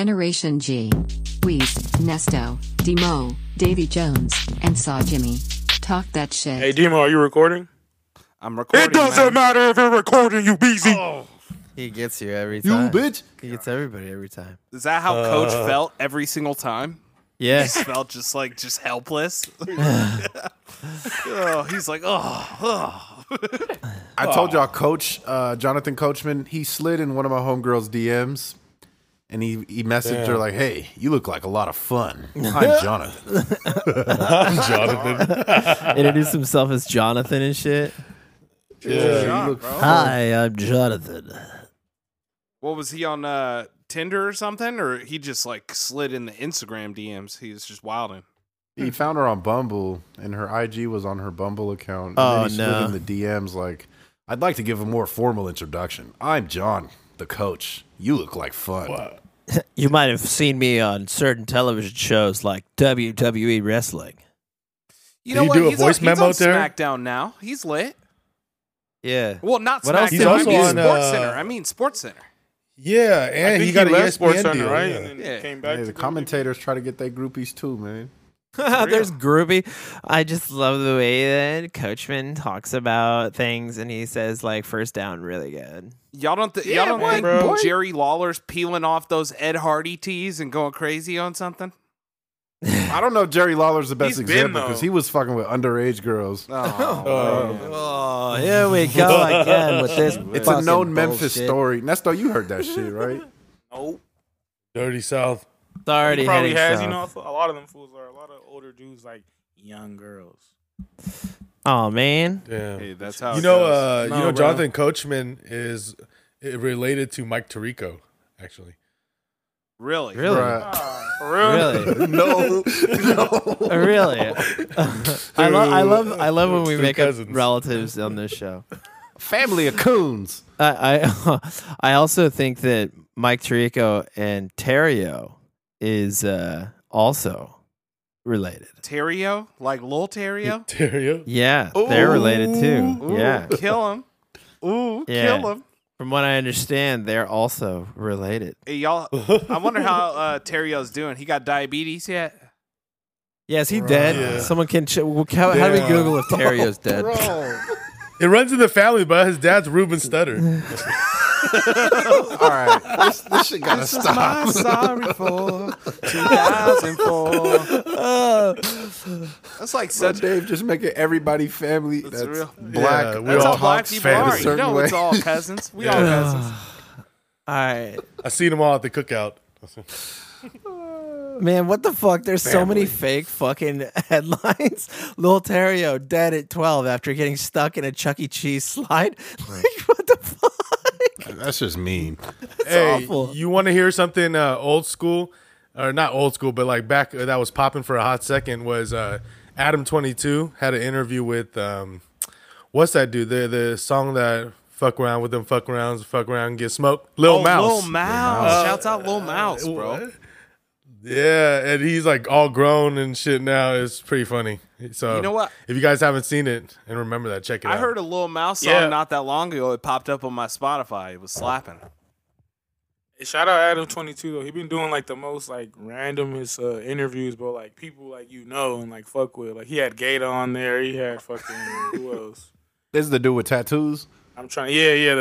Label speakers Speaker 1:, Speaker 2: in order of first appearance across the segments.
Speaker 1: Generation G. Weez, Nesto, Demo, Davy Jones, and Saw Jimmy. Talk that shit.
Speaker 2: Hey, Demo, are you recording?
Speaker 3: I'm recording. man.
Speaker 2: matter if you're recording, you busy.
Speaker 4: Oh,
Speaker 5: He gets you every time.
Speaker 6: bitch.
Speaker 5: He gets everybody every time.
Speaker 3: Is that how Coach
Speaker 2: Uh.
Speaker 3: felt every single time?
Speaker 5: Yeah.
Speaker 3: He felt just like just helpless. oh, he's like, oh, oh.
Speaker 6: I told
Speaker 2: Oh.
Speaker 6: y'all, Coach uh, Jonathan Coachman, he slid in one of my homegirls' DMs, and he he messaged her like, "Hey, you look like a lot of fun. I'm Jonathan.
Speaker 2: Jonathan.
Speaker 5: Introduced himself as Jonathan and shit.
Speaker 6: you look
Speaker 5: Hi, I'm Jonathan.
Speaker 3: What was he on uh, Tinder or something? Or he just like slid in the Instagram DMs. He was just wilding.
Speaker 6: He found her on Bumble, and her IG was on her Bumble account. And
Speaker 5: Oh,
Speaker 6: then he
Speaker 5: no.
Speaker 6: slid in the DMs like, "I'd like to give a more formal introduction. I'm John, the coach. You look like fun.
Speaker 5: You might have seen me on certain television shows like WWE wrestling.
Speaker 3: You
Speaker 2: Did he do a
Speaker 3: he's
Speaker 2: voice
Speaker 3: on,
Speaker 2: memo
Speaker 3: he's on
Speaker 2: to her?
Speaker 3: SmackDown now. He's lit.
Speaker 5: Yeah.
Speaker 3: Well, not
Speaker 5: What
Speaker 3: SmackDown.
Speaker 5: else
Speaker 2: did
Speaker 3: I mean
Speaker 2: he do? He's on,
Speaker 3: Sports Center.
Speaker 2: uh,
Speaker 3: I mean Sports Center.
Speaker 2: Yeah,
Speaker 4: I
Speaker 2: and
Speaker 4: think
Speaker 2: he got E a
Speaker 4: left
Speaker 2: ESPN
Speaker 4: SportsCenter,
Speaker 2: deal,
Speaker 4: right?
Speaker 2: yeah.
Speaker 4: And then
Speaker 3: Yeah.
Speaker 4: came back. to
Speaker 6: Hey, the commentators try to get their groupies too, man.
Speaker 5: There's Groovy. I just love the way that Coachman talks about things and he says, like, first down, really good.
Speaker 3: Y'all don't, th-
Speaker 6: Yeah,
Speaker 3: y'all don't
Speaker 6: boy,
Speaker 3: think
Speaker 6: bro.
Speaker 3: Jerry Lawler's peeling off those Ed Hardy tees and going crazy on something?
Speaker 6: I don't know. if Jerry Lawler's the best
Speaker 4: He's been,
Speaker 6: example because
Speaker 4: though.
Speaker 6: he was fucking with underage girls.
Speaker 5: Oh, here we go again with this.
Speaker 6: It's a known Memphis story. Nesto, you heard that shit, right?
Speaker 4: Nope.
Speaker 2: Dirty South.
Speaker 5: It's already
Speaker 4: Probably
Speaker 5: heading
Speaker 4: has. You
Speaker 5: south.
Speaker 4: know, a lot of them fools are a lot of older dudes like young girls.
Speaker 5: Oh man.
Speaker 2: Damn.
Speaker 3: Hey, that's how
Speaker 2: you
Speaker 3: it
Speaker 2: know,
Speaker 3: goes.
Speaker 2: uh, you
Speaker 5: No,
Speaker 2: know,
Speaker 5: bro.
Speaker 2: Jonathan Coachman is uh, related to Mike Tirico, actually.
Speaker 3: really,
Speaker 5: Really?
Speaker 2: Uh,
Speaker 6: Bruh.
Speaker 4: Ah, For real.
Speaker 5: Really?
Speaker 6: no, no.
Speaker 5: Oh, really? I love I love I love when we
Speaker 2: Through
Speaker 5: make
Speaker 2: cousins.
Speaker 5: up relatives on this show.
Speaker 6: Family of coons.
Speaker 5: I I, I also think that Mike Tirico and Terrio is uh, also related.
Speaker 3: Terrio, like Lil Terrio.
Speaker 2: Terrio.
Speaker 5: Yeah, they're related too.
Speaker 3: Ooh,
Speaker 5: Yeah.
Speaker 3: kill him. Ooh,
Speaker 5: Yeah.
Speaker 3: kill him.
Speaker 5: From what I understand, they're also related.
Speaker 3: Hey, y'all, I wonder how uh, Terrio's doing. He got diabetes yet?
Speaker 5: Yes, he dead.
Speaker 2: Yeah.
Speaker 5: Someone can ch- well, how, how do we
Speaker 2: Yeah.
Speaker 5: Google if Terrio's dead?
Speaker 2: It runs in the family, but his dad's Ruben Stutter.
Speaker 6: All right, this, this shit gotta stop.
Speaker 3: I'm sorry for 2004. That's like such.
Speaker 6: Dave just making everybody family that's,
Speaker 3: real.
Speaker 6: black.
Speaker 2: Yeah, we
Speaker 3: That's
Speaker 2: all
Speaker 3: how black
Speaker 2: Hawks
Speaker 3: people
Speaker 2: fans.
Speaker 3: are. You
Speaker 6: Certain
Speaker 3: know, it's
Speaker 6: way.
Speaker 3: all cousins. We all cousins.
Speaker 5: All right,
Speaker 2: I seen them all at the cookout.
Speaker 5: man. What the fuck? There's so many fake fucking headlines. Lil Terrio dead at 12 after getting stuck in a Chuck E. Cheese slide. like what the fuck?
Speaker 6: That's just mean.
Speaker 2: hey,
Speaker 5: awful.
Speaker 2: you want to hear something uh, old school, or not old school, but like back uh, that was popping for a hot second was uh, Adam Twenty Two had an interview with um, what's that dude? The the song that fuck around with them, fuck arounds, fuck around, and get smoked. Lil
Speaker 3: Oh,
Speaker 2: Mouse. Uh,
Speaker 3: Lil Mouse. Shouts out Lil Mouse, bro.
Speaker 2: What? Yeah, and he's like all grown and shit now. It's pretty funny. So
Speaker 3: You know what?
Speaker 2: If you guys haven't seen it and remember that, check it out.
Speaker 3: I heard a Lil Mouse song
Speaker 4: Yeah.
Speaker 3: not that long ago. It popped up on my Spotify. It was slapping.
Speaker 4: Hey, shout out Adam Twenty Two though. He been doing like the most like randomest uh, interviews, but like people like you know and like fuck with. Like he had Gator on there. He had fucking who else?
Speaker 6: This is the dude with tattoos.
Speaker 4: I'm trying. Yeah, yeah,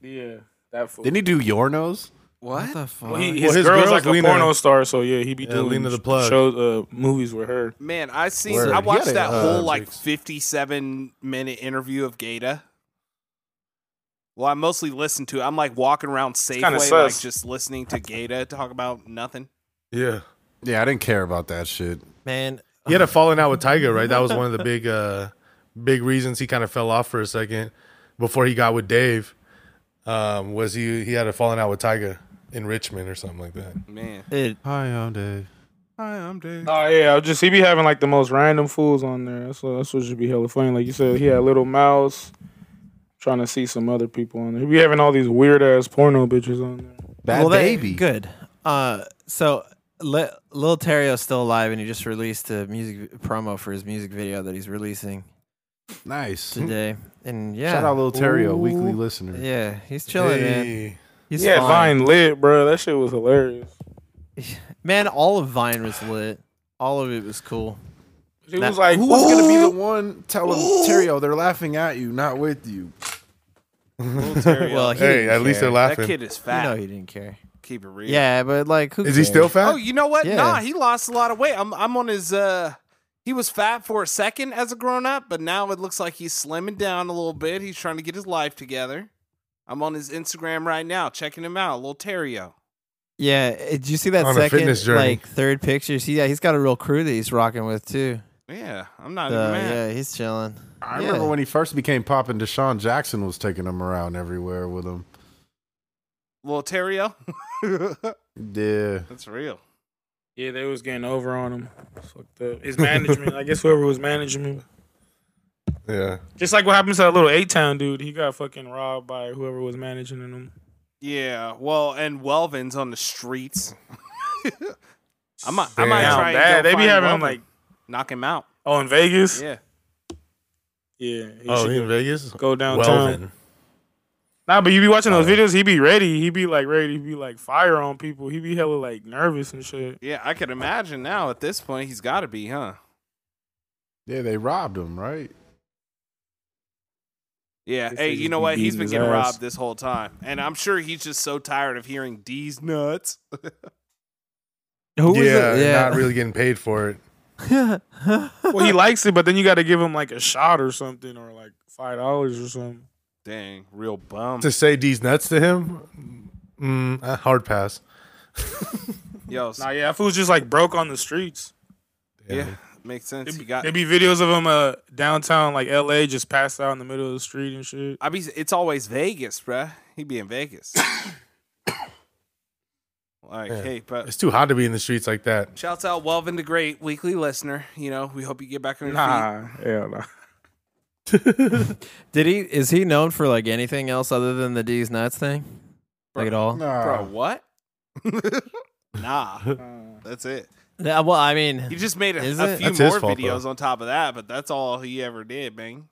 Speaker 4: the, yeah. That fool.
Speaker 6: Didn't he do your nose?
Speaker 3: What?
Speaker 4: Well, he, his,
Speaker 2: Uh, Well, his
Speaker 4: girl's,
Speaker 2: girl's
Speaker 4: like
Speaker 2: Lena-
Speaker 4: a porno star, so yeah, he be
Speaker 2: Yeah,
Speaker 4: doing
Speaker 2: Lena the Plug.
Speaker 4: show uh, movies with her.
Speaker 3: Man, I seen.
Speaker 6: Word.
Speaker 3: I
Speaker 6: He
Speaker 3: watched
Speaker 6: had a,
Speaker 3: that
Speaker 6: uh,
Speaker 3: whole like
Speaker 2: Jake's-
Speaker 3: fifty-seven minute interview of Gata. Well, I mostly listened to. it. I'm like walking around
Speaker 4: kinda
Speaker 3: Safeway, like
Speaker 4: sus.
Speaker 3: just listening to Gata talk about nothing.
Speaker 2: Yeah,
Speaker 6: Yeah, I didn't care about that shit.
Speaker 5: Man, uh,
Speaker 2: he had a falling out with Tiger, right? That was one of the big, uh, big reasons he kind of fell off for a second before he got with Dave. Um, was he he had a falling out with Tiger in Richmond or something like that?
Speaker 3: Man,
Speaker 5: it,
Speaker 6: Hi, I'm Dave.
Speaker 3: hi, I'm Dave.
Speaker 4: Oh yeah, I just he be having like the most random fools on there. That's what, that's what should be hella funny. Like you said, he had Little Mouse. Trying to see some other people on there. He be having all these weird ass porno bitches on there.
Speaker 6: Bad
Speaker 5: well, that-
Speaker 6: baby.
Speaker 5: good. Uh, so Li- Lil Terrio's still alive, and he just released a music promo for his music video that he's releasing
Speaker 6: Nice.
Speaker 5: today. And yeah,
Speaker 6: Shout out Lil Terrio,
Speaker 5: Ooh.
Speaker 6: weekly listener.
Speaker 5: Yeah, he's chilling, man.
Speaker 2: Hey.
Speaker 5: He's
Speaker 4: Yeah,
Speaker 5: fine.
Speaker 4: Vine lit, bro. That shit was hilarious.
Speaker 5: Man, all of Vine was lit. All of it was cool.
Speaker 4: It
Speaker 5: Nah.
Speaker 4: was like,
Speaker 6: Who was gonna be the one telling Terrio they're laughing at you, not with you?
Speaker 5: Well,
Speaker 3: well,
Speaker 5: he
Speaker 2: Hey,
Speaker 5: didn't
Speaker 2: at least
Speaker 5: care.
Speaker 2: they're
Speaker 3: that
Speaker 2: laughing.
Speaker 3: kid is
Speaker 5: You
Speaker 3: fat.
Speaker 5: know he didn't care.
Speaker 3: Keep it real.
Speaker 5: Yeah, but like, who
Speaker 2: Is he still
Speaker 5: cares?
Speaker 2: fat?
Speaker 3: Oh, you know what?
Speaker 5: Yeah.
Speaker 3: Nah, he lost a lot of weight. I'm I'm on his uh he was fat for a second as a grown up, but now it looks like he's slimming down a little bit. He's trying to get his life together. I'm on his Instagram right now, checking him out, little Terrio.
Speaker 5: Yeah, eh, did you see that
Speaker 2: On a fitness
Speaker 5: second,
Speaker 2: journey.
Speaker 5: like third pictures? He, yeah, he's got a real crew that he's rocking with too.
Speaker 3: Yeah, I'm not
Speaker 5: So,
Speaker 3: even mad.
Speaker 5: Uh, yeah, he's chilling.
Speaker 6: I
Speaker 5: Yeah.
Speaker 6: remember when he first became poppin', Deshaun Jackson was taking him around everywhere with him.
Speaker 3: Little Terrio.
Speaker 6: Yeah.
Speaker 3: That's real.
Speaker 4: yeah, they was getting over on him. It's Fucked up. His management, I guess whoever was managing him.
Speaker 2: Yeah.
Speaker 4: Just like what happens to that little eight town dude, he got fucking robbed by whoever was managing him.
Speaker 3: Yeah, well, and Welvin's on the streets. I might, I might
Speaker 2: Damn.
Speaker 3: try. and go
Speaker 4: Bad. They be
Speaker 3: find
Speaker 4: having him,
Speaker 3: Welvin.
Speaker 4: like-
Speaker 3: knock him out.
Speaker 4: Oh, in Vegas?
Speaker 3: Yeah,
Speaker 4: Yeah. He
Speaker 2: Oh,
Speaker 4: should
Speaker 2: he in Vegas?
Speaker 4: go
Speaker 2: Well,
Speaker 4: downtown.
Speaker 2: then.
Speaker 4: Nah, but you be watching those videos, he be ready. He be like ready. He be like fire on people. He be hella like nervous and shit.
Speaker 3: yeah. I could imagine now at this point he's got to be, huh?
Speaker 6: Yeah, they robbed him, right?
Speaker 3: Yeah.
Speaker 4: This
Speaker 3: Hey,
Speaker 4: nigga's
Speaker 3: you know
Speaker 4: been
Speaker 3: what? He's
Speaker 4: beating
Speaker 3: been
Speaker 4: his
Speaker 3: getting
Speaker 4: ass.
Speaker 3: robbed this whole time, and I'm sure he's just so tired of hearing these nuts.
Speaker 5: Who was
Speaker 2: yeah,
Speaker 5: it?
Speaker 2: not really getting paid for it.
Speaker 4: Well, he likes it, but then you got to give him like a shot or something, or like five dollars or something.
Speaker 3: Dang, real bum.
Speaker 2: To say these nuts to him, mm, a hard pass.
Speaker 3: Yo, s-
Speaker 4: Nah, yeah, if it was just like broke on the streets,
Speaker 3: yeah, makes sense.
Speaker 4: there'd
Speaker 3: You
Speaker 4: be,
Speaker 3: got.
Speaker 4: there'd be videos of him uh downtown like L.A. just passed out in the middle of the street and shit.
Speaker 3: I be. It's always Vegas, bruh. He be in Vegas. like, hey, but
Speaker 2: It's too hot to be in the streets like that.
Speaker 3: Shouts out Welvin the Great, weekly listener. You know, we hope you get back on your feet.
Speaker 4: Nah, hell nah.
Speaker 5: Did he? Is he known for like anything else other than the D's nuts thing? Like at all?
Speaker 3: Bro, what? nah. Uh, That's it.
Speaker 5: Yeah, well, I mean,
Speaker 3: He just made a,
Speaker 5: Is
Speaker 3: a
Speaker 5: it?
Speaker 3: few
Speaker 2: That's his
Speaker 3: more
Speaker 2: fault,
Speaker 3: videos on top of that, but that's all he ever did, bang.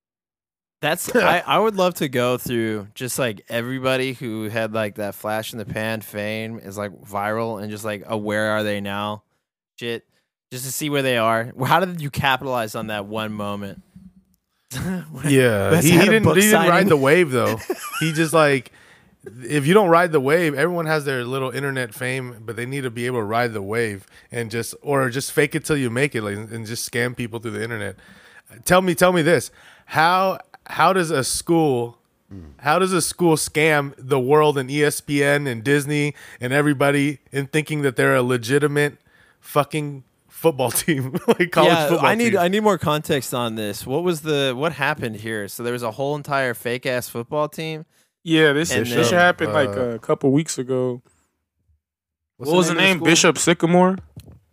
Speaker 5: That's I, I would love to go through just like everybody who had like that flash in the pan fame is like viral and just like a where are they now shit just to see where they are. How did you capitalize on that one moment?
Speaker 2: Yeah,
Speaker 5: Let's
Speaker 2: he, he
Speaker 5: have a
Speaker 2: didn't.
Speaker 5: book
Speaker 2: He didn't
Speaker 5: signing.
Speaker 2: ride the wave though. he just like if you don't ride the wave, everyone has their little internet fame, but they need to be able to ride the wave and just or just fake it till you make it, like, and just scam people through the internet. Tell me, tell me this: how how does a school how does a school scam the world and E ESPN and Disney and everybody in thinking that they're a legitimate fucking football team, like college
Speaker 5: yeah,
Speaker 2: football
Speaker 5: I need
Speaker 2: team?
Speaker 5: I need more context on this. What was the what happened here? So there was a whole entire fake ass football team.
Speaker 4: Yeah, this
Speaker 5: And
Speaker 4: this
Speaker 5: then,
Speaker 4: happened like
Speaker 6: uh,
Speaker 4: a couple weeks ago.
Speaker 6: What's
Speaker 4: what was the
Speaker 6: of
Speaker 4: name?
Speaker 6: school?
Speaker 4: Bishop Sycamore.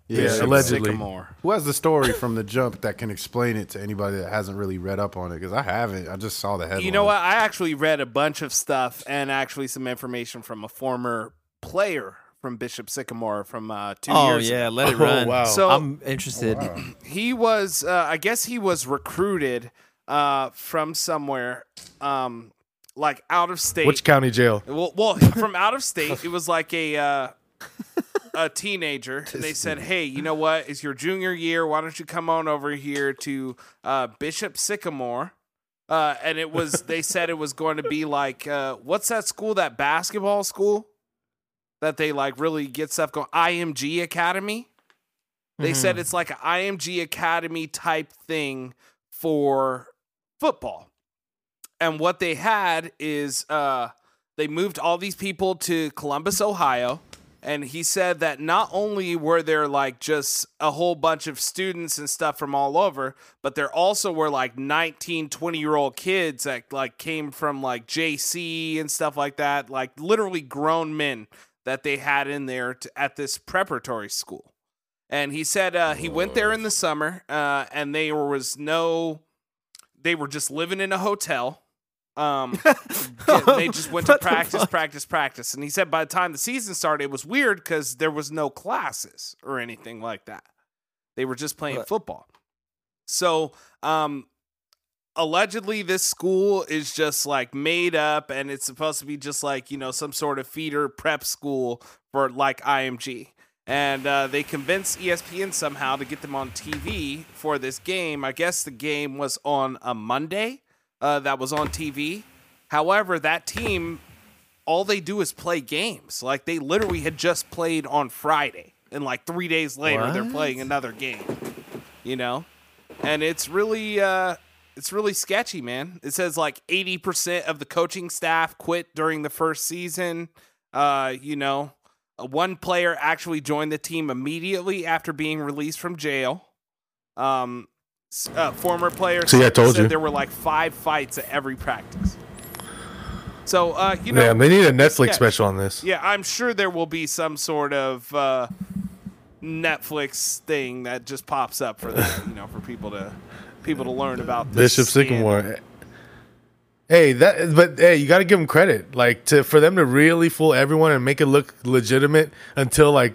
Speaker 6: Yeah,
Speaker 2: Yeah, allegedly.
Speaker 3: Sycamore.
Speaker 6: Who has the story from the jump that can explain it to anybody that hasn't really read up on it? Because I haven't. I just saw the headline.
Speaker 3: You know what? I actually read a bunch of stuff and actually some information from a former player from Bishop Sycamore from uh, two
Speaker 5: Oh
Speaker 3: years ago.
Speaker 5: yeah, let it
Speaker 2: Oh,
Speaker 5: run.
Speaker 2: wow.
Speaker 3: So-
Speaker 5: I'm interested.
Speaker 3: he was uh, i guess he was recruited uh, from somewhere um, like out of state
Speaker 2: Which county jail?
Speaker 3: well, well from out of state it was like a uh, a teenager and they said hey you know what it's your junior year why don't you come on over here to uh, bishop sycamore uh, and it was they said it was going to be like uh, what's that school that basketball school that they like really get stuff going img academy they said it's like an IMG Academy type thing for football. And what they had is uh, they moved all these people to Columbus, Ohio. And he said that not only were there like just a whole bunch of students and stuff from all over, but there also were like 19, 20 year old kids that like came from like JC and stuff like that, like literally grown men that they had in there to, at this preparatory school. And he said uh, he went there in the summer, uh, and there was no. They were just living in a hotel. Um, yeah, they just went to
Speaker 5: What the
Speaker 3: practice,
Speaker 5: fuck?
Speaker 3: practice, practice. And he said by the time the season started, it was weird because there was no classes or anything like that. They were just playing
Speaker 5: Right.
Speaker 3: football. So um, allegedly this school is just like made up and it's supposed to be just like, you know, some sort of feeder prep school for like IMG. And uh, they convinced ESPN somehow to get them on TV for this game. I guess the game was on a Monday uh, that was on TV. However, that team, all they do is play games. Like they literally had just played on Friday. And like three days later, they're
Speaker 5: What?
Speaker 3: playing another game, you know? And it's really. Uh, it's really sketchy, man. It says like 80% of the coaching staff quit during the first season. Uh, you know, uh, one player actually joined the team immediately after being released from jail. Um, s- uh, former player
Speaker 2: See, I told
Speaker 3: said
Speaker 2: you.
Speaker 3: there were like five fights at every practice. So, uh, you know,
Speaker 2: Yeah, they need a Netflix
Speaker 3: Yeah.
Speaker 2: special on this.
Speaker 3: yeah, I'm sure there will be some sort of uh, Netflix thing that just pops up for that, you know, for people to people to learn about this
Speaker 2: Bishop
Speaker 3: scandal.
Speaker 2: Sycamore. Hey, that but hey, you got to give them credit. Like to for them to really fool everyone and make it look legitimate until like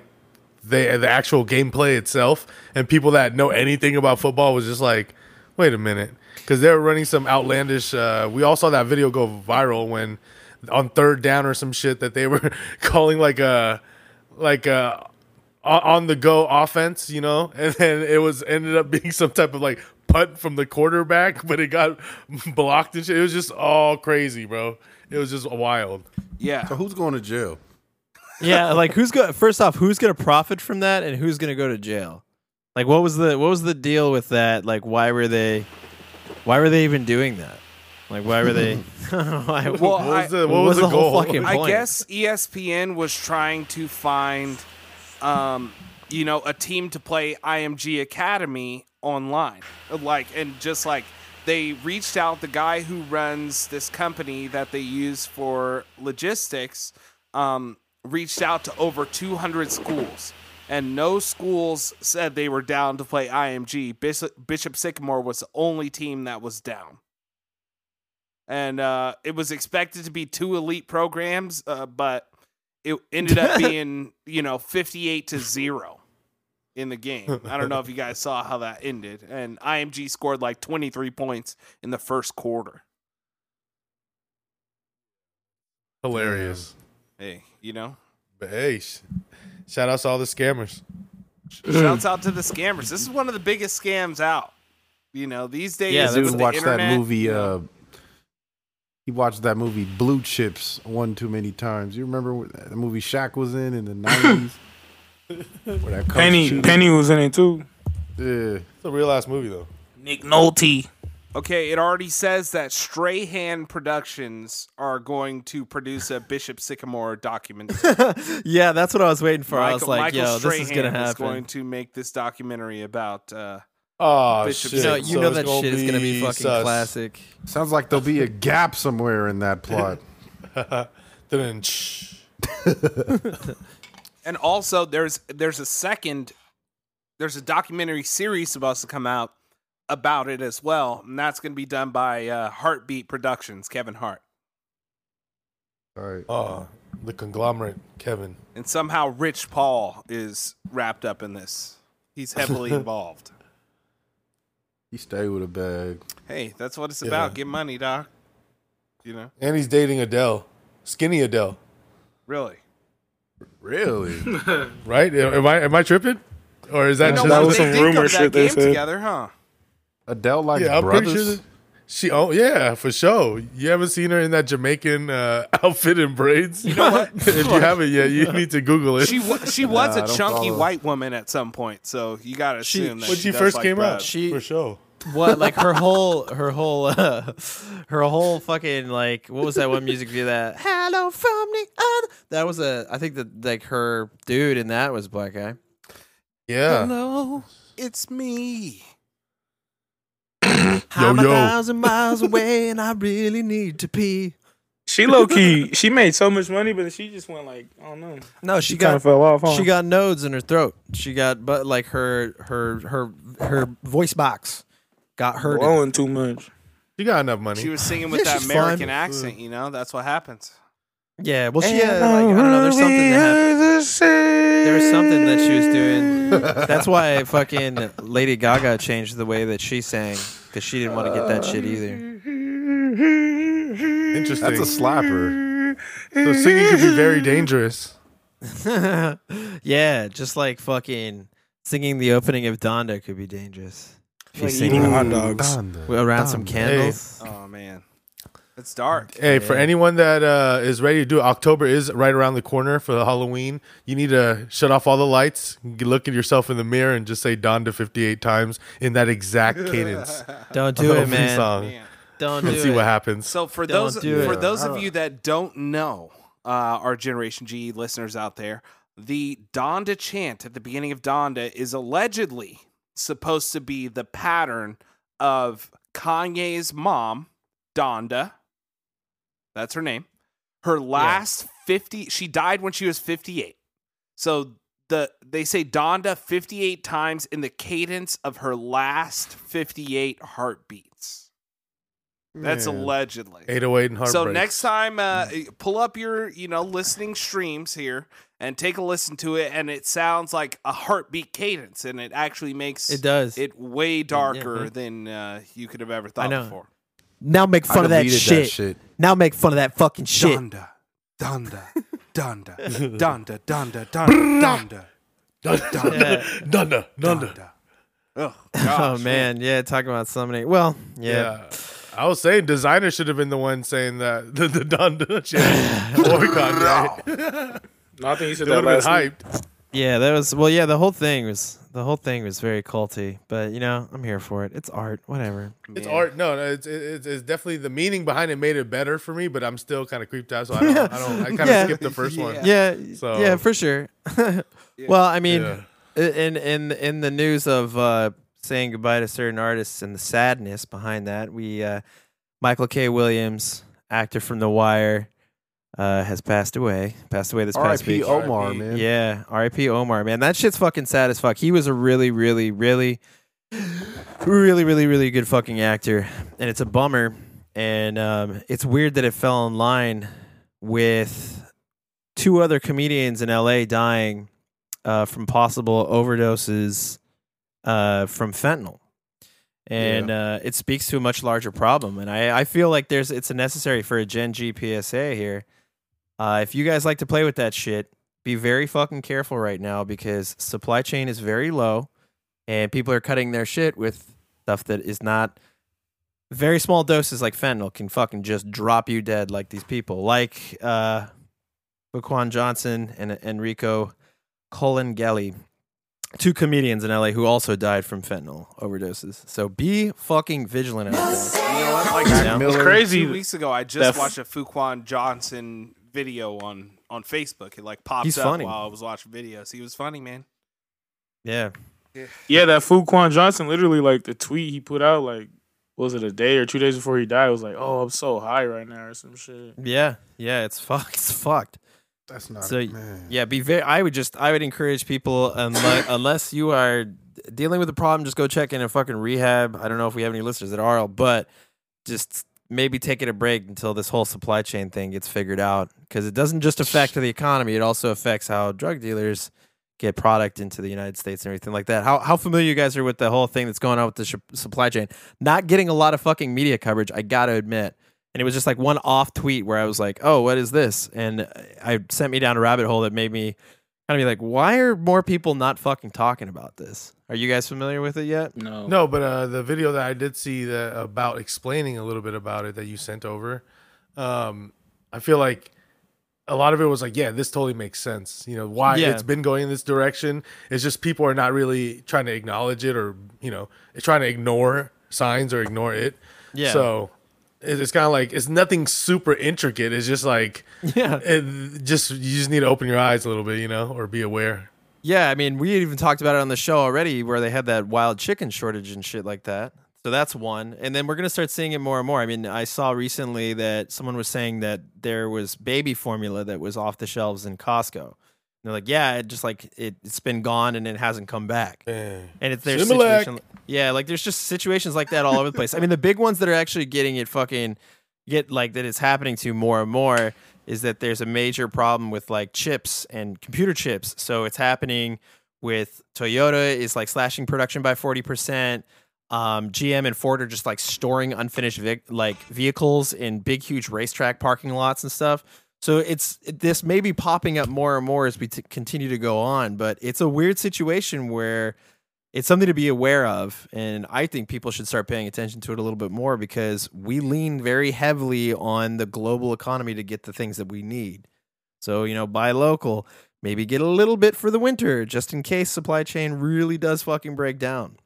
Speaker 2: they the actual gameplay itself and people that know anything about football was just like, wait a minute, because they were running some outlandish. Uh, we all saw that video go viral when on third down or some shit that they were calling like a like a on the go offense, you know, and then it was ended up being some type of like punt from the quarterback, but it got blocked and shit. It was just all crazy, bro. It was just wild.
Speaker 3: Yeah.
Speaker 6: So who's going to jail?
Speaker 5: yeah, like who's going first off, who's gonna profit from that and who's gonna go to jail? Like what was the what was the deal with that? Like why were they why were they even doing that? Like why were they why,
Speaker 3: Well,
Speaker 2: What
Speaker 3: I-
Speaker 2: was the what,
Speaker 5: what
Speaker 2: was,
Speaker 5: was
Speaker 2: the,
Speaker 5: the whole
Speaker 2: goal?
Speaker 5: fucking-
Speaker 3: I
Speaker 5: point.
Speaker 3: guess E ESPN was trying to find, um, you know, a team to play IMG Academy online, like, and just like they reached out the guy who runs this company that they use for logistics, um, reached out to over 200 schools. And no schools said they were down to play IMG. Bishop, Bishop Sycamore was the only team that was down and uh, it was expected to be two elite programs, uh, but it ended up being you know fifty eight to zero in the game. I don't know if you guys saw how that ended, and IMG scored like twenty three points in the first quarter.
Speaker 2: Hilarious.
Speaker 3: Hey, you know,
Speaker 2: But hey, sh- shout out to all the scammers.
Speaker 3: shouts out to the scammers. This is one of the biggest scams out. You know, these days
Speaker 5: Yeah,
Speaker 3: with
Speaker 5: dude,
Speaker 6: Dude
Speaker 3: the
Speaker 6: watched that
Speaker 3: internet,
Speaker 6: movie.
Speaker 3: you know,
Speaker 6: Uh, he watched that movie Blue Chips one too many times. You remember what- the movie Shaq was in in the nineties? Where that coach
Speaker 4: Penny,
Speaker 6: shooter-
Speaker 4: Penny was in it too.
Speaker 6: Yeah.
Speaker 2: It's a real ass movie though.
Speaker 4: Nick Nolte.
Speaker 3: Okay, it already says that Strahan Productions are going to produce a Bishop Sycamore documentary.
Speaker 5: yeah, that's what I was waiting for. I was
Speaker 3: Michael-
Speaker 5: like,
Speaker 3: Michael
Speaker 5: yo, this is gonna
Speaker 3: Strahan
Speaker 5: happen.
Speaker 3: going to make this documentary about. Uh,
Speaker 2: Oh
Speaker 3: Bishop
Speaker 2: shit!
Speaker 5: you know,
Speaker 3: Sycamore.
Speaker 5: you
Speaker 2: So
Speaker 5: know
Speaker 2: it's
Speaker 5: that shit is gonna be fucking
Speaker 2: sus.
Speaker 5: classic.
Speaker 6: Sounds like there'll be a gap somewhere in that plot.
Speaker 2: Dun-dun, shh.
Speaker 3: and also, there's there's a second, there's a documentary series supposed to come out about it as well, and that's going to be done by uh, Heartbeat Productions, Kevin Hart,
Speaker 6: All right.
Speaker 2: Oh, the conglomerate, Kevin.
Speaker 3: and somehow Rich Paul is wrapped up in this. He's heavily involved.
Speaker 6: He stayed with a bag.
Speaker 3: Hey, that's what it's about.
Speaker 2: Yeah.
Speaker 3: Get money, doc. You know,
Speaker 2: And he's dating Adele, skinny Adele,
Speaker 3: really.
Speaker 6: Really?
Speaker 2: right? Am I am I tripping, or is that
Speaker 6: No,
Speaker 2: just
Speaker 6: that
Speaker 3: Well,
Speaker 6: was
Speaker 3: they
Speaker 4: some
Speaker 3: did go
Speaker 4: rumor
Speaker 3: to that
Speaker 4: shit they
Speaker 3: game
Speaker 4: said.
Speaker 3: together, huh?
Speaker 6: Adele likes
Speaker 2: Yeah, I'm
Speaker 6: brothers.
Speaker 2: pretty sure that she. Oh yeah, for sure. You haven't seen her in that Jamaican uh, outfit and braids. You know what? if you haven't yet, you need to Google it.
Speaker 3: She wa- she was
Speaker 6: I
Speaker 3: a
Speaker 6: don't
Speaker 3: chunky
Speaker 6: follow.
Speaker 3: white woman at some point, so you gotta
Speaker 5: She-
Speaker 3: assume that
Speaker 2: when
Speaker 3: she
Speaker 2: she
Speaker 3: does
Speaker 2: first
Speaker 3: like
Speaker 2: came
Speaker 3: bread.
Speaker 2: out,
Speaker 5: She-
Speaker 2: for sure.
Speaker 5: what like her whole her whole uh, her whole fucking like what was that one music video that hello from the other that was a I think that like her dude in that was black guy
Speaker 2: Yeah,
Speaker 5: hello
Speaker 3: It's me.
Speaker 5: I'm
Speaker 2: yo.
Speaker 5: a thousand miles away and I really need to pee
Speaker 4: She low key. She made so much money, but she just went like, I don't know.
Speaker 5: no she,
Speaker 4: kind
Speaker 5: got
Speaker 4: of fell off. Huh?
Speaker 5: she got nodes in her throat she got but like her her her her voice box got hurt
Speaker 4: blowing too much.
Speaker 2: she got enough money.
Speaker 3: She was singing with
Speaker 5: Yeah,
Speaker 3: that
Speaker 5: she's
Speaker 3: American
Speaker 5: fine.
Speaker 3: accent, you know. That's what happens.
Speaker 5: yeah well she had like I don't know there's something that happened There was something that she was doing. That's why fucking Lady Gaga changed the way that she sang because she didn't want to get that shit either.
Speaker 2: Interesting.
Speaker 6: That's a slapper.
Speaker 2: so singing could be very dangerous.
Speaker 5: yeah, just like fucking singing the opening of Donda could be dangerous. If you
Speaker 4: Like
Speaker 5: sing
Speaker 4: eating
Speaker 5: it
Speaker 4: hot dogs.
Speaker 5: around some candles.
Speaker 3: Oh man, it's dark.
Speaker 2: Hey, for anyone that uh, is ready to do, it, October is right around the corner for the Halloween. You need to shut off all the lights, g- look at yourself in the mirror, and just say "Donda" 58 times in that exact cadence.
Speaker 5: Don't do it,
Speaker 2: Of the
Speaker 5: man.
Speaker 2: song.
Speaker 3: Man.
Speaker 5: Don't do
Speaker 2: And see
Speaker 5: it.
Speaker 2: what happens.
Speaker 3: So for
Speaker 5: Don't
Speaker 3: those
Speaker 5: do
Speaker 3: for
Speaker 5: it.
Speaker 3: those of you that don't know, uh, our Generation G listeners out there, the Donda chant at the beginning of Donda is allegedly supposed to be the pattern of Kanye's mom, Donda. That's her name. Her last fifty. She died when she was fifty-eight. So the they say Donda fifty-eight times in the cadence of her last fifty-eight heartbeats. That's allegedly.
Speaker 2: 808 and heartbreak.
Speaker 3: So next time, uh, pull up your you know listening streams here and take a listen to it, and it sounds like a heartbeat cadence, and it actually makes
Speaker 5: It does.
Speaker 3: it way darker
Speaker 5: yeah.
Speaker 3: than uh, you could have ever thought
Speaker 5: know.
Speaker 3: before.
Speaker 5: now make fun
Speaker 6: I
Speaker 5: of that
Speaker 6: deleted that
Speaker 5: shit.
Speaker 6: shit.
Speaker 5: Now make fun of that fucking shit.
Speaker 3: Donda, donda, donda, donda, donda, donda,
Speaker 5: Yeah.
Speaker 2: Donda, Donda.
Speaker 3: donda.
Speaker 5: Oh man, yeah, talking about somebody. Well, yeah.
Speaker 2: Yeah. I was saying designer should have been the one saying that the, the Donda chant or Kanye.
Speaker 4: No, I think you said
Speaker 2: It would
Speaker 4: that last
Speaker 2: have been
Speaker 4: week.
Speaker 2: hyped.
Speaker 5: Yeah, that was well. Yeah, the whole thing was the whole thing was very culty, but you know, I'm here for it. It's art, whatever.
Speaker 2: It's art. No, no it's, it- it's it's definitely the meaning behind it made it better for me, but I'm still kind of creeped out. So I don't. I, don't, I kind of
Speaker 5: Yeah.
Speaker 2: skipped the first one.
Speaker 5: Yeah,
Speaker 2: So-
Speaker 5: yeah, for sure. Well, I mean,
Speaker 2: Yeah.
Speaker 5: i- in in in the news of uh, saying goodbye to certain artists and the sadness behind that, we uh, Michael K. Williams, actor from The Wire, uh, has passed away. Passed away this past
Speaker 6: R.I.P.
Speaker 5: week.
Speaker 6: Omar,
Speaker 2: R.I.P..
Speaker 6: man.
Speaker 5: Yeah, R.I.P. Omar, man. That shit's fucking sad as fuck. He was a really, really, really, really, really, really good fucking actor, and it's a bummer. And um, it's weird that it fell in line with two other comedians in L.A. dying uh, from possible overdoses uh, from fentanyl. And uh, it speaks to a much larger problem, and I, I feel like there's it's a necessary for a Gen G PSA here. Uh, if you guys like to play with that shit, be very fucking careful right now because supply chain is very low and people are cutting their shit with stuff that is not very small doses like fentanyl can fucking just drop you dead like these people like uh Laquan Johnson and Enrico Colangelli two comedians in LA who also died from fentanyl overdoses so be fucking vigilant out there
Speaker 3: You know what? Like
Speaker 5: Yeah.
Speaker 6: Miller.
Speaker 4: It's crazy.
Speaker 3: two weeks ago, I
Speaker 4: That
Speaker 3: just
Speaker 4: f-
Speaker 3: watched a Fuquan Johnson video on on Facebook. It like pops
Speaker 5: He's
Speaker 3: up
Speaker 5: funny.
Speaker 3: while I was watching videos. He was funny, man.
Speaker 5: yeah
Speaker 4: Yeah, that Fuquan Johnson literally like the tweet he put out like was it a day or two days before he died was like, "Oh, I'm so high right now" or some shit.
Speaker 5: yeah yeah it's fucked it's fucked
Speaker 6: That's not
Speaker 5: So,
Speaker 6: man.
Speaker 5: Yeah, be very. I would just. I would encourage people unless unless you are dealing with a problem, just go check in and fucking rehab. I don't know if we have any listeners that are, but just maybe taking a break until this whole supply chain thing gets figured out because it doesn't just affect the economy; it also affects how drug dealers get product into the United States and everything like that. How how familiar you guys are with the whole thing that's going on with the sh- supply chain? Not getting a lot of fucking media coverage. I gotta admit. And it was just like one off tweet where I was like, "Oh, what is this?" And I it sent me down a rabbit hole that made me kind of be like, "Why are more people not fucking talking about this?" Are you guys familiar with it yet?
Speaker 4: No,
Speaker 2: No, but uh, the video that I did see that about explaining a little bit about it that you sent over, um, I feel like a lot of it was like, yeah, this totally makes sense. You know why
Speaker 5: Yeah.
Speaker 2: it's been going in this direction. It's just people are not really trying to acknowledge it, or you know, trying to ignore signs or ignore it.
Speaker 5: Yeah.
Speaker 2: So it- it's kind of like it's nothing super intricate. It's just like
Speaker 5: Yeah.
Speaker 2: it, just you just need to open your eyes a little bit, you know, or be aware.
Speaker 5: Yeah, I mean, we even talked about it on the show already where they had that wild chicken shortage and shit like that. So that's one. And then we're going to start seeing it more and more. I mean, I saw recently that someone was saying that there was baby formula that was off the shelves in Costco. And they're like, yeah, it just like it, it's been gone and it hasn't come back. And it's their
Speaker 2: Similac.
Speaker 5: situation. Yeah, like there's just situations like that all over the place. I mean, the big ones that are actually getting it fucking get like that it's happening to more and more is that there's a major problem with like chips and computer chips. So it's happening with Toyota is like slashing production by 40%. um, GM and Ford are just like storing unfinished vic- like vehicles in big, huge racetrack parking lots and stuff. So it's this may be popping up more and more as we t- continue to go on, but it's a weird situation where it's something to be aware of, and I think people should start paying attention to it a little bit more because we lean very heavily on the global economy to get the things that we need. So you know, buy local, maybe get a little bit for the winter just in case supply chain really does fucking break down.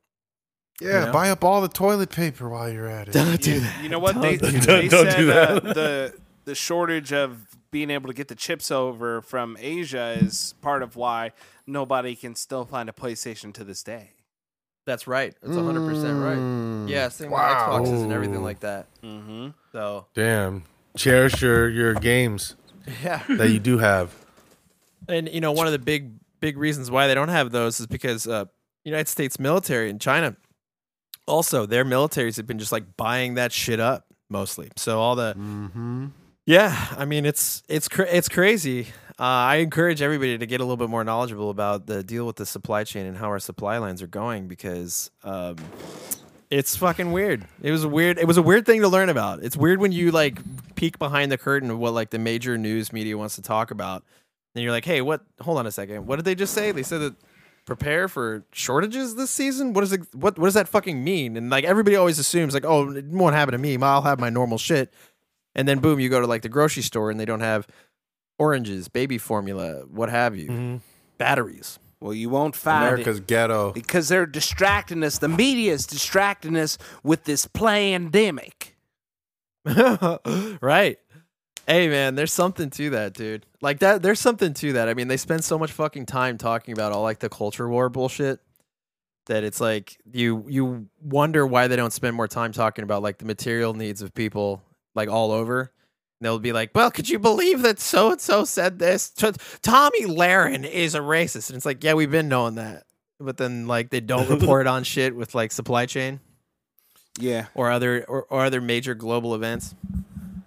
Speaker 6: Yeah, buy up all the toilet paper while you're at it.
Speaker 5: Don't do that.
Speaker 3: You know what they,
Speaker 5: Don't do
Speaker 3: they
Speaker 2: Don't- don't
Speaker 3: said
Speaker 2: do
Speaker 3: uh,
Speaker 2: that.
Speaker 3: the the shortage of being able to get the chips over from Asia is part of why nobody can still find a PlayStation to this day.
Speaker 5: That's right. That's hundred percent
Speaker 4: Mm.
Speaker 5: right. Yeah, same with Xboxes and everything like that.
Speaker 3: Mm-hmm.
Speaker 5: So
Speaker 2: Damn. Cherish your, your games
Speaker 5: yeah,
Speaker 2: that you do have.
Speaker 5: and you know one of the big big reasons why they don't have those is because uh, United States military and China also their militaries have been just like buying that shit up mostly. So all the
Speaker 6: Mm-hmm.
Speaker 5: yeah, I mean it's it's cra- it's crazy. Uh, I encourage everybody to get a little bit more knowledgeable about the deal with the supply chain and how our supply lines are going because um, it's fucking weird. It was a weird. It was a weird thing to learn about. It's weird when you like peek behind the curtain of what like the major news media wants to talk about, and you're like, hey, what? Hold on a second. What did they just say? They said that prepare for shortages this season. What is it? What what does that fucking mean? And like everybody always assumes like, oh, it won't happen to me. I'll have my normal shit. And then boom, you go to like the grocery store and they don't have oranges, baby formula, what have you, batteries.
Speaker 3: Well, you won't find
Speaker 6: America's ghetto.
Speaker 3: because they're distracting us. The media is distracting us with this pandemic.
Speaker 5: right. Hey man, there's something to that, dude. Like that there's something to that. I mean, they spend so much fucking time talking about all like the culture war bullshit that it's like you you wonder why they don't spend more time talking about like the material needs of people like all over. And they'll be like, "Well, could you believe that so and so said this? T- Tommy Laren is a racist." And it's like, "Yeah, we've been knowing that." But then like they don't report on shit with like supply chain
Speaker 3: Yeah,
Speaker 5: or other or, or other major global events.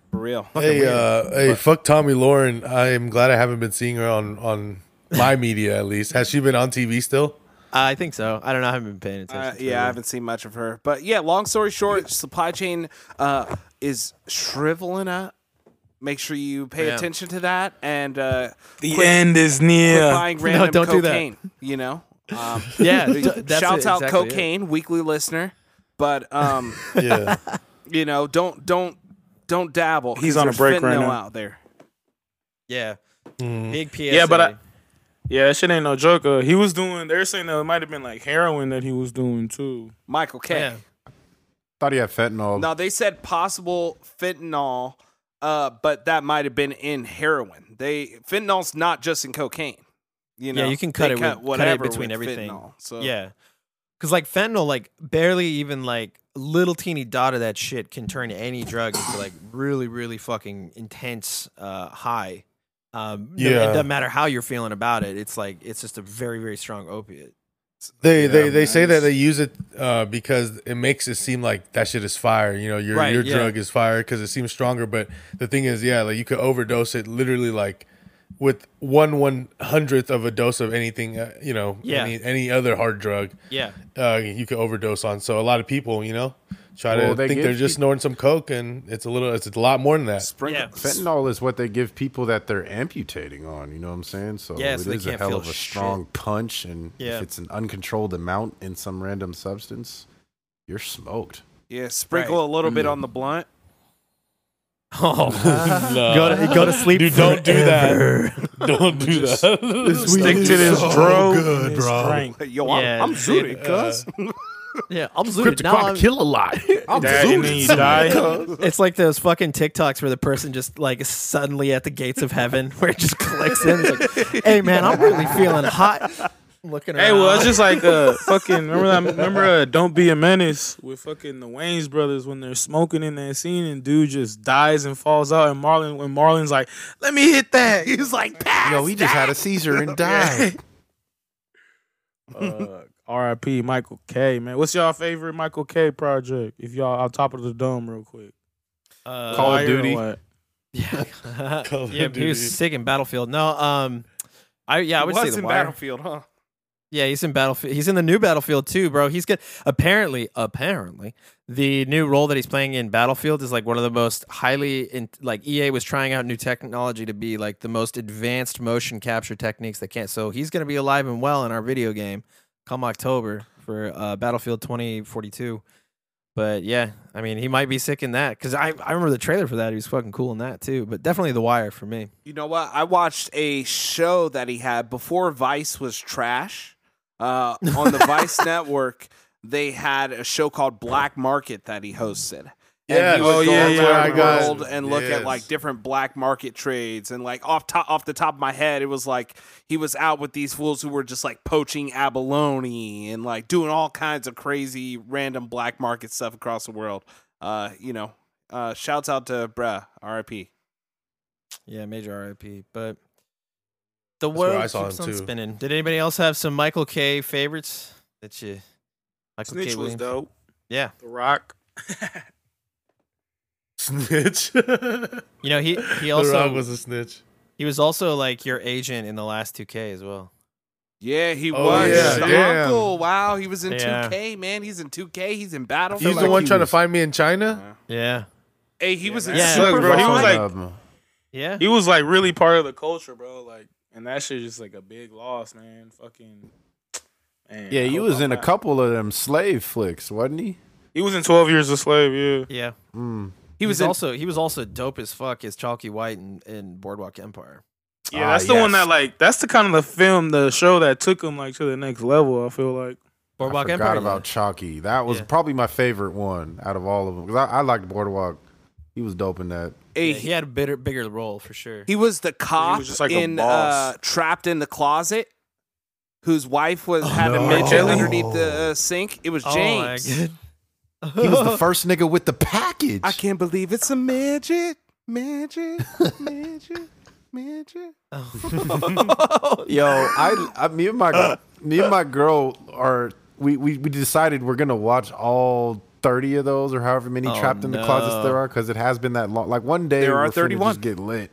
Speaker 3: for real.
Speaker 2: Hey, uh, hey, fuck Tommy Lauren. I am glad I haven't been seeing her on on my media at least. Has she been on TV still?
Speaker 5: I think so. I don't know. I haven't been paying
Speaker 3: Uh,
Speaker 5: attention. to
Speaker 3: yeah, I
Speaker 5: it.
Speaker 3: haven't seen much of her, but yeah. Long story short, supply chain uh, is shriveling up. Make sure you pay
Speaker 5: Yeah.
Speaker 3: attention to that and uh,
Speaker 4: The
Speaker 3: quit-
Speaker 4: end is
Speaker 3: quit
Speaker 4: near.
Speaker 3: buying random
Speaker 5: don't do that.
Speaker 3: cocaine. You know, um,
Speaker 5: Yeah, d- that's
Speaker 3: shouts
Speaker 5: it,
Speaker 3: out
Speaker 5: exactly it.
Speaker 3: cocaine weekly listener, but um,
Speaker 2: Yeah.
Speaker 3: you know, don't don't don't dabble. 'cause
Speaker 4: He's on a
Speaker 3: there's
Speaker 4: break right
Speaker 3: fentanyl
Speaker 4: now.
Speaker 3: out there.
Speaker 5: Yeah,
Speaker 2: Mm.
Speaker 5: big PSA.
Speaker 4: Yeah, but I- Yeah, that shit ain't no joke. Uh, he was doing. They're saying that it might have been like heroin that he was doing too.
Speaker 3: Michael K.
Speaker 5: yeah,
Speaker 6: Thought he had fentanyl.
Speaker 3: Now they said possible fentanyl, uh, but that might have been in heroin. They fentanyl's not just in cocaine. You know,
Speaker 5: yeah, you can cut
Speaker 3: They
Speaker 5: it, with, cut
Speaker 3: whatever
Speaker 5: it between
Speaker 3: with
Speaker 5: everything.
Speaker 3: Fentanyl, so
Speaker 5: Yeah, because like fentanyl, like barely even like little teeny dot of that shit can turn any drug into like really, really fucking intense uh, high. Um, no-
Speaker 2: Yeah.
Speaker 5: it doesn't matter how you're feeling about it. It's like it's just a very, very strong opiate.
Speaker 2: They they,
Speaker 4: Yeah,
Speaker 2: they say that
Speaker 4: nice.
Speaker 2: they use it uh, because it makes it seem like that shit is fire. You know, your
Speaker 5: Right,
Speaker 2: your
Speaker 5: yeah.
Speaker 2: drug is fire because it seems stronger. But the thing is, yeah, like you could overdose it literally like with one one hundredth of a dose of anything. Uh, you know,
Speaker 5: Yeah.
Speaker 2: any any other hard drug,
Speaker 5: Yeah,
Speaker 2: uh, you could overdose on. So a lot of people, you know, try
Speaker 6: Well,
Speaker 2: to
Speaker 6: they
Speaker 2: think
Speaker 6: give
Speaker 2: they're just
Speaker 6: peop-
Speaker 2: snorting some coke, and it's a little, it's a lot more than that.
Speaker 3: sprinkle.
Speaker 5: Yeah.
Speaker 6: Fentanyl is what they give people that they're amputating on. You know what I'm saying? So
Speaker 5: Yeah,
Speaker 6: it
Speaker 5: so they
Speaker 6: is a
Speaker 5: can't
Speaker 6: hell
Speaker 5: feel
Speaker 6: of a
Speaker 5: shit.
Speaker 6: strong punch, and
Speaker 5: Yeah.
Speaker 6: if it's an uncontrolled amount in some random substance, you're smoked.
Speaker 3: Yeah, sprinkle a little
Speaker 5: Mm-hmm.
Speaker 3: bit on the blunt.
Speaker 5: Oh, go to go to sleep.
Speaker 2: Dude, don't do that. Don't do that.
Speaker 4: Stick to this drug. Good,
Speaker 2: bro.
Speaker 3: Yo,
Speaker 5: Yeah,
Speaker 3: I'm, I'm
Speaker 5: dude,
Speaker 3: zooted, cuz.
Speaker 5: Yeah, I'm zooted. Now I'm-
Speaker 6: kill a lot. I'm
Speaker 4: That and then you die.
Speaker 5: It's like those fucking TikToks where the person just like is suddenly at the gates of heaven, where it just clicks in. It's like, hey man, I'm really feeling hot. I'm looking around.
Speaker 4: Hey, well, it's just like uh, fucking. Remember that? Remember, uh, don't be a menace with fucking the Wayne's brothers when they're smoking in that scene and dude just dies and falls out and Marlon when Marlon's like, "Let me hit that," he's like, "Pass."
Speaker 6: Yo, he just had a seizure and died.
Speaker 4: Uh, R.I.P. Michael K. Man, what's y'all favorite Michael K. project? If y'all on top of the dome, real quick.
Speaker 5: uh,
Speaker 6: Call of
Speaker 4: Wire or
Speaker 6: Duty.
Speaker 4: what?
Speaker 5: yeah,
Speaker 2: Call of
Speaker 5: yeah, he
Speaker 2: Duty.
Speaker 5: was sick in Battlefield. No, um, I yeah, I would say
Speaker 3: What's
Speaker 5: the
Speaker 3: in
Speaker 5: wire.
Speaker 3: Battlefield, huh?
Speaker 5: Yeah, he's in Battlefield. He's in the new Battlefield too, bro. He's good. Apparently, apparently, the new role that he's playing in Battlefield is like one of the most highly in, like EA was trying out new technology to be like the most advanced motion capture techniques they can. So he's gonna be alive and well in our video game come October for uh, Battlefield 2042. But yeah, I mean, he might be sick in that because I, I remember the trailer for that. He was fucking cool in that too. But definitely The Wire for me.
Speaker 3: You know what? I watched a show that he had before Vice was trash. Uh, on the Vice network, they had a show called Black Market that he hosted.
Speaker 2: Yes.
Speaker 3: And he would
Speaker 2: Oh,
Speaker 3: go
Speaker 2: yeah, yeah,
Speaker 3: around
Speaker 2: I got
Speaker 3: the
Speaker 2: it.
Speaker 3: world and look at
Speaker 2: Yes.
Speaker 3: like different black market trades and like off top off the top of my head, it was like he was out with these fools who were just like poaching abalone and like doing all kinds of crazy random black market stuff across the world. Uh, you know, uh, shouts out to bruh, R.I.P.
Speaker 5: Yeah, major RIP. But the
Speaker 2: where
Speaker 5: world
Speaker 2: I saw
Speaker 5: keeps
Speaker 2: him,
Speaker 5: on
Speaker 2: too.
Speaker 5: spinning. Did anybody else have some Michael K favorites that you? Michael K.
Speaker 4: Snitch was
Speaker 5: Williams.
Speaker 4: dope.
Speaker 5: Yeah,
Speaker 4: The Rock.
Speaker 2: Snitch.
Speaker 5: you know he he
Speaker 2: the Rock
Speaker 5: also
Speaker 2: was a snitch.
Speaker 5: he was also like your agent in the last 2K as well.
Speaker 3: Yeah, he
Speaker 2: Oh,
Speaker 3: was
Speaker 2: yeah,
Speaker 3: the
Speaker 2: damn.
Speaker 3: uncle. Wow, he was in
Speaker 5: Yeah.
Speaker 3: 2K, man. He's in 2K. He's in Battle.
Speaker 2: He's the
Speaker 4: like
Speaker 2: one
Speaker 4: he
Speaker 2: trying
Speaker 4: was-
Speaker 2: to find me in China.
Speaker 5: Yeah,
Speaker 3: Hey, he was in
Speaker 5: Yeah.
Speaker 3: Super
Speaker 4: Look, bro, he
Speaker 3: Bowl.
Speaker 4: was like-
Speaker 5: yeah.
Speaker 4: He was like really part of the culture, bro. Like, and that shit just like a big loss, man. Fucking. Man,
Speaker 6: Yeah,
Speaker 4: I
Speaker 6: he
Speaker 4: hope
Speaker 6: was
Speaker 4: I'm
Speaker 6: in a
Speaker 4: not-
Speaker 6: couple of them slave flicks, wasn't he?
Speaker 4: He was in Twelve Years a Slave. Yeah.
Speaker 5: yeah.
Speaker 6: Mm.
Speaker 5: He was
Speaker 3: in-
Speaker 5: also he was also dope as fuck as Chalky White in, in Boardwalk Empire.
Speaker 4: Yeah,
Speaker 6: Ah,
Speaker 4: that's the one
Speaker 6: yes.
Speaker 4: that like that's the kind of the film, the show that took him like to the next level. I feel like.
Speaker 5: Boardwalk
Speaker 6: I
Speaker 5: Empire.
Speaker 6: forgot about Chalky. That was
Speaker 5: Yeah.
Speaker 6: probably my favorite one out of all of them because I, I liked Boardwalk. He was dope in that.
Speaker 3: Hey,
Speaker 5: yeah, he had a bigger bigger role for sure.
Speaker 3: He was the cop
Speaker 4: just like a
Speaker 3: in
Speaker 4: boss.
Speaker 3: uh, trapped in the closet, whose wife was had a
Speaker 6: no.
Speaker 3: midget
Speaker 6: Really?
Speaker 3: underneath the uh, sink. It was
Speaker 5: Oh,
Speaker 3: James.
Speaker 6: He was the first nigga with the package.
Speaker 3: I can't believe it's a midget, midget, midget, midget.
Speaker 6: Yo, Oh, I, I me and my me and my girl are we, we we decided we're gonna watch all thirty of those or however many
Speaker 5: Oh,
Speaker 6: trapped in the
Speaker 5: no.
Speaker 6: closets there are because it has been that long. Like one day
Speaker 3: There are
Speaker 6: we're finna
Speaker 3: 31.
Speaker 6: Just get lit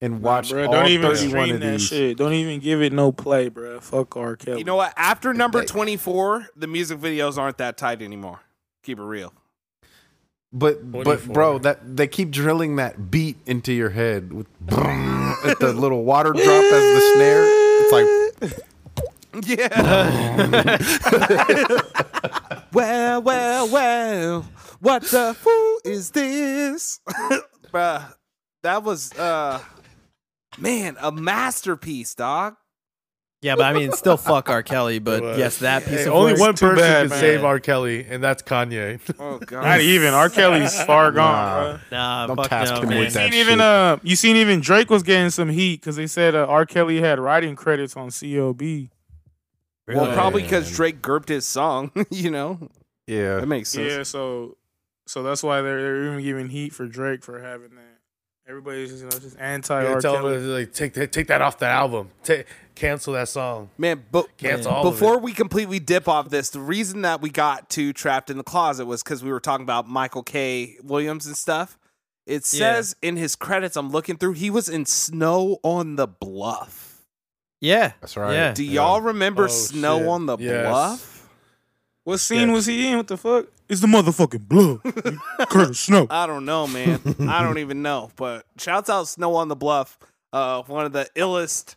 Speaker 6: and watch
Speaker 4: Bruh,
Speaker 6: all
Speaker 4: don't even
Speaker 6: thirty-one
Speaker 4: stream
Speaker 6: of
Speaker 4: that
Speaker 6: these.
Speaker 4: shit. Don't even give it no play, bro. Fuck R. Kelly.
Speaker 3: You know what? After number twenty four, the music videos aren't that tight anymore. Keep it real.
Speaker 6: But but bro,
Speaker 2: 24.
Speaker 6: that they keep drilling that beat into your head with with the little water drop as the snare. It's like
Speaker 3: Yeah. well, well, well. What the fool is this? Bruh, that was uh man, a masterpiece, dog.
Speaker 5: Yeah, but I mean, still fuck R. Kelly. But
Speaker 2: Well,
Speaker 5: yes, that piece
Speaker 2: Hey,
Speaker 5: of
Speaker 2: only
Speaker 5: work-
Speaker 2: one
Speaker 4: too
Speaker 2: person
Speaker 4: bad,
Speaker 2: can
Speaker 4: man.
Speaker 2: save R. Kelly, and that's Kanye.
Speaker 3: Oh god.
Speaker 4: Not even R. Kelly's far gone,
Speaker 6: Nah.
Speaker 4: bro.
Speaker 5: Nah,
Speaker 6: Don't
Speaker 5: fuck
Speaker 6: task
Speaker 5: no,
Speaker 6: him
Speaker 5: man.
Speaker 6: with that.
Speaker 4: Seen even
Speaker 6: shit.
Speaker 4: uh, you seen even Drake was getting some heat because they said uh, R. Kelly had writing credits on COB.
Speaker 3: Well,
Speaker 5: Really?
Speaker 3: probably because
Speaker 6: Man.
Speaker 3: Drake gurped his song, you know?
Speaker 6: yeah.
Speaker 3: That makes sense.
Speaker 4: yeah, so so that's why they're, they're even giving heat for Drake for having that. Everybody's just you know just anti
Speaker 2: Yeah,
Speaker 4: R.
Speaker 2: tell
Speaker 4: Kelly.
Speaker 2: him like take that, take that off the album. Ta cancel that song.
Speaker 3: Man, but
Speaker 2: Cancel all
Speaker 3: before
Speaker 2: of
Speaker 3: we completely dip off this, the reason that we got to Trapped in the Closet was because we were talking about Michael K. Williams and stuff. It
Speaker 5: Yeah.
Speaker 3: says in his credits, I'm looking through, he was in Snow on the Bluff.
Speaker 5: Yeah,
Speaker 6: That's right.
Speaker 5: Yeah.
Speaker 3: Do y'all remember
Speaker 2: Oh,
Speaker 3: Snow
Speaker 2: shit.
Speaker 3: on the
Speaker 2: Yes.
Speaker 3: Bluff?
Speaker 4: What scene
Speaker 2: Yeah.
Speaker 4: was he in? What the fuck? It's the motherfucking blood. Curtis Snow.
Speaker 3: I don't know, man. I don't even know. But shouts out Snow on the Bluff, uh, one of the illest.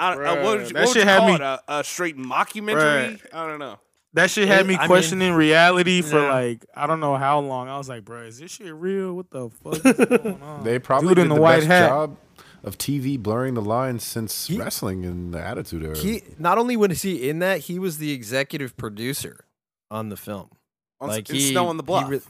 Speaker 3: I don't, uh,
Speaker 4: Bruh,
Speaker 3: what would you,
Speaker 4: that
Speaker 3: what would
Speaker 4: shit
Speaker 3: you
Speaker 4: had
Speaker 3: call
Speaker 4: me-
Speaker 3: it? A, a straight mockumentary? I don't know.
Speaker 4: That shit had
Speaker 5: It-
Speaker 4: me
Speaker 5: I mean-
Speaker 4: questioning reality for
Speaker 5: Yeah.
Speaker 4: like I don't know how long. I was like, bro, is this shit real? What the fuck is going on?
Speaker 6: They probably
Speaker 4: Dude
Speaker 6: did
Speaker 4: in
Speaker 6: the,
Speaker 4: the white
Speaker 6: best
Speaker 4: hat.
Speaker 6: job of TV blurring the lines since wrestling in the Attitude Era.
Speaker 5: he not only was he in that, he was the executive producer on the film.
Speaker 3: On,
Speaker 5: like
Speaker 3: in
Speaker 5: he,
Speaker 3: Snow on the
Speaker 5: he
Speaker 3: Bluff.
Speaker 5: re-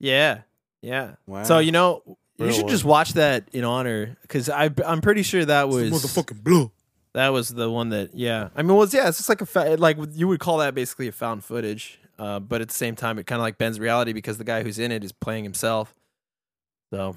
Speaker 5: yeah, yeah. So you know, you
Speaker 2: Real
Speaker 5: should
Speaker 2: one.
Speaker 5: just watch that in honor because I I'm pretty sure that was
Speaker 4: blood.
Speaker 5: that was the one that yeah. I mean, well, it's, yeah, it's just like a fa- like you would call that basically a found footage, uh, but at the same time, it kind of like bends reality because the guy who's in it is playing himself. So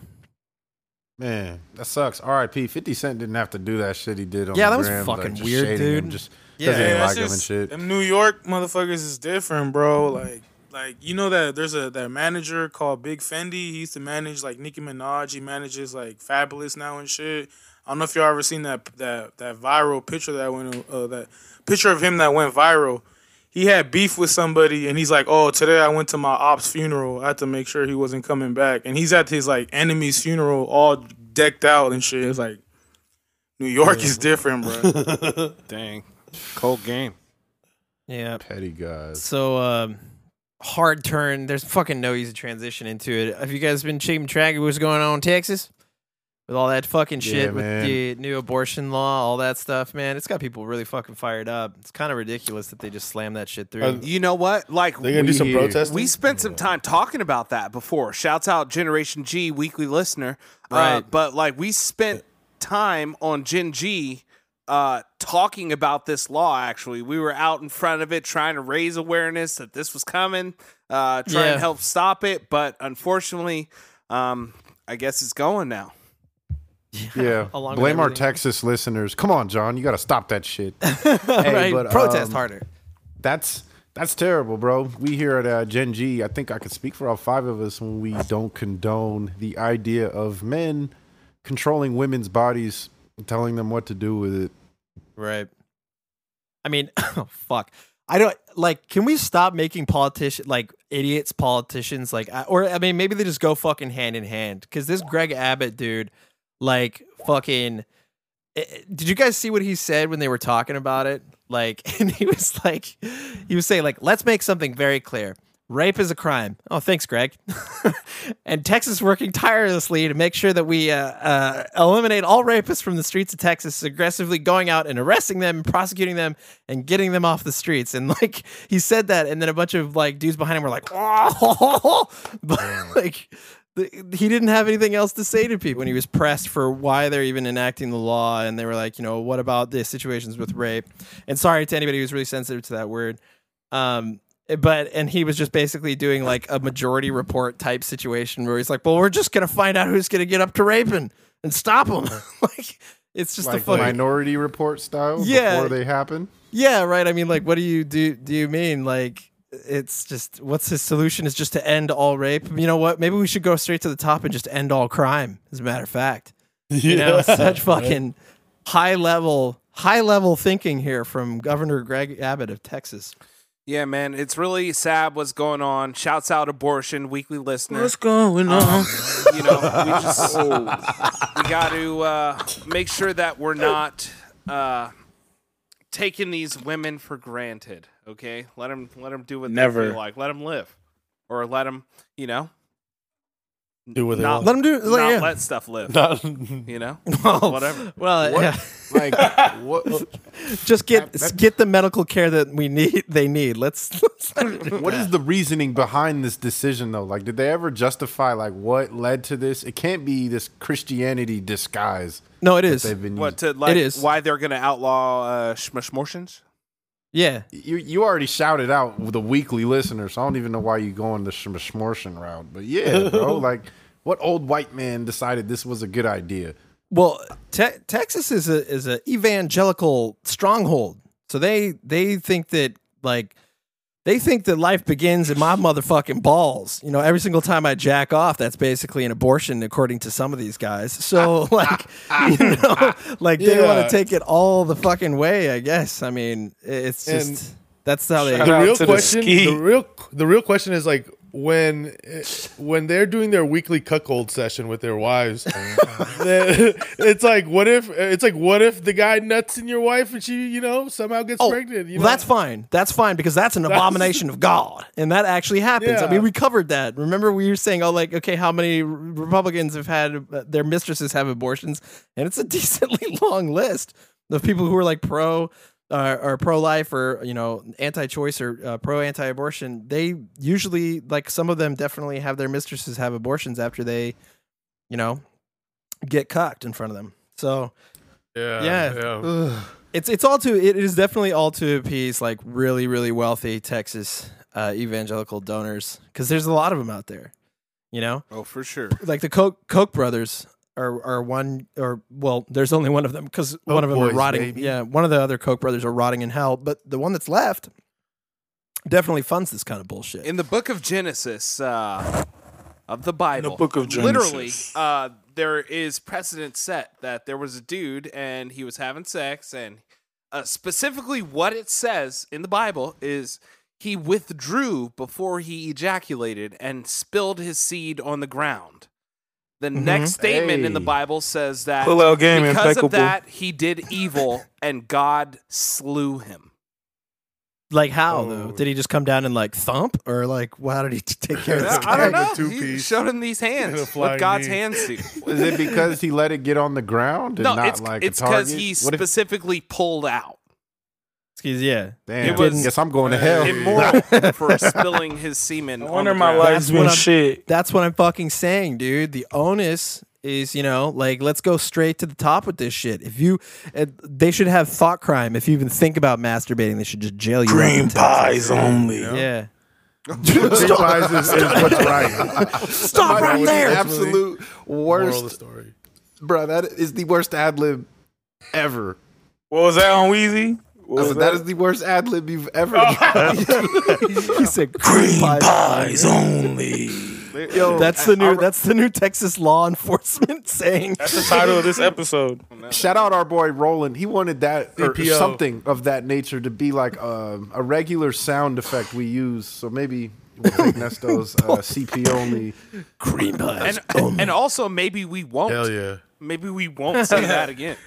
Speaker 6: Man, that sucks. R.I.P. Fifty Cent didn't have to do that shit he did on.
Speaker 5: Yeah,
Speaker 6: the
Speaker 5: that was
Speaker 6: gram,
Speaker 5: fucking
Speaker 6: just
Speaker 5: weird,
Speaker 6: shading him
Speaker 5: dude.
Speaker 6: Just
Speaker 5: Yeah.
Speaker 6: because he
Speaker 5: Yeah,
Speaker 6: didn't
Speaker 4: that's
Speaker 6: like him and
Speaker 4: just-
Speaker 6: shit.
Speaker 4: Them New York motherfuckers is different, bro. Like, like you know that there's a that manager called Big Fendi. He used to manage like Nicki Minaj. He manages like Fabulous now and shit. I don't know if y'all ever seen that that that viral picture that went uh, that picture of him that went viral. He had beef with somebody, and he's like, "Oh, today I went to my op's funeral. I had to make sure he wasn't coming back." And he's at his like enemy's funeral, all decked out and shit. It's like New York is different, bro.
Speaker 7: Dang. Cold game.
Speaker 5: Yeah.
Speaker 6: Petty guys.
Speaker 5: So um, hard turn. There's fucking no easy transition into it. Have you guys been keeping track of what's going on in Texas? With all that fucking shit
Speaker 6: Yeah,
Speaker 5: with
Speaker 6: man.
Speaker 5: the new abortion law, all that stuff, man. It's got people really fucking fired up. It's kind of ridiculous that they just slammed that shit through.
Speaker 2: Uh,
Speaker 3: You know what? Like
Speaker 2: They're gonna do
Speaker 6: We
Speaker 2: some
Speaker 6: here.
Speaker 2: protesting.
Speaker 3: We spent some time talking about that before. Shouts out Generation G, weekly listener. Uh,
Speaker 5: Right.
Speaker 3: but like we spent time on Gen G uh, talking about this law, actually. We were out in front of it trying to raise awareness that this was coming, uh, try
Speaker 5: Yeah.
Speaker 3: and help stop it. But unfortunately, um, I guess it's going now.
Speaker 6: Yeah.
Speaker 5: Along with
Speaker 6: Blame our
Speaker 5: everything.
Speaker 6: Texas listeners. Come on, John. You got to stop that shit.
Speaker 5: right?
Speaker 6: but,
Speaker 5: Protest
Speaker 6: um,
Speaker 5: harder.
Speaker 6: That's that's terrible, bro. We here at uh, Gen G, I think I can speak for all five of us when we don't condone the idea of men controlling women's bodies, and telling them what to do with it.
Speaker 5: Right. I mean, oh, fuck. I don't like. Can we stop making politician like idiots politicians? Like, I- or I mean, maybe they just go fucking hand in hand. Because this Greg Abbott dude, like, fucking. eh, eh, Did you guys see what he said when they were talking about it? Like, and he was like, he was saying like, let's make something very clear. Rape is a crime. Oh, thanks, Greg. and Texas working tirelessly to make sure that we uh, uh, eliminate all rapists from the streets of Texas, aggressively going out and arresting them, prosecuting them, and getting them off the streets. And like he said that, and then a bunch of like dudes behind him were like, "Oh," but like the, he didn't have anything else to say to people when he was pressed for why they're even enacting the law. And they were like, you know, what about the situations with rape? And sorry to anybody who's really sensitive to that word. Um, but and he was just basically doing like a majority report type situation where he's like, "Well, we're just gonna find out who's gonna get up to raping and stop him." like, it's just a
Speaker 6: Like
Speaker 5: fucking
Speaker 6: minority report style
Speaker 5: Yeah.
Speaker 6: before they happen.
Speaker 5: yeah, right. I mean, like, what do you do? Do you mean like it's just what's his solution is just to end all rape? You know what? Maybe we should go straight to the top and just end all crime. As a matter of fact, you know, such fucking high level, high level thinking here from Governor Greg Abbott of Texas.
Speaker 3: Yeah, man, it's really sad what's going on. Shouts out abortion, weekly listener.
Speaker 4: What's going on?
Speaker 3: Um, you know, we just we got to uh, make sure that we're not uh, taking these women for granted. Okay, let them let them do what
Speaker 4: Never.
Speaker 3: they feel like. Let them live, or let them you know
Speaker 2: do what they
Speaker 3: not
Speaker 2: want.
Speaker 5: Let him do.
Speaker 3: not
Speaker 5: yeah.
Speaker 3: let stuff live. you know,
Speaker 5: well,
Speaker 3: whatever.
Speaker 5: Well, Uh, yeah.
Speaker 6: Like what?
Speaker 5: just get
Speaker 6: That- that-
Speaker 5: get the medical care that we need. They need. Let's. let's
Speaker 6: What is the reasoning behind this decision though? Like, did they ever justify like what led to this? It can't be this Christianity disguise
Speaker 5: no, it is.
Speaker 6: they've been.
Speaker 3: what to like
Speaker 5: is.
Speaker 3: why they're gonna outlaw uh, shmashmortions?
Speaker 5: Yeah.
Speaker 6: using. You you already shouted out with the weekly listener, so I don't even know why you going the smorshing route. But yeah, bro, like what old white man decided this was a good idea?
Speaker 5: Well, te- Texas is a is a evangelical stronghold, so they they think that like they think that life begins in my motherfucking balls. You know, every single time I jack off, that's basically an abortion, according to some of these guys. So like, you know, like they
Speaker 2: Yeah.
Speaker 5: want to take it all the fucking way. I guess. I mean, i- it's just
Speaker 2: And-
Speaker 5: that's how they.
Speaker 4: Shout
Speaker 2: the
Speaker 4: out
Speaker 2: real
Speaker 4: to the
Speaker 2: question the,
Speaker 4: ski.
Speaker 2: real the real question is like when when they're doing their weekly cuckold session with their wives then- it's like what if it's like what if the guy nuts in your wife and she you know somehow gets
Speaker 5: Oh,
Speaker 2: pregnant you
Speaker 5: well,
Speaker 2: know?
Speaker 5: that's fine. That's fine because that's an abomination of God, and that actually happens. I
Speaker 2: Yeah.
Speaker 5: mean, we covered that. Remember, we were saying, "Oh, like, okay, how many R- Republicans have had uh, their mistresses have abortions?" And it's a decently long list of people who are like pro uh, or pro life or you know anti-choice or uh, pro anti-abortion. They usually like some of them definitely have their mistresses have abortions after they, you know, get cocked in front of them. So
Speaker 2: yeah
Speaker 5: yeah. Ugh. It's it's all to it is definitely all to appease like really really wealthy Texas uh, evangelical donors because there's a lot of them out there, you know.
Speaker 3: Oh, for sure.
Speaker 5: Like the Koch, Koch brothers are are one or well, there's only one of them because one of them
Speaker 6: Oh, boys,
Speaker 5: are rotting.
Speaker 6: baby.
Speaker 5: Yeah, one of the other Koch brothers are rotting in hell, but the one that's left definitely funds this kind of bullshit.
Speaker 3: In the book of Genesis, uh, of the Bible.
Speaker 4: book of
Speaker 3: Literally,
Speaker 4: Genesis.
Speaker 3: uh, there is precedent set that there was a dude and he was having sex, and uh, specifically what it says in the Bible is he withdrew before he ejaculated and spilled his seed on the ground. The next statement in the
Speaker 6: Hey.
Speaker 3: Bible says that
Speaker 4: Mm-hmm. Pull out game,
Speaker 3: because
Speaker 4: impeccable.
Speaker 3: of that he did evil and God slew him.
Speaker 5: Like how though?
Speaker 6: Oh.
Speaker 5: Did he just come down and like thump, or like well, how did he t- take care of this
Speaker 3: I
Speaker 5: guy?
Speaker 3: don't
Speaker 2: guy
Speaker 3: know.
Speaker 2: with two
Speaker 3: he
Speaker 2: piece
Speaker 3: showed him these
Speaker 2: and a
Speaker 3: hands. What
Speaker 2: flying
Speaker 3: God's
Speaker 2: knee.
Speaker 3: hands do.
Speaker 6: Is it because he let it get on the ground and
Speaker 3: no,
Speaker 6: not
Speaker 3: it's
Speaker 6: like
Speaker 3: it's
Speaker 6: a target?
Speaker 3: because he
Speaker 6: What if-
Speaker 3: specifically pulled out.
Speaker 5: Excuse- yeah,
Speaker 6: damn,
Speaker 3: it was-
Speaker 6: guess I'm going to hell.
Speaker 3: Immoral for spilling his semen.
Speaker 4: I
Speaker 3: on
Speaker 4: wonder
Speaker 3: the
Speaker 4: my
Speaker 3: ground.
Speaker 4: life's
Speaker 5: That's what
Speaker 4: been
Speaker 5: I'm-
Speaker 4: shit.
Speaker 5: that's what I'm fucking saying, dude. The onus is you know like let's go straight to the top with this shit. If you, uh, they should have thought crime. If you even think about masturbating, they should just jail you. up in
Speaker 4: Green
Speaker 5: Texas.
Speaker 4: pies only.
Speaker 5: Yeah.
Speaker 2: Three pies is, is what's right.
Speaker 5: Stop right there.
Speaker 6: Absolute
Speaker 2: Moral of the
Speaker 6: worst,
Speaker 2: story.
Speaker 6: bro. That is the worst ad lib ever.
Speaker 4: What was that on Wheezy? What
Speaker 6: I
Speaker 4: was
Speaker 6: said, that is the worst ad lib you've ever. done.
Speaker 5: he said green
Speaker 4: pies only.
Speaker 6: Yo,
Speaker 5: That's the new. That's the new Texas law enforcement saying.
Speaker 4: That's the title of this episode.
Speaker 6: shout out our boy Roland. He wanted that or
Speaker 2: CPO.
Speaker 6: something of that nature to be like um a regular sound effect we use. So maybe we'll take Nesto's uh, CP only.
Speaker 5: Green pies.
Speaker 3: And, and also maybe we won't.
Speaker 2: Hell yeah.
Speaker 3: Maybe we won't say that again.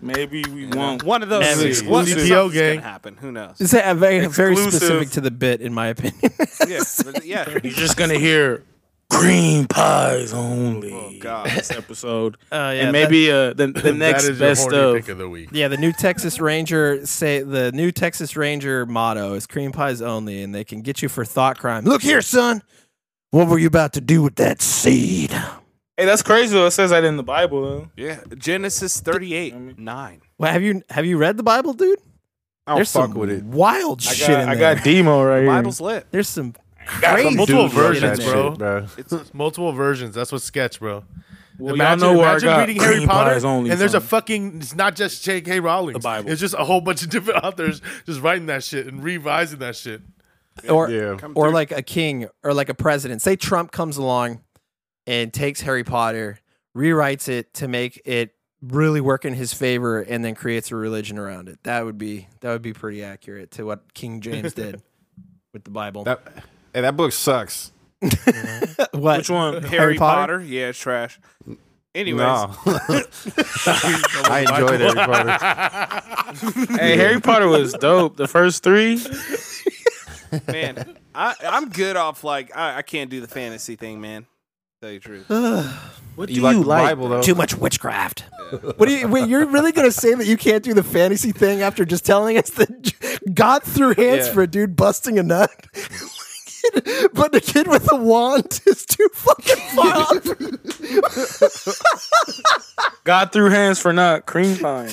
Speaker 4: Maybe we won't.
Speaker 3: One of those
Speaker 4: Never.
Speaker 3: is one
Speaker 4: Exclusive.
Speaker 3: something's
Speaker 2: CPO
Speaker 3: gonna
Speaker 2: gang.
Speaker 3: happen. Who knows?
Speaker 5: Is that very very
Speaker 4: Exclusive.
Speaker 5: specific to the bit, in my opinion?
Speaker 3: Yeah, but- yeah.
Speaker 4: You're just gonna hear green pies only.
Speaker 3: Oh, God.
Speaker 4: This episode.
Speaker 5: yeah,
Speaker 4: and maybe uh, the, the next
Speaker 2: that is
Speaker 4: best
Speaker 2: your horny
Speaker 4: of.
Speaker 2: pick of the week.
Speaker 5: Yeah, the new Texas Ranger say the new Texas Ranger motto is cream pies only, and they can get you for thought crime. Look here, son. What were you about to do with that seed?
Speaker 4: Hey, that's crazy though. It says that in the Bible though.
Speaker 3: Yeah. Genesis thirty-eight nine.
Speaker 5: Well, have you have you read the Bible, dude?
Speaker 6: I don't
Speaker 5: There's
Speaker 6: fuck
Speaker 5: some
Speaker 6: with it.
Speaker 5: wild
Speaker 4: I
Speaker 5: shit
Speaker 4: got,
Speaker 5: in
Speaker 4: I
Speaker 5: there.
Speaker 4: got Demo right here.
Speaker 3: Bible's lit.
Speaker 5: There's some
Speaker 6: Some
Speaker 2: Multiple
Speaker 6: dude wrote
Speaker 2: versions,
Speaker 6: that
Speaker 2: bro.
Speaker 6: shit, bro.
Speaker 2: It's multiple versions. That's what's sketch, bro.
Speaker 4: Well, y'all
Speaker 2: imagine
Speaker 4: know where I
Speaker 2: imagine
Speaker 4: got
Speaker 2: reading Harry
Speaker 4: green pies
Speaker 2: Potter
Speaker 4: only
Speaker 2: and there's a
Speaker 4: from.
Speaker 2: fucking. It's not just J.K. Rowling. The
Speaker 4: Bible.
Speaker 2: It's just a whole bunch of different authors just writing that shit and revising that shit.
Speaker 5: or
Speaker 6: Yeah.
Speaker 5: or like a king or like a president. Say Trump comes along and takes Harry Potter, rewrites it to make it really work in his favor, and then creates a religion around it. That would be that would be pretty accurate to what King James did with the Bible.
Speaker 6: That, hey, that book sucks.
Speaker 5: what?
Speaker 4: Which one?
Speaker 3: Harry, Potter? Yeah, it's trash. Anyways,
Speaker 6: No. I enjoyed Harry Potter.
Speaker 4: hey, Harry Potter was dope. The first three.
Speaker 3: man, I, I'm good off like I, I can't do the fantasy thing, man. Tell you the truth.
Speaker 4: What
Speaker 6: You like the Bible though?
Speaker 5: Too much witchcraft. What do you? Wait, you're really gonna say that you can't do the fantasy thing after just telling us that God threw hands
Speaker 6: Yeah.
Speaker 5: for a dude busting a nut, but the kid with a wand is too fucking far off.
Speaker 4: God threw hands for not cream pie.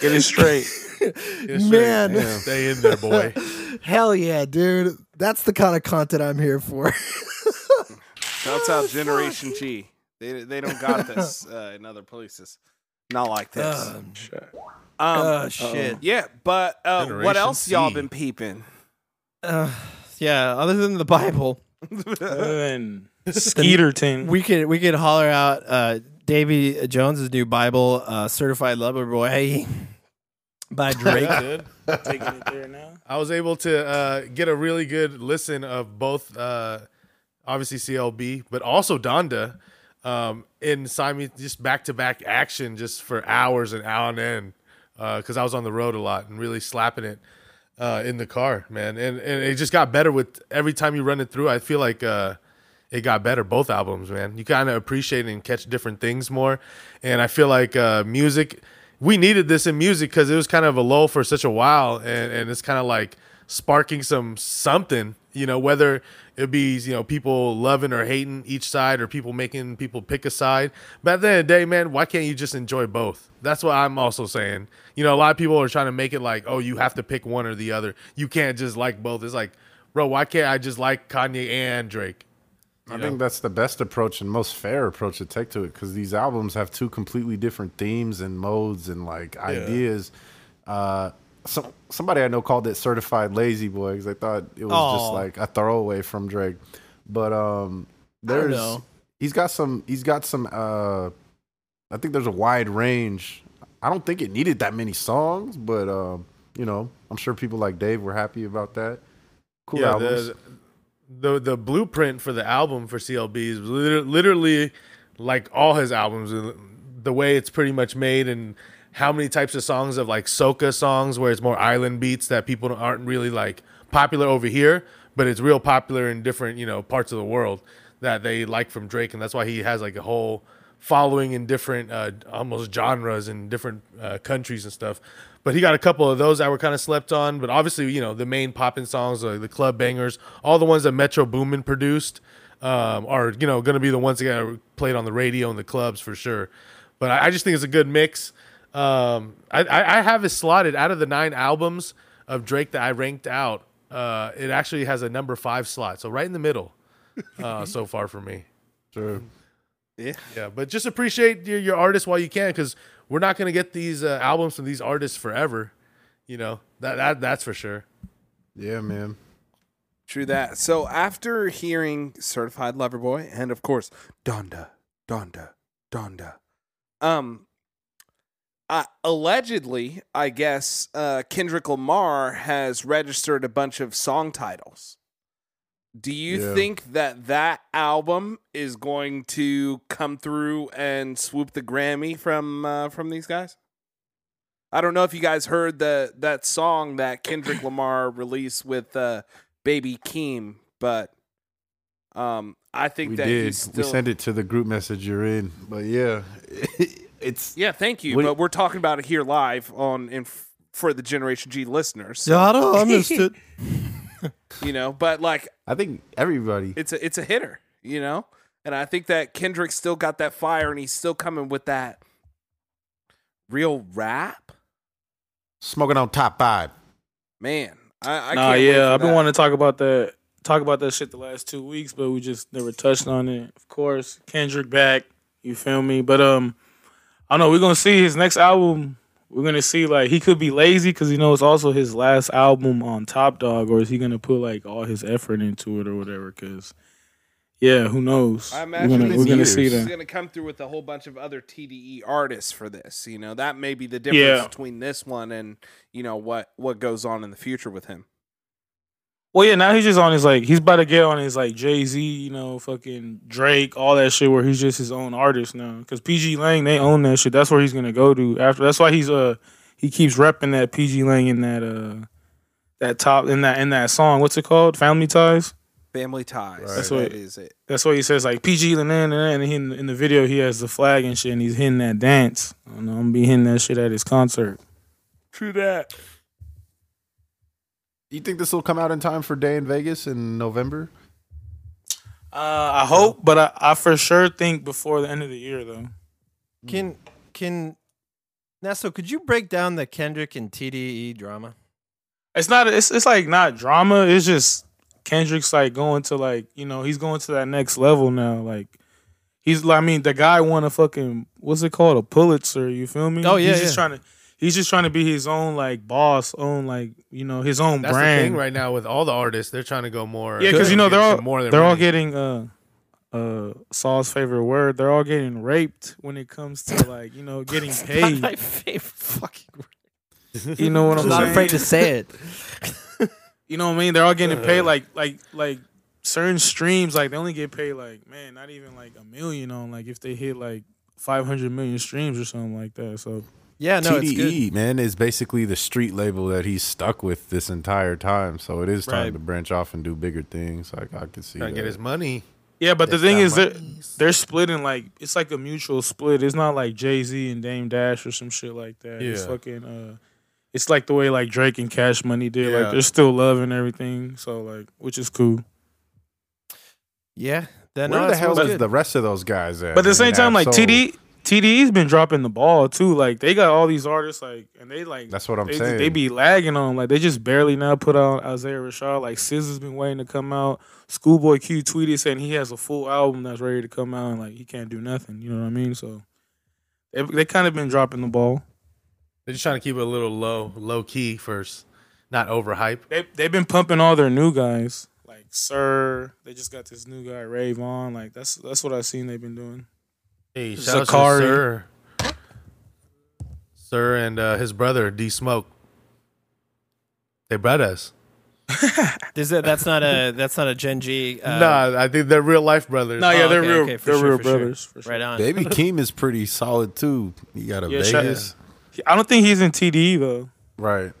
Speaker 4: Get it straight.
Speaker 2: Yes, sir.
Speaker 5: Man.
Speaker 2: Yeah. stay in there, boy.
Speaker 5: Hell yeah, dude. That's the kind of content I'm here for.
Speaker 3: That's out Generation G. They they don't got this uh, in other places. Not like this.
Speaker 5: Um,
Speaker 3: um,
Speaker 5: shit.
Speaker 3: yeah, but uh, what
Speaker 2: Generation
Speaker 3: else y'all
Speaker 2: C.
Speaker 3: been peeping?
Speaker 5: Uh, yeah, other than the Bible,
Speaker 4: Other than Skeeterton.
Speaker 5: we could we could holler out uh Davy Jones's new Bible, uh Certified Lover Boy by Drake.
Speaker 2: Dude, I was able to uh, get a really good listen of both, uh, obviously CLB, but also Donda um, in Simon, just back to back action, just for hours and hour on end, because I was on the road a lot and really slapping it uh, in the car, man. And and it just got better with every time you run it through. I feel like. Uh, it got better both albums man you kind of appreciate and catch different things more and i feel like uh, music we needed this in music because it was kind of a lull for such a while and, and it's kind of like sparking some something you know whether it be you know people loving or hating each side or people making people pick a side but at the end of the day man why can't you just enjoy both that's what i'm also saying you know a lot of people are trying to make it like oh you have to pick one or the other you can't just like both it's like bro why can't i just like kanye and drake
Speaker 6: I think that's the best approach and most fair approach to take to it because these albums have two completely different themes and modes and like ideas. Uh, so somebody I know called it "certified lazy boy" because I thought it was just
Speaker 5: Aw.
Speaker 6: like a throwaway from Drake, but um,
Speaker 5: don't
Speaker 6: There's
Speaker 5: know.
Speaker 6: he's got some he's got some uh I think there's a wide range. I don't think it needed that many songs, but um, you know, I'm sure people like Dave were happy about that. Cool
Speaker 2: yeah,
Speaker 6: albums.
Speaker 2: the, the the blueprint for the album for CLB is liter- literally like all his albums, the way it's pretty much made and how many types of songs of like soca songs where it's more island beats that people aren't really like popular over here, but it's real popular in different you know parts of the world that they like from Drake, and that's why he has like a whole following in different uh, almost genres and different uh, countries and stuff. But he got a couple of those that were kind of slept on. But obviously, you know, the main poppin' songs, uh, the club bangers, all the ones that Metro Boomin produced um, are, you know, going to be the ones that got played on the radio and the clubs for sure. But I, I just think it's a good mix. Um, I, I, I have it slotted out of the nine albums of Drake that I ranked out. Uh, it actually has a number five slot. So right in the middle uh, so far for me.
Speaker 6: Sure.
Speaker 2: Yeah, but just appreciate your, your artists while you can, because we're not gonna get these uh, albums from these artists forever. You know that, that that's for sure.
Speaker 6: Yeah, man.
Speaker 7: True that. So after hearing Certified Lover Boy and of course Donda, Donda, Donda,
Speaker 3: Um, uh, allegedly, I guess uh, Kendrick Lamar has registered a bunch of song titles. Do you
Speaker 6: Yeah.
Speaker 3: think that that album is going to come through and swoop the Grammy from uh, from these guys? I don't know if you guys heard the that song that Kendrick Lamar released with uh, Baby Keem, but um, I think
Speaker 6: We
Speaker 3: that
Speaker 6: did.
Speaker 3: he's
Speaker 6: We
Speaker 3: still
Speaker 6: sent it to the group message you're in. But yeah. it's
Speaker 3: Yeah, thank you.
Speaker 6: What do
Speaker 3: but
Speaker 6: you-
Speaker 3: we're talking about it here live on in f- for the Generation G listeners. so,
Speaker 5: I don't. I missed it.
Speaker 3: You know, but like
Speaker 6: I think everybody
Speaker 3: it's a it's a hitter. You know, and I think that Kendrick still got that fire, and he's still coming with that real rap.
Speaker 6: smoking on top five.
Speaker 3: Man, I, I
Speaker 4: nah,
Speaker 3: can't wait for
Speaker 4: yeah, I've been
Speaker 3: that.
Speaker 4: wanting to talk about that. Talk about that shit the last two weeks, but we just never touched on it. Of course, Kendrick back. You feel me? But um, I don't know. We're gonna see his next album. We're gonna see like he could be lazy because you know it's also his last album on Top Dog, or is he gonna put like all his effort into it or whatever? Because yeah, who knows?
Speaker 3: I
Speaker 4: We're
Speaker 3: imagine
Speaker 4: gonna-
Speaker 3: this
Speaker 4: we're gonna
Speaker 6: year's-
Speaker 4: see
Speaker 3: He's
Speaker 4: that.
Speaker 3: going to come through with a whole bunch of other TDE artists for this. You know, that may be the difference
Speaker 4: Yeah.
Speaker 3: between this one and you know what what goes on in the future with him.
Speaker 4: Well, yeah, now he's just on his like he's about to get on his like Jay Z, you know, fucking Drake, all that shit, where he's just his own artist now. Because PG Lang, they own that shit. That's where he's gonna go to after. That's why he's uh he keeps repping that PG Lang in that uh that top in that in that song. What's it called? Family Ties.
Speaker 3: Family ties.
Speaker 2: That's
Speaker 4: what-
Speaker 3: that is it.
Speaker 4: That's why he says like PG Lang, and and he, in the video he has the flag and shit, and he's hitting that dance. I don't know, I'm gonna be hitting that shit at his concert.
Speaker 3: True that.
Speaker 6: You think this will come out in time for Day in Vegas in November?
Speaker 4: Uh, I hope, but I, I for sure think before the end of the year though.
Speaker 5: Can can Nesto? Could you break down the Kendrick and TDE drama?
Speaker 4: It's not. It's it's like not drama. It's just Kendrick's like going to like you know he's going to that next level now. Like he's I mean the guy won a fucking what's it called a Pulitzer. You feel me?
Speaker 5: Oh, yeah,
Speaker 4: He's just
Speaker 5: yeah.
Speaker 4: trying to. He's just trying to be his own like boss, own like you know his own
Speaker 2: That's
Speaker 4: brand.
Speaker 2: the thing right now with all the artists; they're trying to go more.
Speaker 4: Yeah, because you know
Speaker 2: get
Speaker 4: they're all
Speaker 2: some more than
Speaker 4: they're all
Speaker 2: money.
Speaker 4: getting uh uh Saul's favorite word. They're all getting raped when it comes to like you know getting
Speaker 5: My
Speaker 4: paid.
Speaker 5: favorite fucking. word.
Speaker 4: you know what I'm
Speaker 5: I'm not
Speaker 4: saying?
Speaker 5: afraid to say it.
Speaker 4: You know what I mean? They're all getting paid like like like certain streams. Like they only get paid like man, not even like a million on like if they hit like five hundred million streams or something like that. So
Speaker 5: Yeah, no, it's good.
Speaker 6: TDE, E, man, is basically the street label that he's stuck with this entire time. So it is time
Speaker 5: Right.
Speaker 6: to branch off and do bigger things. Like I could see
Speaker 2: trying to get
Speaker 6: that.
Speaker 2: his money.
Speaker 4: yeah, but the thing
Speaker 2: got
Speaker 4: is that
Speaker 2: monies.
Speaker 4: they're splitting like it's like a mutual split. It's not like Jay Z and Dame Dash or some shit like that. It's
Speaker 2: Yeah.
Speaker 4: fucking uh, it's like the way like Drake and Cash Money did.
Speaker 2: Yeah.
Speaker 4: Like they're still loving everything. So like, which is cool.
Speaker 5: Yeah, then
Speaker 6: Where
Speaker 5: no,
Speaker 6: the
Speaker 5: that
Speaker 6: hell
Speaker 5: smells
Speaker 6: is
Speaker 5: good.
Speaker 6: the rest of those guys at?
Speaker 4: But at the
Speaker 6: man?
Speaker 4: same time, like E
Speaker 6: Absol,
Speaker 4: TD TDE's been dropping the ball too. Like they got all these artists like and they like
Speaker 6: That's what I'm
Speaker 4: they,
Speaker 6: saying.
Speaker 4: They be lagging on like they just barely now put out Isaiah Rashad. Like SZA's been waiting to come out. Schoolboy Q tweeted saying he has a full album that's ready to come out and like he can't do nothing. You know what I mean? So they they kind of been dropping the ball.
Speaker 2: They're just trying to keep it a little low, low key first, not overhype.
Speaker 4: They they've been pumping all their new guys. Like Sir, they just got this new guy Ray Vaughn. Like that's that's what I've seen they've been doing.
Speaker 2: Hey, shout out to
Speaker 4: Zakari.
Speaker 2: Sir. Sir and uh, his brother, D Smoke. They brothers.
Speaker 5: Is that, that's not a that's not a Gen G. Uh,
Speaker 2: nah, I think they're real life brothers.
Speaker 4: No,
Speaker 2: Um,
Speaker 4: yeah,
Speaker 5: oh,
Speaker 4: they're
Speaker 5: okay,
Speaker 4: real,
Speaker 5: okay, for
Speaker 4: they're
Speaker 5: sure,
Speaker 4: real
Speaker 5: for sure.
Speaker 4: brothers. For sure.
Speaker 5: right on.
Speaker 6: Baby Keem is pretty solid too. He got a
Speaker 4: Yeah, shout-
Speaker 6: Vegas.
Speaker 4: I don't think he's in TDE though.
Speaker 6: Right.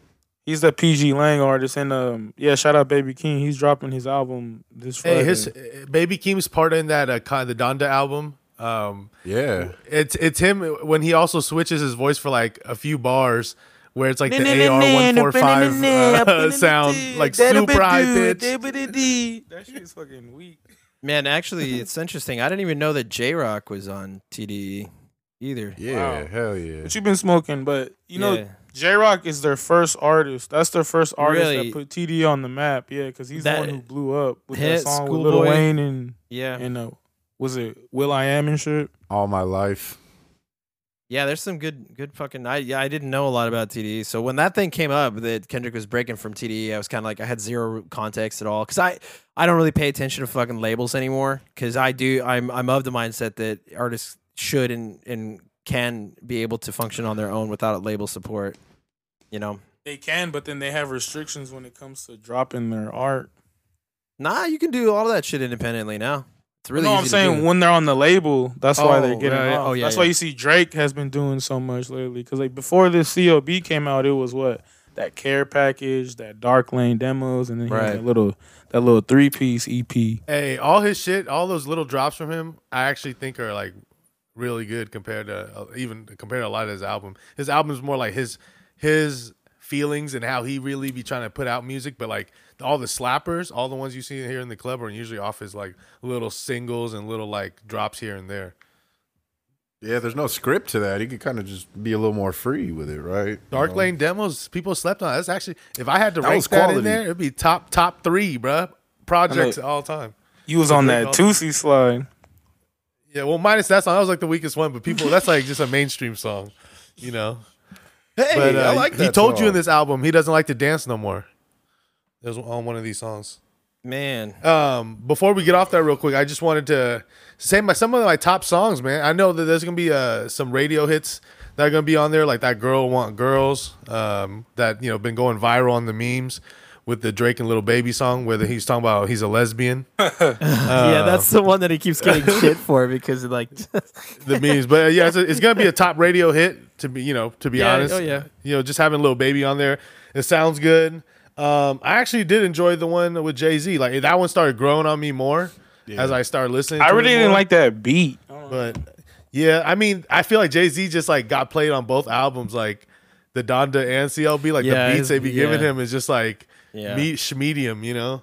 Speaker 4: He's that PG Lang artist, and um, yeah, shout out Baby King. He's dropping his album this Friday.
Speaker 2: Hey, his uh, baby Keem's part in that uh, Con- the Donda album. Um,
Speaker 6: Yeah.
Speaker 2: it's it's him uh, when he also switches his voice for like a few bars where it's like the AR one four five uh, sound like super high pitch.
Speaker 4: That shit's fucking weak.
Speaker 5: Man, actually, it's interesting. I didn't even know that J Rock was on TDE either.
Speaker 6: Yeah.
Speaker 4: Wow.
Speaker 6: Hell yeah.
Speaker 4: But you've been smoking, but you know
Speaker 5: Yeah.
Speaker 4: J Rock is their first artist. That's their first artist
Speaker 5: Really?
Speaker 4: that put TD on the map. Yeah, because he's
Speaker 5: That-
Speaker 4: the one who blew up with
Speaker 5: Hit
Speaker 4: that song with Lil
Speaker 5: Schoolboy?
Speaker 4: Wayne and
Speaker 5: Yeah,
Speaker 4: and uh, was it Will I Am and shit.
Speaker 6: All my life.
Speaker 5: yeah. There's some good, good fucking. I yeah, I didn't know a lot about TDE. So when that thing came up that Kendrick was breaking from TDE, I was kind of like, I had zero context at all because I I don't really pay attention to fucking labels anymore because I do. I'm I'm of the mindset that artists should and and can be able to function on their own without label support. You know,
Speaker 4: They can, but then they have restrictions when it comes to dropping their art.
Speaker 5: nah, you can do all that shit independently now. It's really.
Speaker 4: no, I'm
Speaker 5: easy to do.
Speaker 4: saying when they're on the label, that's why they're
Speaker 5: Oh,
Speaker 4: getting
Speaker 5: yeah, yeah.
Speaker 4: off.
Speaker 5: Oh, yeah,
Speaker 4: that's
Speaker 5: yeah.
Speaker 4: why you see Drake has been doing so much lately. Because like before this COB came out, it was what that Care package, that Dark Lane demos, and then he had
Speaker 5: Right.
Speaker 4: that little that little E three piece EP.
Speaker 2: Hey, all his shit, all those little drops from him, I actually think are like really good compared to uh, even compared to a lot of his album. His album's more like his his feelings and how he really be trying to put out music, but like all the slappers, all the ones you see here in the club are usually off his like little singles and little like drops here and there.
Speaker 6: Yeah. There's no script to that. He could kind of just be a little more free with it, right?
Speaker 2: Dark
Speaker 6: You know?
Speaker 2: Lane demos, people slept on. That's actually if I had to
Speaker 6: That
Speaker 2: rank
Speaker 6: was
Speaker 2: that in
Speaker 6: quality.
Speaker 2: there, it'd be top top three, bruh. Projects all time.
Speaker 4: You was on that
Speaker 2: Drake
Speaker 4: Tootsie slide.
Speaker 2: Yeah, well, minus that song, that was like the weakest one, but people, that's like just a mainstream song, you know.
Speaker 6: Hey,
Speaker 2: but uh,
Speaker 6: I like that
Speaker 2: he told you in
Speaker 6: song.
Speaker 2: this album he doesn't like to dance no more. It was on one of these songs.
Speaker 5: man.
Speaker 2: Um, before we get off that real quick, I just wanted to say my some of my top songs, man. I know that there's gonna be uh, some radio hits that are gonna be on there, like that girl want girls, um, that you know been going viral on the memes with the Drake and Little Baby song, where he's talking about he's a lesbian.
Speaker 5: yeah, that's the one that he keeps getting shit for because like
Speaker 2: the memes. But uh, yeah, it's, it's gonna be a top radio hit to be you know to be
Speaker 5: Yeah,
Speaker 2: honest.
Speaker 5: oh, yeah.
Speaker 2: You know, just having little baby on there, it sounds good. Um, I actually did enjoy the one with Jay Z. Like that one started growing on me more as I started listening.
Speaker 4: I
Speaker 2: to it
Speaker 4: really didn't
Speaker 2: more.
Speaker 4: like that beat.
Speaker 2: but yeah, I mean, I feel like Jay Z just like got played on both albums, like the Donda and CLB. Like
Speaker 5: Yeah,
Speaker 2: the beats
Speaker 5: his-
Speaker 2: they be giving
Speaker 5: yeah.
Speaker 2: him is just like
Speaker 5: Yeah.
Speaker 2: meat sh- medium, you know.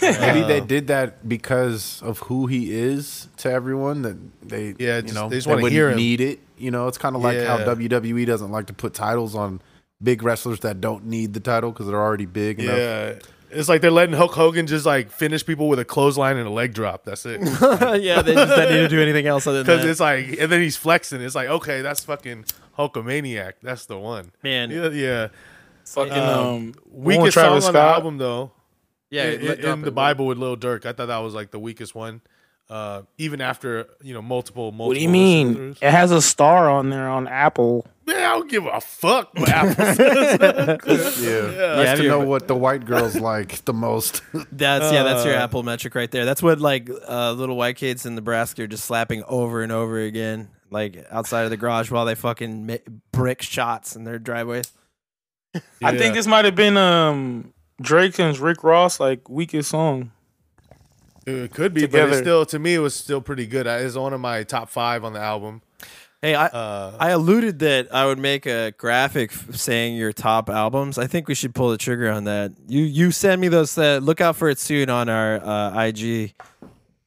Speaker 6: Maybe they did that because of who he is to everyone. That they,
Speaker 2: Yeah,
Speaker 6: you
Speaker 2: just-
Speaker 6: know,
Speaker 2: they just
Speaker 6: they
Speaker 2: wanna
Speaker 6: wouldn't
Speaker 2: hear him.
Speaker 6: need it. You know, it's kind of like how
Speaker 2: Yeah.
Speaker 6: WWE doesn't like to put titles on big wrestlers that don't need the title because they're already big enough.
Speaker 2: Yeah. It's like they're letting Hulk Hogan just like finish people with a clothesline and a leg drop. That's it.
Speaker 5: yeah, they just don't need to do anything else other than
Speaker 2: Because
Speaker 5: that.
Speaker 2: it's like, and then he's flexing. It's like, okay, that's fucking Hulkamaniac. That's the one.
Speaker 5: Man.
Speaker 2: Yeah. yeah.
Speaker 4: Fucking
Speaker 2: Um,
Speaker 4: um,
Speaker 2: Weakest song on the album, though,
Speaker 5: yeah,
Speaker 2: in,
Speaker 5: let-
Speaker 2: in
Speaker 5: drop
Speaker 2: the
Speaker 5: it.
Speaker 2: Bible with Lil Durk. I thought that was like the weakest one. Uh, even after, you know, multiple, multiple.
Speaker 4: What do you mean?
Speaker 2: listen-throughs.
Speaker 4: It has a star on there on Apple.
Speaker 2: Man, I don't give a fuck what Apple says.
Speaker 6: yeah.
Speaker 5: Yeah,
Speaker 6: Nice
Speaker 5: have
Speaker 6: to
Speaker 5: you-
Speaker 6: know what the white girls like the most.
Speaker 5: That's yeah, that's your Apple metric right there. That's what like uh, little white kids in Nebraska are just slapping over and over again, like outside of the garage while they fucking ma- brick shots in their driveways.
Speaker 4: I think this might have been um Drake and Rick Ross like weakest song.
Speaker 2: Dude, it could be, but
Speaker 4: Together.
Speaker 2: it's still, to me, it was still pretty good. I- It's one of my top five on the album.
Speaker 5: Hey, I
Speaker 2: Uh,
Speaker 5: I alluded that I would make a graphic f- saying your top albums. I think we should pull the trigger on that. You you send me those. Uh, look out for it soon on our uh, IG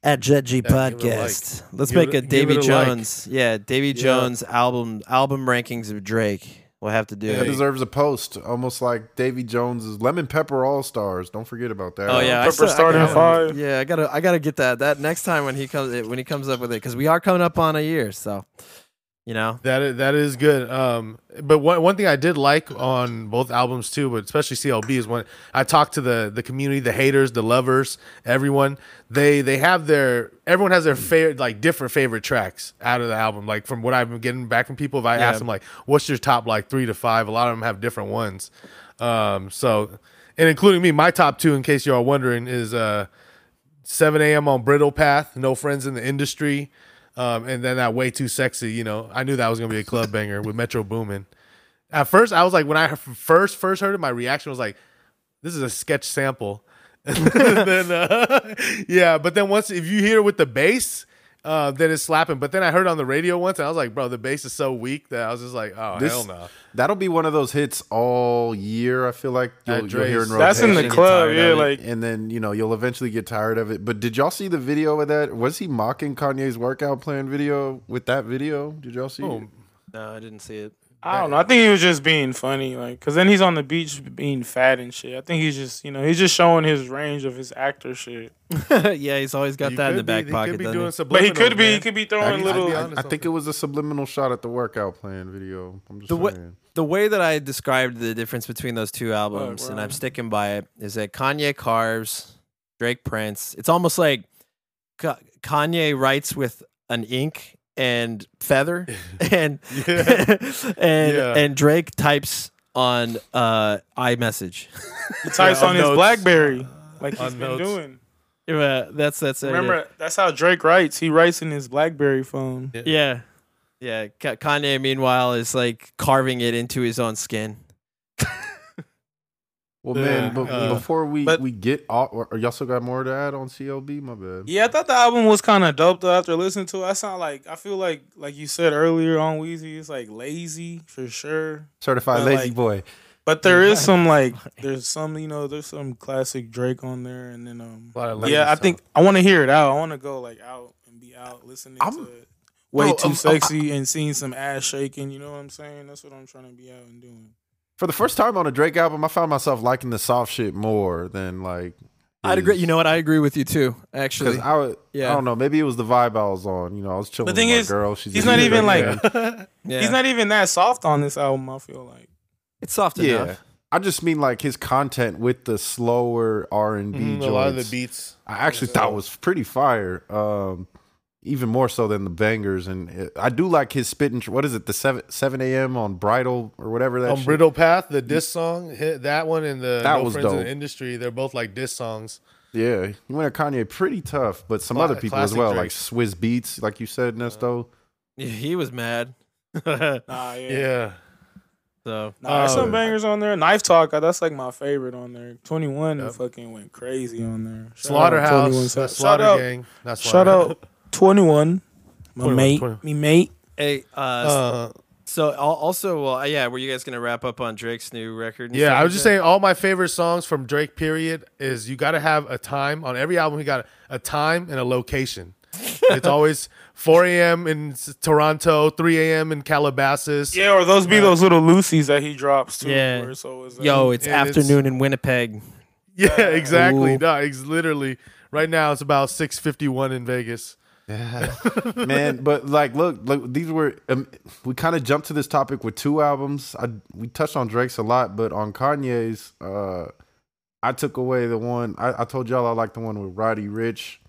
Speaker 5: at JetG
Speaker 2: give it a
Speaker 5: Podcast. Let's
Speaker 2: Give
Speaker 5: make
Speaker 2: it-
Speaker 5: a
Speaker 2: give
Speaker 5: Davy
Speaker 2: it a like.
Speaker 5: Jones. Yeah, Davy Jones album album rankings of Drake. We'll have to do
Speaker 6: that
Speaker 5: it.
Speaker 6: deserves a post, almost like Davy Jones's Lemon Pepper All Stars. Don't forget about that.
Speaker 2: uh,
Speaker 5: Oh yeah, I
Speaker 4: Pepper
Speaker 5: still- I
Speaker 4: starting
Speaker 5: gotta-
Speaker 4: five.
Speaker 5: Yeah, I gotta, I gotta get that. That next time when he comes, when he comes up with it, because we are coming up on a year. So You know,
Speaker 2: That is, that is good. Um, but one one thing I did like on both albums too, but especially CLB is when I talked to the the community, the haters, the lovers, everyone. They they have their everyone has their favorite like different favorite tracks out of the album. Like from what I've been getting back from people, if I ask them like, "What's your top like three to five? A lot of them have different ones. Um, so and including me, my top two, in case you are wondering, is uh 7 a.m. on Brittle Path, No Friends in the Industry, um, and then that Way Too Sexy. You know, I knew that was going to be a club banger with Metro Boomin. At first, I was like, when I first first heard it, my reaction was like, this is a sketch sample. And then, uh, yeah, but then once, if you hear it with the bass, uh, then it's slapping. But then I heard it on the radio once, and I was like, bro, the bass is so weak that I was just like, oh,
Speaker 6: This-
Speaker 2: hell no.
Speaker 6: That'll be one of those hits all year. I feel like
Speaker 2: At
Speaker 6: you'll, you'll hear
Speaker 2: Dre's.
Speaker 6: in
Speaker 4: That's in the
Speaker 6: rotation.
Speaker 4: club, yeah.
Speaker 5: of it.
Speaker 4: Like
Speaker 6: and then you know you'll eventually get tired of it. But did y'all see the video of that? Was he mocking Kanye's workout plan video with that video? Did y'all see? it?
Speaker 5: no, I didn't see it.
Speaker 4: I don't know. I think he was just being funny, like, cause then he's on the beach being fat and shit. I think he's just, you know, he's just showing his range of his actor shit.
Speaker 5: yeah, he's always got
Speaker 2: You
Speaker 5: that in the
Speaker 2: could be-
Speaker 5: back
Speaker 2: he
Speaker 5: pocket.
Speaker 2: could be
Speaker 5: doesn't
Speaker 2: doing
Speaker 5: he?
Speaker 4: But he could
Speaker 2: subliminals,
Speaker 4: be, he
Speaker 2: man.
Speaker 4: could be
Speaker 6: I,
Speaker 4: throwing
Speaker 2: I'd
Speaker 4: little.
Speaker 2: be
Speaker 6: I-
Speaker 2: honest
Speaker 6: I think it was a subliminal shot at the workout plan video. I'm just
Speaker 5: The wa-
Speaker 6: saying.
Speaker 5: the way that I described the difference between those two albums,
Speaker 4: we're
Speaker 5: and
Speaker 4: on
Speaker 5: I'm
Speaker 4: it.
Speaker 5: sticking by it, is that Kanye carves, Drake prints. It's almost like Ka- Kanye writes with an ink and feather, and
Speaker 2: Yeah.
Speaker 5: and
Speaker 2: Yeah.
Speaker 5: and Drake types on uh iMessage.
Speaker 4: He types
Speaker 2: Yeah,
Speaker 4: on his
Speaker 2: notes.
Speaker 4: BlackBerry, like he's
Speaker 2: Uh, On
Speaker 4: been
Speaker 2: notes.
Speaker 4: doing.
Speaker 5: Yeah, that's that's it.
Speaker 4: Remember, that's how Drake writes. He writes in his BlackBerry phone.
Speaker 5: Yeah, yeah. Ka- Kanye, meanwhile, is like carving it into his own skin.
Speaker 6: Well,
Speaker 2: Yeah,
Speaker 6: man, but
Speaker 2: uh,
Speaker 6: before we
Speaker 4: but-
Speaker 6: we get off, or or y'all still got more to add on CLB? My bad.
Speaker 4: Yeah, I thought the album was kind of dope though. After listening to it, I sound like I feel like, like you said earlier on Weezy, it's like lazy for sure.
Speaker 6: Certified
Speaker 4: But,
Speaker 6: lazy
Speaker 4: like,
Speaker 6: boy.
Speaker 4: But there is some like, there's some you know, there's some classic Drake on there, and then um,
Speaker 2: A lot of ladies
Speaker 4: yeah, I
Speaker 2: talk.
Speaker 4: think I want to hear it out. I want to go like out and be out listening
Speaker 6: I'm-
Speaker 4: to it. Way
Speaker 6: Bro,
Speaker 4: too
Speaker 6: um, um,
Speaker 4: sexy and seeing some ass shaking. You know what I'm saying? That's what I'm trying to be out and doing.
Speaker 6: For the first time on a Drake album, I found myself liking the soft shit more than like.
Speaker 5: I'd agree. You know what? I agree with you too. Actually,
Speaker 6: Because I, would-
Speaker 5: Yeah.
Speaker 6: I don't know. Maybe it was the vibe I was on. You know, I was chilling
Speaker 4: The thing
Speaker 6: with my
Speaker 4: is,
Speaker 6: girl. She's
Speaker 4: he's
Speaker 6: into
Speaker 4: not even,
Speaker 6: Drake,
Speaker 4: like,
Speaker 6: man.
Speaker 5: yeah.
Speaker 4: He's not even that soft on this album. I feel like.
Speaker 5: It's soft
Speaker 6: Yeah.
Speaker 5: enough.
Speaker 6: I just mean like his content with the slower R and B.
Speaker 2: Mhm, a lot of the beats.
Speaker 6: I actually thought was pretty fire. Um, even more so than the bangers, and it, I do like his spitting. What is it? The seven seven a.m. on Bridal or whatever that.
Speaker 2: on
Speaker 6: shit-
Speaker 2: Brittle Um, Path, the diss song, hit that one and the
Speaker 6: That
Speaker 2: No
Speaker 6: was
Speaker 2: Friends in
Speaker 6: dope.
Speaker 2: the Industry, they're both like diss songs.
Speaker 6: Yeah, he went at Kanye pretty tough, but some
Speaker 2: Cla-
Speaker 6: other people as
Speaker 2: classic
Speaker 6: well,
Speaker 2: Drake.
Speaker 6: like Swizz Beats, like you said, Nesto.
Speaker 5: Yeah, he was mad.
Speaker 4: Nah,
Speaker 2: Yeah.
Speaker 5: so
Speaker 4: Nah, there's
Speaker 2: Oh,
Speaker 4: some
Speaker 6: yeah.
Speaker 4: bangers on there. Knife Talk, uh, that's like my favorite on there. 21
Speaker 2: Yep.
Speaker 4: fucking went crazy on there. Shout out
Speaker 2: Slaughterhouse, that's Slaughter
Speaker 4: shout
Speaker 2: Gang. Not
Speaker 4: Out, shout
Speaker 2: Slaughter.
Speaker 4: out 21, my
Speaker 2: 21,
Speaker 4: mate,
Speaker 2: 21.
Speaker 4: me mate.
Speaker 5: hey, uh,
Speaker 2: Uh,
Speaker 5: so al- also, well, uh, yeah, were you guys gonna wrap up on Drake's new record? and
Speaker 2: yeah,
Speaker 5: stuff
Speaker 2: I was
Speaker 5: like
Speaker 2: just
Speaker 5: that?
Speaker 2: saying all my favorite songs from Drake period is you got to have a time on every album. He got a time and a location. it's always 4 a.m. in S- Toronto, 3 a.m. in Calabasas.
Speaker 4: Yeah, or those be those little Lucy's that he drops too.
Speaker 5: Yeah.
Speaker 4: where it's always, uh,
Speaker 5: Yo, it's
Speaker 2: And it's-
Speaker 5: afternoon in Winnipeg.
Speaker 2: Yeah, exactly.
Speaker 5: Ooh.
Speaker 2: No, it's literally right now it's about 6:51 in Vegas.
Speaker 6: man but like look look these were um, we kind of jumped to this topic with two albums i we touched on drake's a lot but on kanye's uh i took away the one i, I told y'all i like the one with roddy rich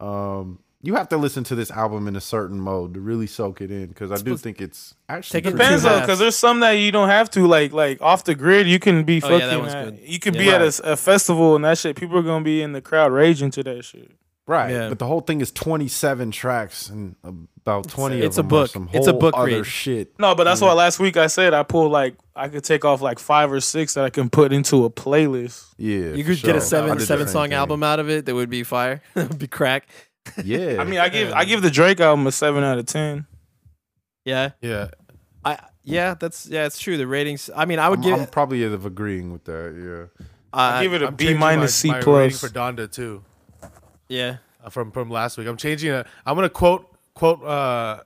Speaker 6: um you have to listen to this album in a certain mode to really soak it in because i do think it's actually
Speaker 5: Take it
Speaker 6: pretty
Speaker 4: Depends
Speaker 5: Two
Speaker 4: though,
Speaker 5: halves.
Speaker 4: because there's some that you don't have to like, like off the grid. You can be
Speaker 5: Oh, yeah,
Speaker 4: fucking.
Speaker 5: that one's
Speaker 4: at-
Speaker 5: good.
Speaker 4: You could
Speaker 5: Yeah.
Speaker 4: be at a s- a, festival and that shit. People are gonna be in the crowd raging to that shit.
Speaker 6: right
Speaker 5: Yeah.
Speaker 6: but the whole thing is 27 tracks and about 20
Speaker 5: it's a
Speaker 6: of them are
Speaker 5: book.
Speaker 6: some
Speaker 5: It's a
Speaker 6: whole
Speaker 5: book
Speaker 6: other
Speaker 5: read.
Speaker 6: shit
Speaker 4: No, but
Speaker 5: Mm.
Speaker 4: that's why last week I said I pulled like I could take off like five or six that I can put into a playlist.
Speaker 6: yeah
Speaker 5: You
Speaker 6: for
Speaker 5: could get
Speaker 6: sure.
Speaker 5: a
Speaker 6: I
Speaker 5: seven
Speaker 6: did the
Speaker 5: seven
Speaker 6: same
Speaker 5: song
Speaker 6: thing.
Speaker 5: album out of it. That would be fire. That'd be crack.
Speaker 6: yeah
Speaker 4: I mean, I give I give the Drake album a seven out of ten.
Speaker 5: Yeah,
Speaker 2: Yeah.
Speaker 5: I yeah, that's yeah, it's true. The ratings. I mean, I would
Speaker 6: I'm,
Speaker 5: give. uh,
Speaker 6: I'm probably of agreeing with that yeah
Speaker 4: I give it a
Speaker 2: I'm
Speaker 4: B
Speaker 2: changing
Speaker 4: minus
Speaker 2: my-
Speaker 4: C
Speaker 2: my rating
Speaker 4: plus.
Speaker 2: for Donda too.
Speaker 5: yeah.
Speaker 2: uh, from from last week. I'm changing it. I'm gonna quote quote uh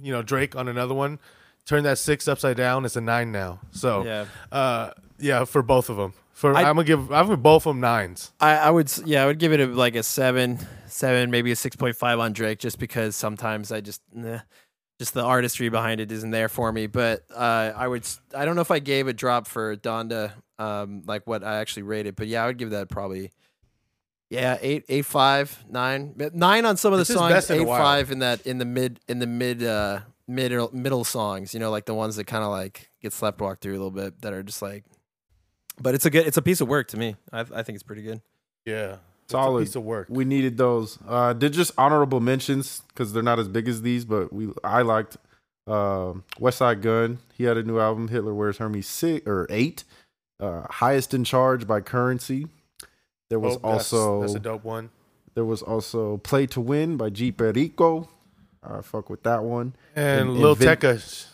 Speaker 2: you know Drake on another one. Turn that six upside down. It's a nine now. So
Speaker 5: Yeah.
Speaker 2: uh yeah for both of them. For
Speaker 5: I-
Speaker 2: I, am gonna give I'm gonna both of them nines.
Speaker 5: I, I would s- yeah I would give it a, like a seven seven maybe a six point five on Drake just because sometimes I just nah. just the artistry behind it isn't there for me. But uh, I would, s- I don't know if I gave a drop for Donda, um, like what I actually rated, but yeah, I would give that probably, yeah, eight, eight, five, nine, But nine on some of the
Speaker 2: It's his
Speaker 5: songs,
Speaker 2: best in a
Speaker 5: eight,
Speaker 2: while.
Speaker 5: five in that, in the mid, in the mid, uh, middle, middle songs, you know, like the ones that kind of like get slept walked through a little bit that are just like, but it's a good, it's a piece of work to me. I, I think it's pretty good.
Speaker 2: Yeah.
Speaker 6: Solid.
Speaker 2: It's a piece of work.
Speaker 6: We needed those. Uh, they're just honorable mentions because they're not as big as these, but we I liked um West Side Gun. He had a new album, Hitler Wears Hermes six or eight. Uh, Highest in Charge by Currency. There was
Speaker 2: Oh, that's-
Speaker 6: also
Speaker 2: that's a dope one.
Speaker 6: there was also Play to Win by G Perico. I fuck with that one.
Speaker 2: And,
Speaker 6: and
Speaker 2: Lil
Speaker 6: Vin-
Speaker 2: Tecca.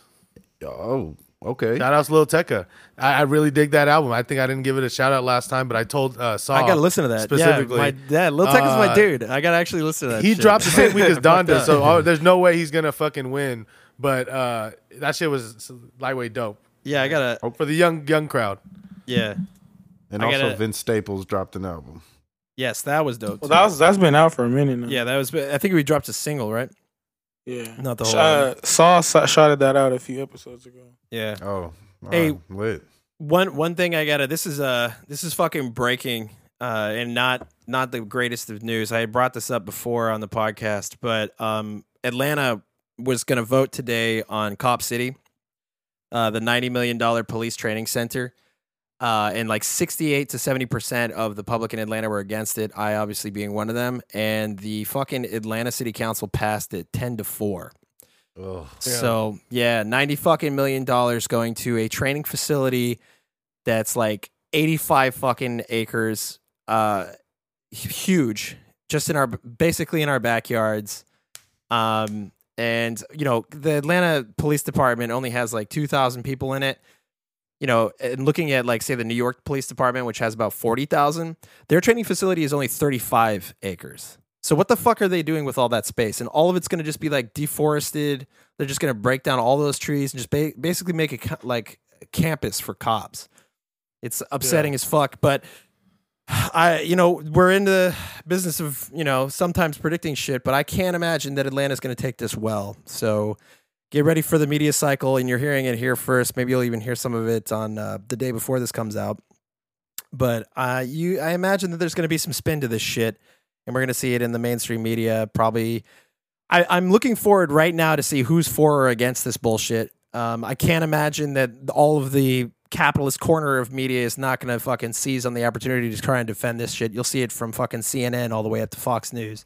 Speaker 6: Oh, okay.
Speaker 2: Shout out to Lil Tecca. I, I really dig that album. I think I didn't give it a shout out last time, but I told uh, Saw.
Speaker 5: I gotta listen to that.
Speaker 2: specifically.
Speaker 5: yeah, my dad, Lil Tecca's my
Speaker 2: Uh,
Speaker 5: dude. I gotta actually listen to that.
Speaker 2: he
Speaker 5: shit.
Speaker 2: dropped the same week as
Speaker 5: Fucked
Speaker 2: Donda,
Speaker 5: up.
Speaker 2: so oh, there's no way he's gonna fucking win. But uh, that shit was lightweight dope
Speaker 5: yeah, I gotta.
Speaker 2: for the young young crowd.
Speaker 5: Yeah,
Speaker 6: and
Speaker 5: I
Speaker 6: also
Speaker 5: gotta-
Speaker 6: Vince Staples dropped an album.
Speaker 5: yes, that was dope.
Speaker 4: Well,
Speaker 5: too.
Speaker 4: that's that's been out for a minute now.
Speaker 5: yeah, that was. I think we dropped a single, right?
Speaker 4: yeah.
Speaker 5: Not the
Speaker 4: Sh-
Speaker 5: whole
Speaker 4: Uh, Saw s- shouted that out a few episodes ago.
Speaker 5: Yeah.
Speaker 6: Oh,
Speaker 5: Hey.
Speaker 6: alright, lit.
Speaker 5: One one thing I gotta. This is uh this is fucking breaking, uh, and not not the greatest of news. I had brought this up before on the podcast, but um, Atlanta was gonna vote today on Cop City, uh, the ninety million dollar police training center. uh, and like 68 to 70 percent of the public in Atlanta were against it. I obviously being one of them, and the fucking Atlanta City Council passed it 10 to four. So yeah, 90 fucking million dollars going to a training facility that's like 85 fucking acres, uh, huge, just in our basically in our backyards. Um, and you know the Atlanta Police Department only has like 2,000 people in it you know, and looking at like say the New York Police Department, which has about forty thousand, their training facility is only thirty-five acres. So what the fuck are they doing with all that space? And all of it's going to just be like deforested. They're just going to break down all those trees and just ba- basically make it ca- like a campus for cops. It's upsetting as fuck, but I, you know, we're in the business of you know sometimes predicting shit, but I can't imagine that Atlanta's going to take this well. So get ready for the media cycle and you're hearing it here first maybe you'll even hear some of it on uh, the day before this comes out but uh, you i imagine that there's going to be some spin to this shit and we're going to see it in the mainstream media probably I, i'm looking forward right now to see who's for or against this bullshit um, i can't imagine that all of the capitalist corner of media is not going to fucking seize on the opportunity to try and defend this shit you'll see it from fucking cnn all the way up to fox news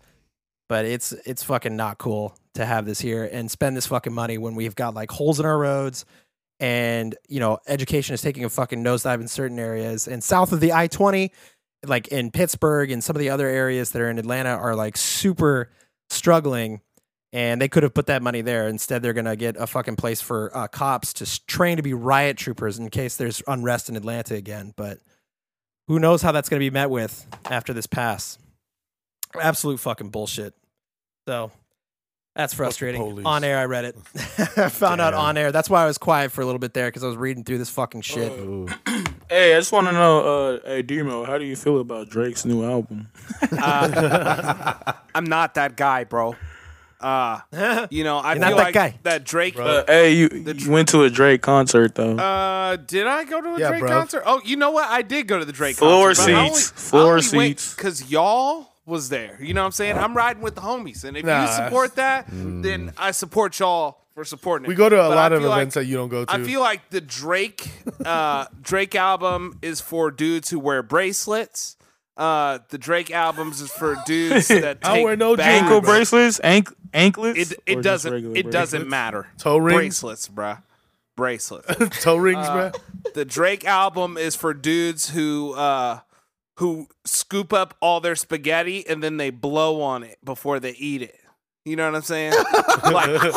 Speaker 5: but it's it's fucking not cool to have this here and spend this fucking money when we've got like holes in our roads and you know education is taking a fucking nosedive in certain areas and south of the i-20 like in pittsburgh and some of the other areas that are in atlanta are like super struggling and they could have put that money there instead they're gonna get a fucking place for uh, cops to s- train to be riot troopers in case there's unrest in atlanta again but who knows how that's gonna be met with after this pass absolute fucking bullshit so that's frustrating.
Speaker 2: police.
Speaker 5: On air, I read it. Found out on air. That's why I was quiet for a little bit there because I was reading through this fucking shit.
Speaker 4: Uh,
Speaker 6: Oh.
Speaker 4: Hey, I just want to know, uh, hey, Demo, how do you feel about Drake's new album?
Speaker 3: I'm not that guy, bro. Uh, you know, I
Speaker 5: You're
Speaker 3: feel
Speaker 5: not that
Speaker 3: like
Speaker 5: guy.
Speaker 3: that Drake.
Speaker 4: Uh, hey, you, you went to a Drake concert though.
Speaker 3: Uh, did I go to a
Speaker 2: Yeah,
Speaker 3: Drake
Speaker 2: bro.
Speaker 3: concert? Oh, you know what? I did go to the Drake
Speaker 4: Floor
Speaker 3: concert. but I
Speaker 4: seats. Floor seats.
Speaker 3: Because y'all was there. You know what I'm saying? I'm riding with the homies. And if
Speaker 2: Nah. Mm.
Speaker 3: you support that, then I support y'all for supporting it.
Speaker 2: We go to a
Speaker 3: But I
Speaker 2: lot of
Speaker 3: feel like-
Speaker 2: events that you don't go to.
Speaker 3: I feel like the Drake uh, Drake album is for dudes who wear bracelets. Uh, the Drake albums is for dudes that take
Speaker 2: I wear no
Speaker 3: bags.
Speaker 4: ankle bracelets, ank, anklets.
Speaker 3: It it
Speaker 4: or just
Speaker 3: doesn't it
Speaker 4: regular
Speaker 3: doesn't
Speaker 4: bracelets?
Speaker 3: matter.
Speaker 2: Toe rings?
Speaker 3: bracelets, bruh. Bracelets.
Speaker 2: toe rings,
Speaker 3: Uh,
Speaker 2: bruh.
Speaker 3: the Drake album is for dudes who uh who scoop up all their spaghetti and then they blow on it before they eat it. You know what I'm saying? like to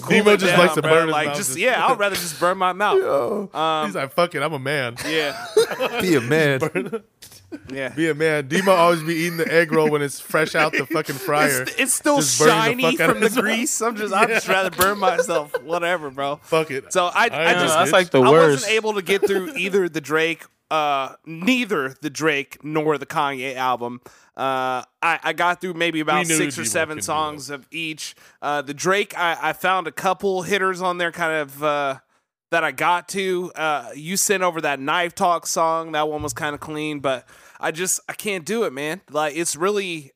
Speaker 3: cool
Speaker 2: Nemo
Speaker 3: it
Speaker 2: just
Speaker 3: down,
Speaker 2: likes
Speaker 3: bruh.
Speaker 2: to burn his
Speaker 3: like
Speaker 2: mouth
Speaker 3: just
Speaker 2: just-
Speaker 3: yeah, I'd rather just burn my mouth.
Speaker 2: He's like, fuck it, I'm a man.
Speaker 3: Yeah.
Speaker 6: Be a man.
Speaker 3: Yeah.
Speaker 2: Be a man. Dima always be eating the egg roll when it's fresh out the fucking fryer.
Speaker 3: It's, it's still
Speaker 2: Just burning
Speaker 3: shiny
Speaker 2: the fuck out
Speaker 3: from
Speaker 2: of
Speaker 3: the
Speaker 2: his mouth.
Speaker 3: grease. I'm just, I'd just rather burn myself. Whatever, bro.
Speaker 2: fuck it.
Speaker 3: So I, I,
Speaker 2: I know,
Speaker 3: just,
Speaker 4: that's like the
Speaker 3: I
Speaker 4: worst.
Speaker 3: wasn't able to get through either the Drake uh, neither the Drake nor the Kanye album. Uh, I, I got through maybe about
Speaker 2: knew
Speaker 3: six or
Speaker 2: G-Bo
Speaker 3: seven
Speaker 2: could do
Speaker 3: songs of each. Uh, the Drake, I, I found a couple hitters on there, kind of uh, that I got to. Uh, you sent over that knife talk song. That one was kind of clean, but I just I can't do it, man. Like it's really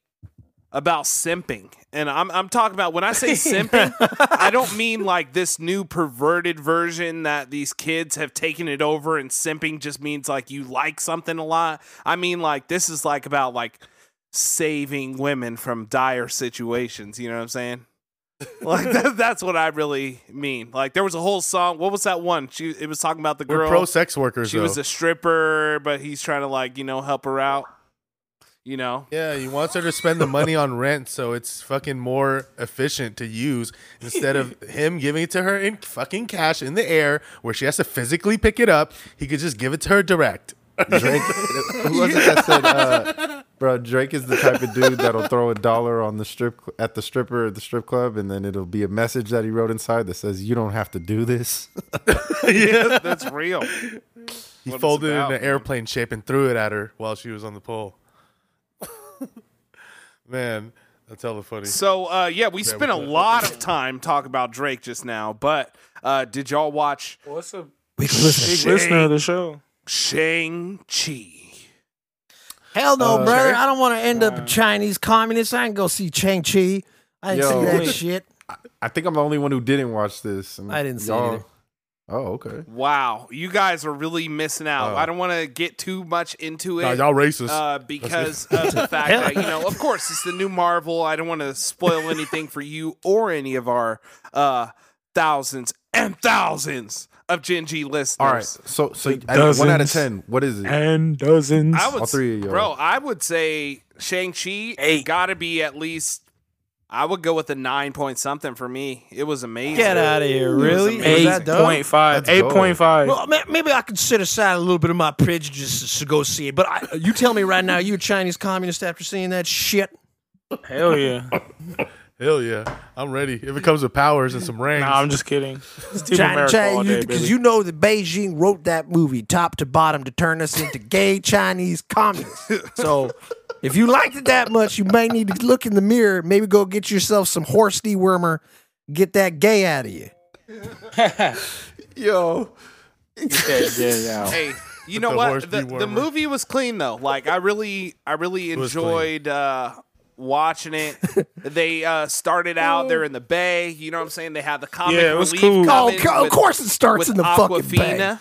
Speaker 3: about simping. And I'm I'm talking about when I say simping, I don't mean like this new perverted version that these kids have taken it over and simping just means like you like something a lot. I mean like this is like about like saving women from dire situations, you know what I'm saying? like that, that's what I really mean. Like there was a whole song. What was that one? She it was talking about the
Speaker 2: We're
Speaker 3: girl.
Speaker 2: pro sex workers.
Speaker 3: she
Speaker 2: though.
Speaker 3: was a stripper, but he's trying to like you know help her out. You know,
Speaker 2: Yeah, he wants her to spend the money on rent, so it's fucking more efficient to use instead of him giving it to her in fucking cash in the air, where she has to physically pick it up. He could just give it to her direct.
Speaker 6: Drake, who was it that said, uh, bro? Drake is the type of dude that'll throw a dollar on the strip at the stripper at the strip club, and then it'll be a message that he wrote inside that says, "You don't have to do this."
Speaker 3: yeah, that's real.
Speaker 2: He
Speaker 3: it's
Speaker 2: folded
Speaker 3: about,
Speaker 2: it in an airplane shape and threw it at her while she was on the pole. Man, that's hella funny.
Speaker 3: So uh, yeah, we spent a lot of time talking about Drake just now, but uh, did y'all watch
Speaker 4: What's a
Speaker 5: We can listen.
Speaker 4: big listener of the show?
Speaker 3: Shang Chi?
Speaker 5: Hell
Speaker 4: Uh,
Speaker 5: no, brother. I don't want to end up a Chinese communist. I ain't go see Chang Chi. I didn't
Speaker 6: Yo.
Speaker 5: see that
Speaker 6: Wait.
Speaker 5: shit.
Speaker 6: I think I'm the only one who didn't watch this. and
Speaker 5: I didn't see it
Speaker 6: y'all-
Speaker 5: either.
Speaker 6: Oh, okay.
Speaker 3: Wow, you guys are really missing out. I don't want to get too much into it.
Speaker 2: Oh. Nah, y'all racist.
Speaker 3: uh, because of the fact that you know, of course, it's the new Marvel. I don't want to spoil anything for you or any of our uh, thousands and thousands of Gen G listeners.
Speaker 6: All right. So, so
Speaker 4: It
Speaker 6: I mean, one out of
Speaker 4: doesn't-
Speaker 6: ten. What is it?
Speaker 4: And dozens.
Speaker 3: I would,
Speaker 6: All three of
Speaker 3: s-
Speaker 6: y'all.
Speaker 3: bro. I would say Shang Chi got to be at least. I would go with a nine point something for me. It was amazing.
Speaker 5: Get out of here. Really? Was that
Speaker 4: Eight
Speaker 5: dope?
Speaker 4: point five.
Speaker 6: Let's
Speaker 4: Eight
Speaker 6: go.
Speaker 4: point five.
Speaker 5: Well, ma- maybe I could set aside a little bit of my prejudices to go see it. But I, you tell me right now, you a Chinese communist after seeing that shit?
Speaker 4: Hell yeah.
Speaker 2: Hell yeah, I'm ready. If it comes with powers and some rings,
Speaker 4: Nah, I'm just kidding. It's Team
Speaker 5: China,
Speaker 4: America all day, baby.
Speaker 5: because you know that Beijing wrote that movie top to bottom to turn us into gay Chinese communists. so if you liked it that much, you may need to look in the mirror. Maybe go get yourself some horse dewormer. Get that gay out of you.
Speaker 6: Yo,
Speaker 3: Hey, you know
Speaker 2: the horse
Speaker 3: what? The, the
Speaker 2: dewormer.
Speaker 3: movie was clean though. Like I really, I really
Speaker 2: was clean.
Speaker 3: enjoyed uh, watching it. they uh, started out. They're in the bay. You know what I'm saying? They had the comic
Speaker 4: Yeah, it was
Speaker 3: relief
Speaker 4: cool.
Speaker 5: Oh,
Speaker 3: coming
Speaker 5: co- of
Speaker 3: with-
Speaker 5: course it starts
Speaker 3: with
Speaker 5: in the fucking
Speaker 3: Aquafina.
Speaker 5: bag.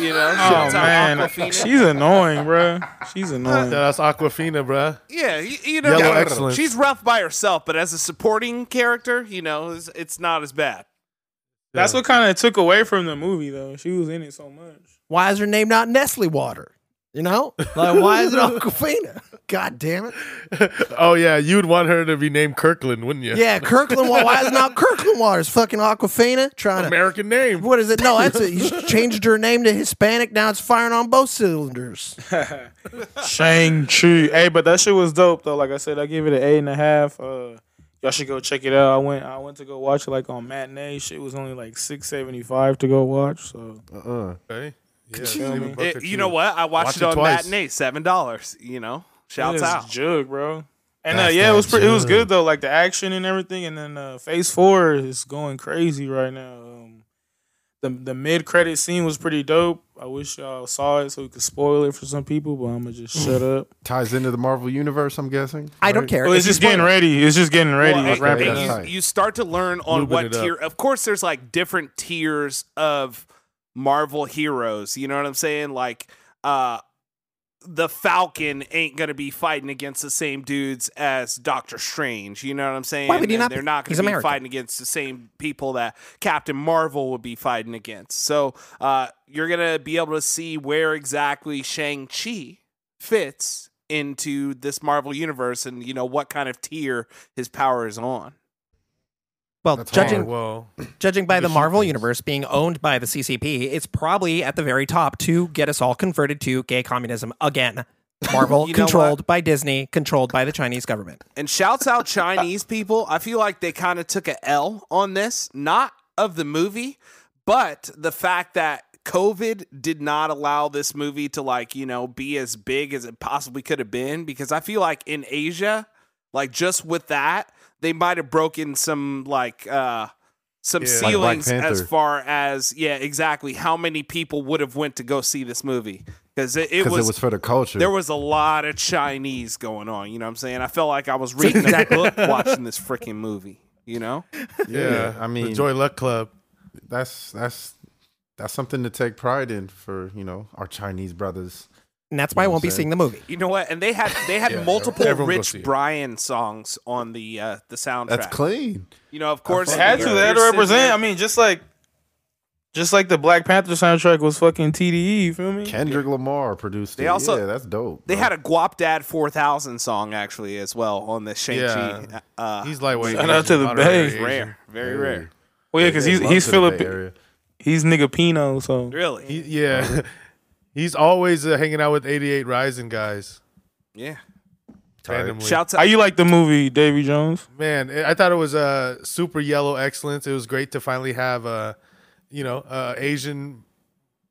Speaker 3: You know,
Speaker 4: Oh
Speaker 3: shouts out
Speaker 4: man,
Speaker 3: Aquafina.
Speaker 4: she's annoying, bro. She's annoying.
Speaker 2: Yeah, that's Aquafina, bruh.
Speaker 3: Yeah, you, you know,
Speaker 2: Yellow excellence.
Speaker 3: she's rough by herself, but as a supporting character, you know, it's, it's not as bad.
Speaker 4: That's what kind of took away from the movie, though. She was in it so much.
Speaker 5: Why is her name not Nestle Water? You know, like why is it Aquafina? God damn it!
Speaker 2: Oh yeah, you'd want her to be named Kirkland, wouldn't you?
Speaker 5: Yeah, Kirkland. Wa- Why is it not Kirkland Water? It's fucking Aquafina trying to
Speaker 2: American name.
Speaker 5: What is it? No, that's it. You changed her name to Hispanic. Now it's firing on both cylinders.
Speaker 4: Shang Chi. Hey, but that shit was dope though. Like I said, I give it an eight and a half. Uh, y'all should go check it out. I went, I went to go watch it like on matinee. Shit was only like six seventy five to go watch. So
Speaker 2: Okay. Yeah,
Speaker 4: me.
Speaker 2: Steven
Speaker 3: It-
Speaker 2: Booker,
Speaker 3: Eh, you
Speaker 2: too.
Speaker 3: know what? I watched
Speaker 2: Watch
Speaker 3: it
Speaker 2: it
Speaker 3: on
Speaker 2: twice.
Speaker 3: matinee, seven dollars. You know, shouts
Speaker 4: it's
Speaker 3: out.
Speaker 4: jug, bro. And uh,
Speaker 6: That's
Speaker 4: yeah, it
Speaker 6: that
Speaker 4: was pretty, it was
Speaker 6: jug.
Speaker 4: good though. Like the action and everything. And then uh, Phase Four is going crazy right now. Um, the the mid credit scene was pretty dope. I wish y'all saw it so we could spoil it for some people, but I'm gonna just shut up.
Speaker 6: ties into the Marvel universe. I'm guessing.
Speaker 5: I don't care.
Speaker 4: Well, it's just getting ready. It's just getting ready.
Speaker 3: Well,
Speaker 4: it's
Speaker 3: and-
Speaker 4: ramping
Speaker 6: that's
Speaker 3: and
Speaker 4: up.
Speaker 6: tight.
Speaker 3: you, you start to learn on
Speaker 2: Lubing
Speaker 3: what
Speaker 2: it up.
Speaker 3: tier. Of course, there's like different tiers of Marvel heroes. You know what I'm saying? Like, uh, the Falcon ain't gonna be fighting against the same dudes as Doctor Strange. You know what I'm saying?
Speaker 5: Why would he
Speaker 3: And
Speaker 5: not
Speaker 3: they're
Speaker 5: be?
Speaker 3: not gonna
Speaker 5: He's
Speaker 3: be
Speaker 5: American.
Speaker 3: fighting against the same people that Captain Marvel would be fighting against. So, uh, you're gonna be able to see where exactly Shang Chi fits into this Marvel universe and you know what kind of tier his power is on.
Speaker 5: Well,
Speaker 6: That's
Speaker 2: Oh,
Speaker 5: judging
Speaker 2: well,
Speaker 5: judging by the
Speaker 2: shoot
Speaker 5: Marvel
Speaker 2: things.
Speaker 5: universe being owned by the CCP, it's probably at the very top to get us all converted to gay communism again. Marvel
Speaker 3: You know
Speaker 5: controlled by Disney, controlled by the Chinese government.
Speaker 3: And shouts out Chinese people. I feel like they kind of took a L on this, not of the movie, but the fact that COVID did not allow this movie to like, you know, be as big as it possibly could have been because I feel like in Asia, like just with that, they might have broken some like uh some
Speaker 2: Yeah. Like Black
Speaker 3: ceilings as
Speaker 6: Panther.
Speaker 3: far as yeah, exactly how many people would have went to go see this movie because it, it
Speaker 6: because it,
Speaker 3: was
Speaker 6: was for the culture.
Speaker 3: there was a lot of Chinese going on. You know what I'm saying? I felt like I was reading a book watching this freaking movie. You know?
Speaker 6: yeah, I mean,
Speaker 2: the Joy Luck Club.
Speaker 6: that's that's that's something to take pride in for you know our Chinese brothers.
Speaker 5: And that's why I
Speaker 6: You know
Speaker 5: won't be
Speaker 6: what I'm
Speaker 5: seeing the movie.
Speaker 3: You know what? And they had they had
Speaker 2: Yeah,
Speaker 3: multiple
Speaker 2: everyone go
Speaker 3: Rich
Speaker 2: see it.
Speaker 3: Brian songs on the uh, the soundtrack.
Speaker 6: That's clean.
Speaker 3: You know, of course,
Speaker 4: They had to. They had to
Speaker 3: you're sitting
Speaker 4: represent.
Speaker 3: there-
Speaker 4: I mean, just like, just like the Black Panther soundtrack was fucking TDE. You feel me?
Speaker 6: Kendrick Lamar produced
Speaker 3: They
Speaker 6: it.
Speaker 3: also-
Speaker 6: yeah, that's dope.
Speaker 3: they
Speaker 6: bro.
Speaker 3: had a Guap Dad four thousand song actually as well on the Shang Chi.
Speaker 2: Yeah.
Speaker 3: Uh,
Speaker 2: He's lightweight.
Speaker 4: Shout out
Speaker 2: He's
Speaker 4: to the
Speaker 2: moderate
Speaker 4: Bay.
Speaker 2: Asian.
Speaker 3: rare, very rare.
Speaker 4: Well, yeah, because
Speaker 6: They
Speaker 4: he's
Speaker 6: love
Speaker 4: he's
Speaker 6: to the Bay
Speaker 4: Filipino.
Speaker 6: Area.
Speaker 4: He's nigga Pino. So
Speaker 3: Really?
Speaker 2: He- yeah, he's always uh, hanging out with 88 Rising guys.
Speaker 3: yeah.
Speaker 2: Randomly.
Speaker 3: Shouts
Speaker 4: how
Speaker 3: out.
Speaker 4: you like the movie Davy Jones?
Speaker 2: Man, I I thought it was uh, super yellow excellence. It was great to finally have a, you know, uh, Asian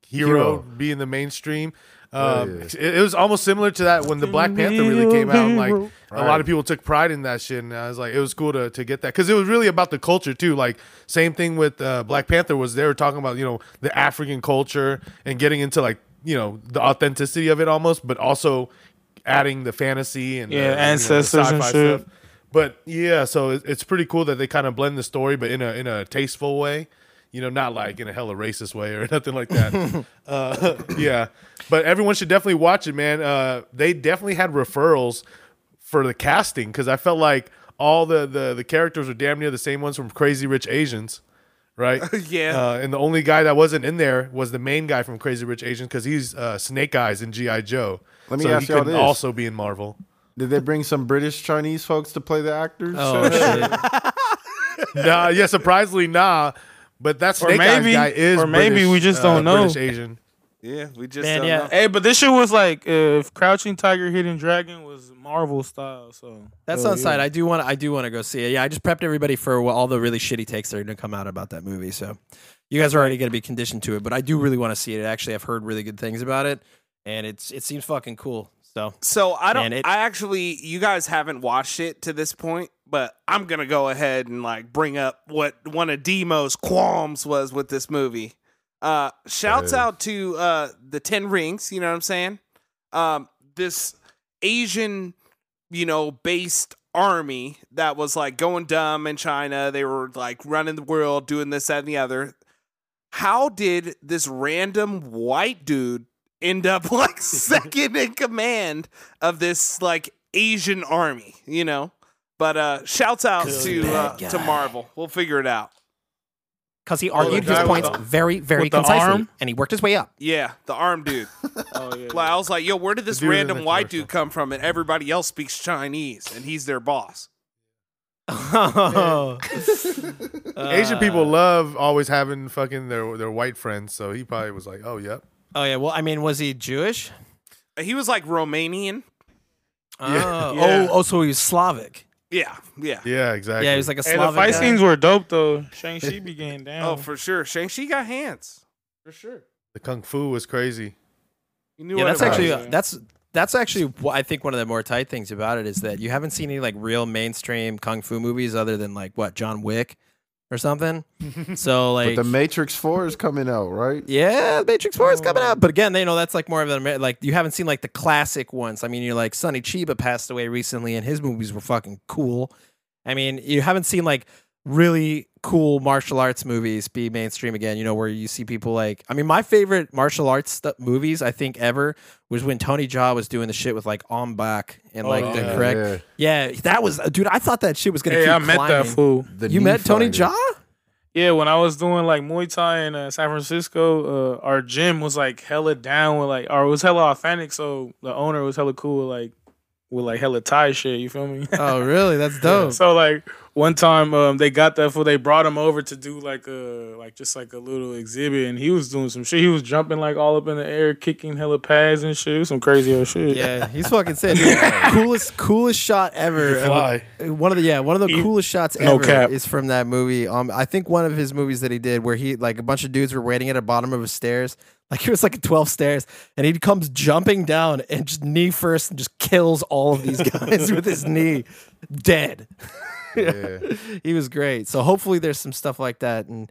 Speaker 2: hero,
Speaker 6: Hero. Oh,
Speaker 2: be in the mainstream. Um,
Speaker 6: Yeah.
Speaker 2: it, it was almost similar to that when the Black Panther really came out. and, Like a lot
Speaker 6: Right.
Speaker 2: of people took pride in that shit, and I was like, it was cool to, to get that because it was really about the culture too. Like same thing with uh, Black Panther was they were talking about you know the African culture and getting into like you know the authenticity of it almost, but also adding the fantasy and the,
Speaker 4: Yeah,
Speaker 2: you know, the
Speaker 4: ancestors and
Speaker 2: sci-fi
Speaker 4: shit.
Speaker 2: But yeah, so it- it's pretty cool that they kind of blend the story, but in a in a tasteful way. You know, not like in a hella racist way or nothing like that. uh, yeah, but everyone should definitely watch it, man. Uh, they definitely had referrals for the casting because I felt like all the, the the characters were damn near the same ones from Crazy Rich Asians, right?
Speaker 3: Yeah.
Speaker 2: Uh, and the only guy that wasn't in there was the main guy from Crazy Rich Asians because he's uh, Snake Eyes in GI Joe.
Speaker 6: Let me
Speaker 2: so
Speaker 6: ask
Speaker 2: he
Speaker 6: y'all
Speaker 2: couldn't
Speaker 6: this.
Speaker 2: also be in Marvel.
Speaker 6: Did they bring some British Chinese folks to play the actors?
Speaker 5: Oh shit!
Speaker 2: nah, yeah, surprisingly, nah. But that
Speaker 4: Or
Speaker 2: Snake
Speaker 4: maybe-
Speaker 2: Eyes guy is,
Speaker 4: or maybe
Speaker 2: British,
Speaker 4: we just
Speaker 2: uh,
Speaker 4: don't know.
Speaker 2: British Asian.
Speaker 3: yeah, we just
Speaker 5: Man,
Speaker 3: don't
Speaker 5: yeah.
Speaker 3: know.
Speaker 4: Hey, but this shit was like uh, if Crouching Tiger, Hidden Dragon was Marvel style. So
Speaker 5: That's
Speaker 4: Hell
Speaker 5: on site. I do want. I do want to go see it. Yeah, I just prepped everybody for wh- all the really shitty takes that are going to come out about that movie. So, you guys are already going to be conditioned to it, but I do really want to see it. Actually, I've heard really good things about it, and it's it seems fucking cool. So,
Speaker 3: So I don't.
Speaker 5: Man, it-
Speaker 3: I actually, you guys haven't watched it to this point, but I'm gonna go ahead and like bring up what one of Demo's qualms was with this movie. Uh, shouts out to uh the Ten Rings. You know what I'm saying? Um, this Asian, you know, based army that was like going dumb in China. They were like running the world, doing this, that, and the other. How did this random white dude end up like second in command of this like Asian army, you know. But uh shouts out
Speaker 5: Good
Speaker 3: to uh,
Speaker 5: bad guy.
Speaker 3: to Marvel. We'll figure it out.
Speaker 5: because he
Speaker 2: argued the his guy with points the-
Speaker 5: very, very
Speaker 4: with the concisely, arm?
Speaker 5: and he worked his way up.
Speaker 3: Yeah, the arm dude.
Speaker 4: Oh yeah.
Speaker 3: Like, I was like, yo, where did this
Speaker 2: dude in
Speaker 3: random
Speaker 2: the
Speaker 3: white
Speaker 2: commercial.
Speaker 3: dude come from? And everybody else speaks Chinese, and he's their boss.
Speaker 5: Oh, Uh.
Speaker 2: Asian people love always having fucking their their white friends, so he probably was like, "Oh, yep."
Speaker 5: Oh yeah. Well, I mean, was he Jewish?
Speaker 3: He was like Romanian.
Speaker 5: Oh,
Speaker 4: Yeah.
Speaker 5: oh, oh, so he was Slavic.
Speaker 3: Yeah, yeah.
Speaker 2: Yeah, exactly.
Speaker 5: Yeah, he was like a
Speaker 4: Hey, the
Speaker 5: Slavic.
Speaker 4: fight
Speaker 5: guy.
Speaker 4: scenes were dope though. Shang Chi began down.
Speaker 3: Oh, for sure. Shang Chi got hands for sure.
Speaker 2: the kung fu was crazy.
Speaker 3: You knew
Speaker 5: yeah,
Speaker 3: what
Speaker 5: that's
Speaker 3: it was.
Speaker 5: actually uh, that's that's actually wh- I think one of the more tight things about it is that you haven't seen any like real mainstream kung fu movies other than like what John Wick or something. so
Speaker 6: but
Speaker 5: like
Speaker 6: the Matrix Four is coming out, right?
Speaker 5: yeah, Matrix Four is coming out, but again, they know that's like more of an Amer- like you haven't seen like the classic ones. I mean, you're like Sonny Chiba passed away recently, and his movies were fucking cool. I mean, you haven't seen like really cool martial arts movies be mainstream again. You know where you see people like I mean, my favorite martial arts stu- movies I think ever was when Tony Jaa was doing the shit with like Ombak and like the
Speaker 2: yeah.
Speaker 5: correct. Yeah. that was dude. I thought that shit was gonna.
Speaker 4: Hey,
Speaker 5: keep
Speaker 4: I met that
Speaker 5: climbing.
Speaker 4: fool.
Speaker 6: The
Speaker 5: You
Speaker 6: knee
Speaker 5: met Tony
Speaker 6: fighter.
Speaker 5: Jaa?
Speaker 4: Yeah, when I was doing like Muay Thai in uh, San Francisco, uh, our gym was like hella down with like, or it was hella authentic. So the owner was hella cool, with, like with like hella Thai shit. You feel me?
Speaker 5: Oh, really? That's dope.
Speaker 4: So like one time um, they got that for they brought him over to do like a like just like a little exhibit and he was doing some shit. He was jumping like all up in the air, kicking hella pads and shit. It was some crazy ass shit.
Speaker 5: Yeah, he's fucking sick. dude. coolest, coolest shot ever.
Speaker 2: fly.
Speaker 5: Uh, One of the yeah, one of the coolest shots
Speaker 4: No
Speaker 5: ever
Speaker 4: cap.
Speaker 5: is from that movie. Um, I think one of his movies that he did where he like a bunch of dudes were waiting at the bottom of a stairs. Like it was like twelve stairs, and he comes jumping down and just knee first and just kills all of these guys with his knee, dead.
Speaker 6: Yeah.
Speaker 5: He was great. So hopefully there's some stuff like that and.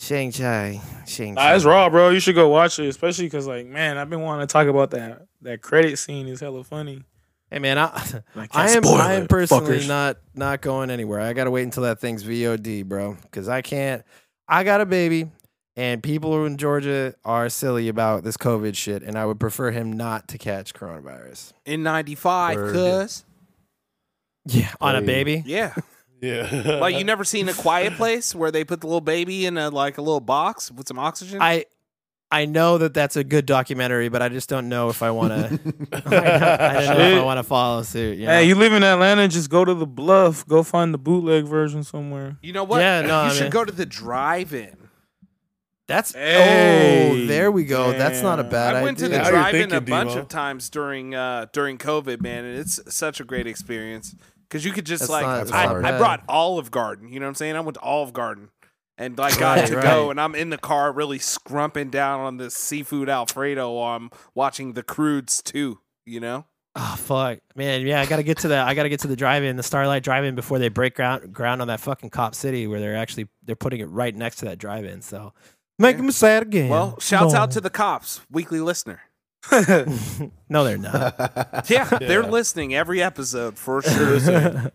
Speaker 5: Shang Chi, Shang
Speaker 4: Nah,
Speaker 5: Chi.
Speaker 4: it's raw, bro. You should go watch it, especially because like man, I've been wanting to talk about that that credit scene is hella funny.
Speaker 5: Hey man, I,
Speaker 4: I can't
Speaker 5: I am
Speaker 4: spoil
Speaker 5: I am
Speaker 4: it,
Speaker 5: personally
Speaker 4: fuckers.
Speaker 5: not not going anywhere. I gotta wait until that thing's VOD, bro, because I can't. I got a baby, and people in Georgia are silly about this COVID shit, and I would prefer him not to catch coronavirus.
Speaker 7: In 95,
Speaker 6: Word.
Speaker 7: cuz.
Speaker 5: Yeah, on a
Speaker 6: Hey.
Speaker 5: baby.
Speaker 3: Yeah.
Speaker 2: Yeah.
Speaker 3: Like you never seen a quiet place where they put the little baby in a like a little box with some oxygen?
Speaker 5: I I know that that's a good documentary, but I just don't know if I want to. I don't know if I
Speaker 4: Shit.
Speaker 5: want to follow suit. You know?
Speaker 4: Hey, you live in Atlanta, just go to the bluff, go find the bootleg version somewhere.
Speaker 3: you know what?
Speaker 5: Yeah, no,
Speaker 3: you
Speaker 5: I
Speaker 3: should
Speaker 5: mean-
Speaker 3: go to the drive-in.
Speaker 5: that's
Speaker 4: Hey,
Speaker 5: oh, there we go. That's not a
Speaker 4: damn.
Speaker 5: bad
Speaker 3: I went to
Speaker 5: idea.
Speaker 3: the
Speaker 2: Now you're
Speaker 3: drive-in a
Speaker 2: thinking,
Speaker 3: bunch
Speaker 2: Devo.
Speaker 3: of times during uh during COVID, man, and it's such a great experience because you could just
Speaker 5: That's
Speaker 3: like
Speaker 5: not- that's
Speaker 3: I,
Speaker 6: not
Speaker 3: I
Speaker 5: bad.
Speaker 3: brought Olive Garden. You know what I'm saying? I went to Olive Garden and like got
Speaker 5: Right,
Speaker 3: to
Speaker 5: right.
Speaker 3: go, and I'm in the car really scrumping down on this seafood Alfredo while I'm watching The Crudes too. You know?
Speaker 5: Oh fuck, man! Yeah, I gotta get to the I gotta get to the drive-in, the Starlight Drive-in, before they break ground ground on that fucking Cop City, where they're actually they're putting it right next to that drive-in. So make them sad again.
Speaker 3: Well, shouts
Speaker 5: No.
Speaker 3: out to the cops, weekly listener.
Speaker 5: no, they're not.
Speaker 3: Yeah, they're listening every episode for sure.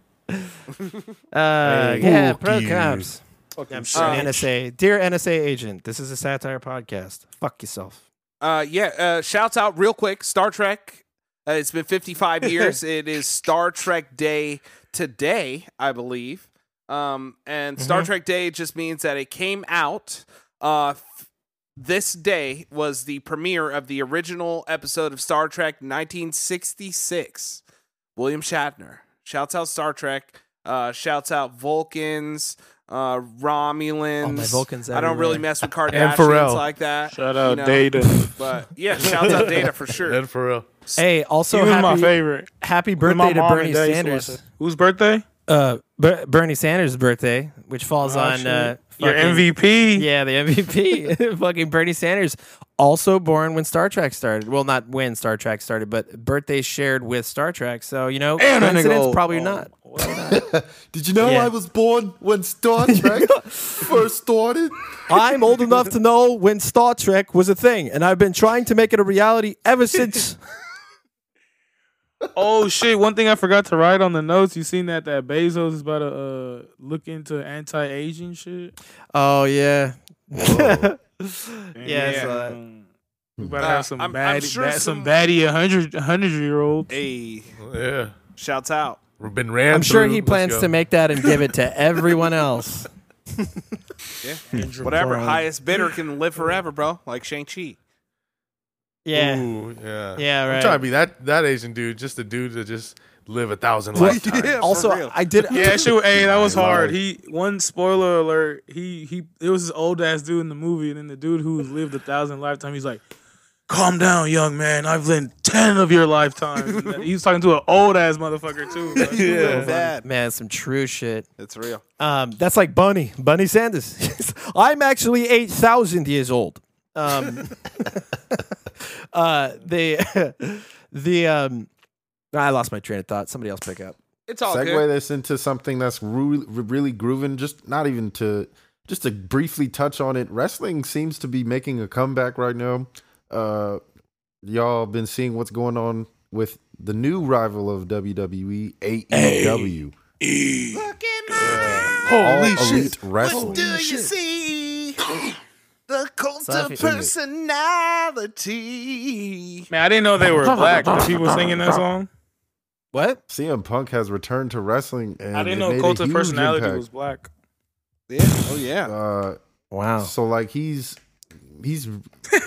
Speaker 5: Uh,
Speaker 2: Hey,
Speaker 5: yeah,
Speaker 2: fuck
Speaker 5: pro
Speaker 2: you.
Speaker 5: cops.
Speaker 6: Fucking shit.
Speaker 3: Uh,
Speaker 5: NSA, dear NSA agent, this is a satire podcast. Fuck yourself.
Speaker 3: Uh, yeah. Uh, shouts out real quick. Star Trek. Uh, it's been 55 years. it is Star Trek Day today, I believe. Um, and
Speaker 5: Mm-hmm.
Speaker 3: Star Trek Day just means that it came out. Uh, f- this day was the premiere of the original episode of Star Trek 1966. William Shatner. Shouts out Star Trek. Uh, shouts out Vulcans. Uh, Romulans.
Speaker 5: All Oh, my Vulcans
Speaker 3: I don't really
Speaker 5: everywhere.
Speaker 3: mess with Kardashians
Speaker 2: Pharrell.
Speaker 3: like that.
Speaker 4: Shout
Speaker 3: you
Speaker 4: out
Speaker 3: know.
Speaker 4: Data.
Speaker 3: But yeah, shouts out Data for sure.
Speaker 2: Ed for real.
Speaker 5: Hey, also
Speaker 4: he was my
Speaker 5: happy,
Speaker 4: favorite.
Speaker 5: happy
Speaker 4: My
Speaker 5: birthday to
Speaker 4: mom and dad
Speaker 5: Bernie
Speaker 4: used to watch
Speaker 5: Sanders.
Speaker 4: that. Whose birthday?
Speaker 5: Uh, Ber- Bernie Sanders' birthday, which falls
Speaker 4: Oh,
Speaker 5: on
Speaker 4: shit.
Speaker 5: uh,
Speaker 4: Your
Speaker 5: fucking-
Speaker 4: MVP.
Speaker 5: Yeah, the MVP. Fucking Bernie Sanders, also born when Star Trek started. Well, not when Star Trek started, but birthday shared with Star Trek. So, you know,
Speaker 4: And a
Speaker 5: coincidence?
Speaker 4: nigga.
Speaker 5: Probably
Speaker 4: Oh.
Speaker 5: not.
Speaker 6: Did you know
Speaker 5: Yeah.
Speaker 6: I was born when Star Trek first started?
Speaker 5: I'm old enough to know when Star Trek was a thing, and I've been trying to make it a reality ever since.
Speaker 4: Oh shit! One thing I forgot to write on the notes. You seen that that Bezos is about to uh, look into anti-aging shit.
Speaker 5: oh, yeah. yeah,
Speaker 4: Yeah.
Speaker 5: I saw that.
Speaker 4: We about to
Speaker 3: Uh,
Speaker 4: have some
Speaker 3: I'm- I'm
Speaker 4: baddie,
Speaker 3: sure
Speaker 4: bad- some
Speaker 3: some-
Speaker 4: baddie, a hundred, a hundred year old.
Speaker 3: Hey,
Speaker 2: Yeah.
Speaker 3: shouts out.
Speaker 2: We've been ran
Speaker 5: I'm sure
Speaker 2: through.
Speaker 5: he
Speaker 2: Let's
Speaker 5: plans
Speaker 2: go.
Speaker 5: to make that and give it to everyone else.
Speaker 3: Whatever. Highest bidder can live forever, bro. Like Shang-Chi.
Speaker 5: Yeah.
Speaker 2: Ooh, yeah.
Speaker 5: Yeah,
Speaker 2: I'm
Speaker 5: right.
Speaker 2: trying to be that that Asian dude, just a dude to just live a thousand lifetimes.
Speaker 3: Yeah, for
Speaker 5: Also,
Speaker 3: real.
Speaker 5: I did.
Speaker 4: Yeah, that shit. Hey, that was
Speaker 6: My
Speaker 4: hard.
Speaker 6: lord.
Speaker 4: He one spoiler alert. He he. It was this old ass dude in the movie, and then the dude who lived a thousand lifetimes. He's like, "Calm down, young man. I've lived ten of your lifetimes." And that- he was talking to an old ass motherfucker too. bro.
Speaker 3: Bad.
Speaker 5: Man, some true shit.
Speaker 3: It's real.
Speaker 5: Um, that's like Bunny, Bunny Sanders. I'm actually eight thousand years old. Um, uh, the the um, I lost my train of thought. Somebody else pick up.
Speaker 3: It's all
Speaker 6: Segue
Speaker 3: good.
Speaker 6: this into something that's really, really grooving. Just not even to, just to briefly touch on it. Wrestling seems to be making a comeback right now. Uh, y'all been seeing what's going on with the new rival of E, WWE, AEW. Holy shit! Wrestling.
Speaker 3: you see the cult
Speaker 5: Sophie.
Speaker 3: personality?
Speaker 4: Man, I didn't know they were black. The people singing that song.
Speaker 5: What?
Speaker 6: CM Punk has returned to wrestling, and
Speaker 4: I didn't
Speaker 6: it made
Speaker 4: know
Speaker 6: a
Speaker 4: cult of
Speaker 6: huge
Speaker 4: personality
Speaker 6: impact.
Speaker 4: was black.
Speaker 3: Yeah. Oh yeah.
Speaker 6: Uh,
Speaker 5: Wow.
Speaker 6: So like he's he's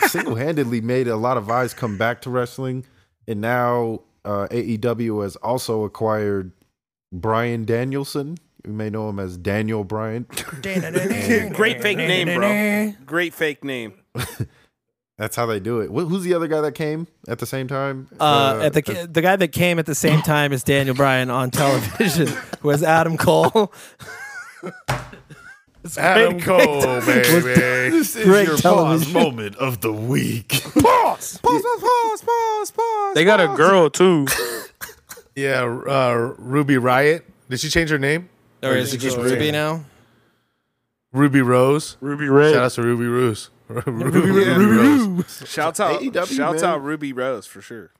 Speaker 6: single handedly made a lot of eyes come back to wrestling, and now uh, AEW has also acquired Brian Danielson. You may know him as Daniel Bryan.
Speaker 4: Uh,
Speaker 3: Great fake name, bro. Great fake name.
Speaker 6: That's how they do it. Wh- Who's the other guy that came at the same time?
Speaker 5: Uh, at the the guy that came at the same time as Daniel Bryan on television was Adam Cole. It's
Speaker 2: Adam
Speaker 5: great- great-
Speaker 2: Cole, baby.
Speaker 6: this is
Speaker 5: Great
Speaker 6: your
Speaker 5: television.
Speaker 6: pause moment of the week.
Speaker 7: Pause, pause, pause, pause, pause.
Speaker 4: They got a girl too.
Speaker 2: yeah, uh, Ruby Riot. Did she change her name?
Speaker 5: Or is it just Ruby now?
Speaker 2: Ruby Rose.
Speaker 4: Ruby
Speaker 2: Shout
Speaker 4: Red.
Speaker 2: out to Ruby Rose. Ruby, Ruby Rose.
Speaker 3: Shouts out,
Speaker 6: AEW,
Speaker 3: shouts
Speaker 6: E man.
Speaker 3: out Ruby Rose for sure.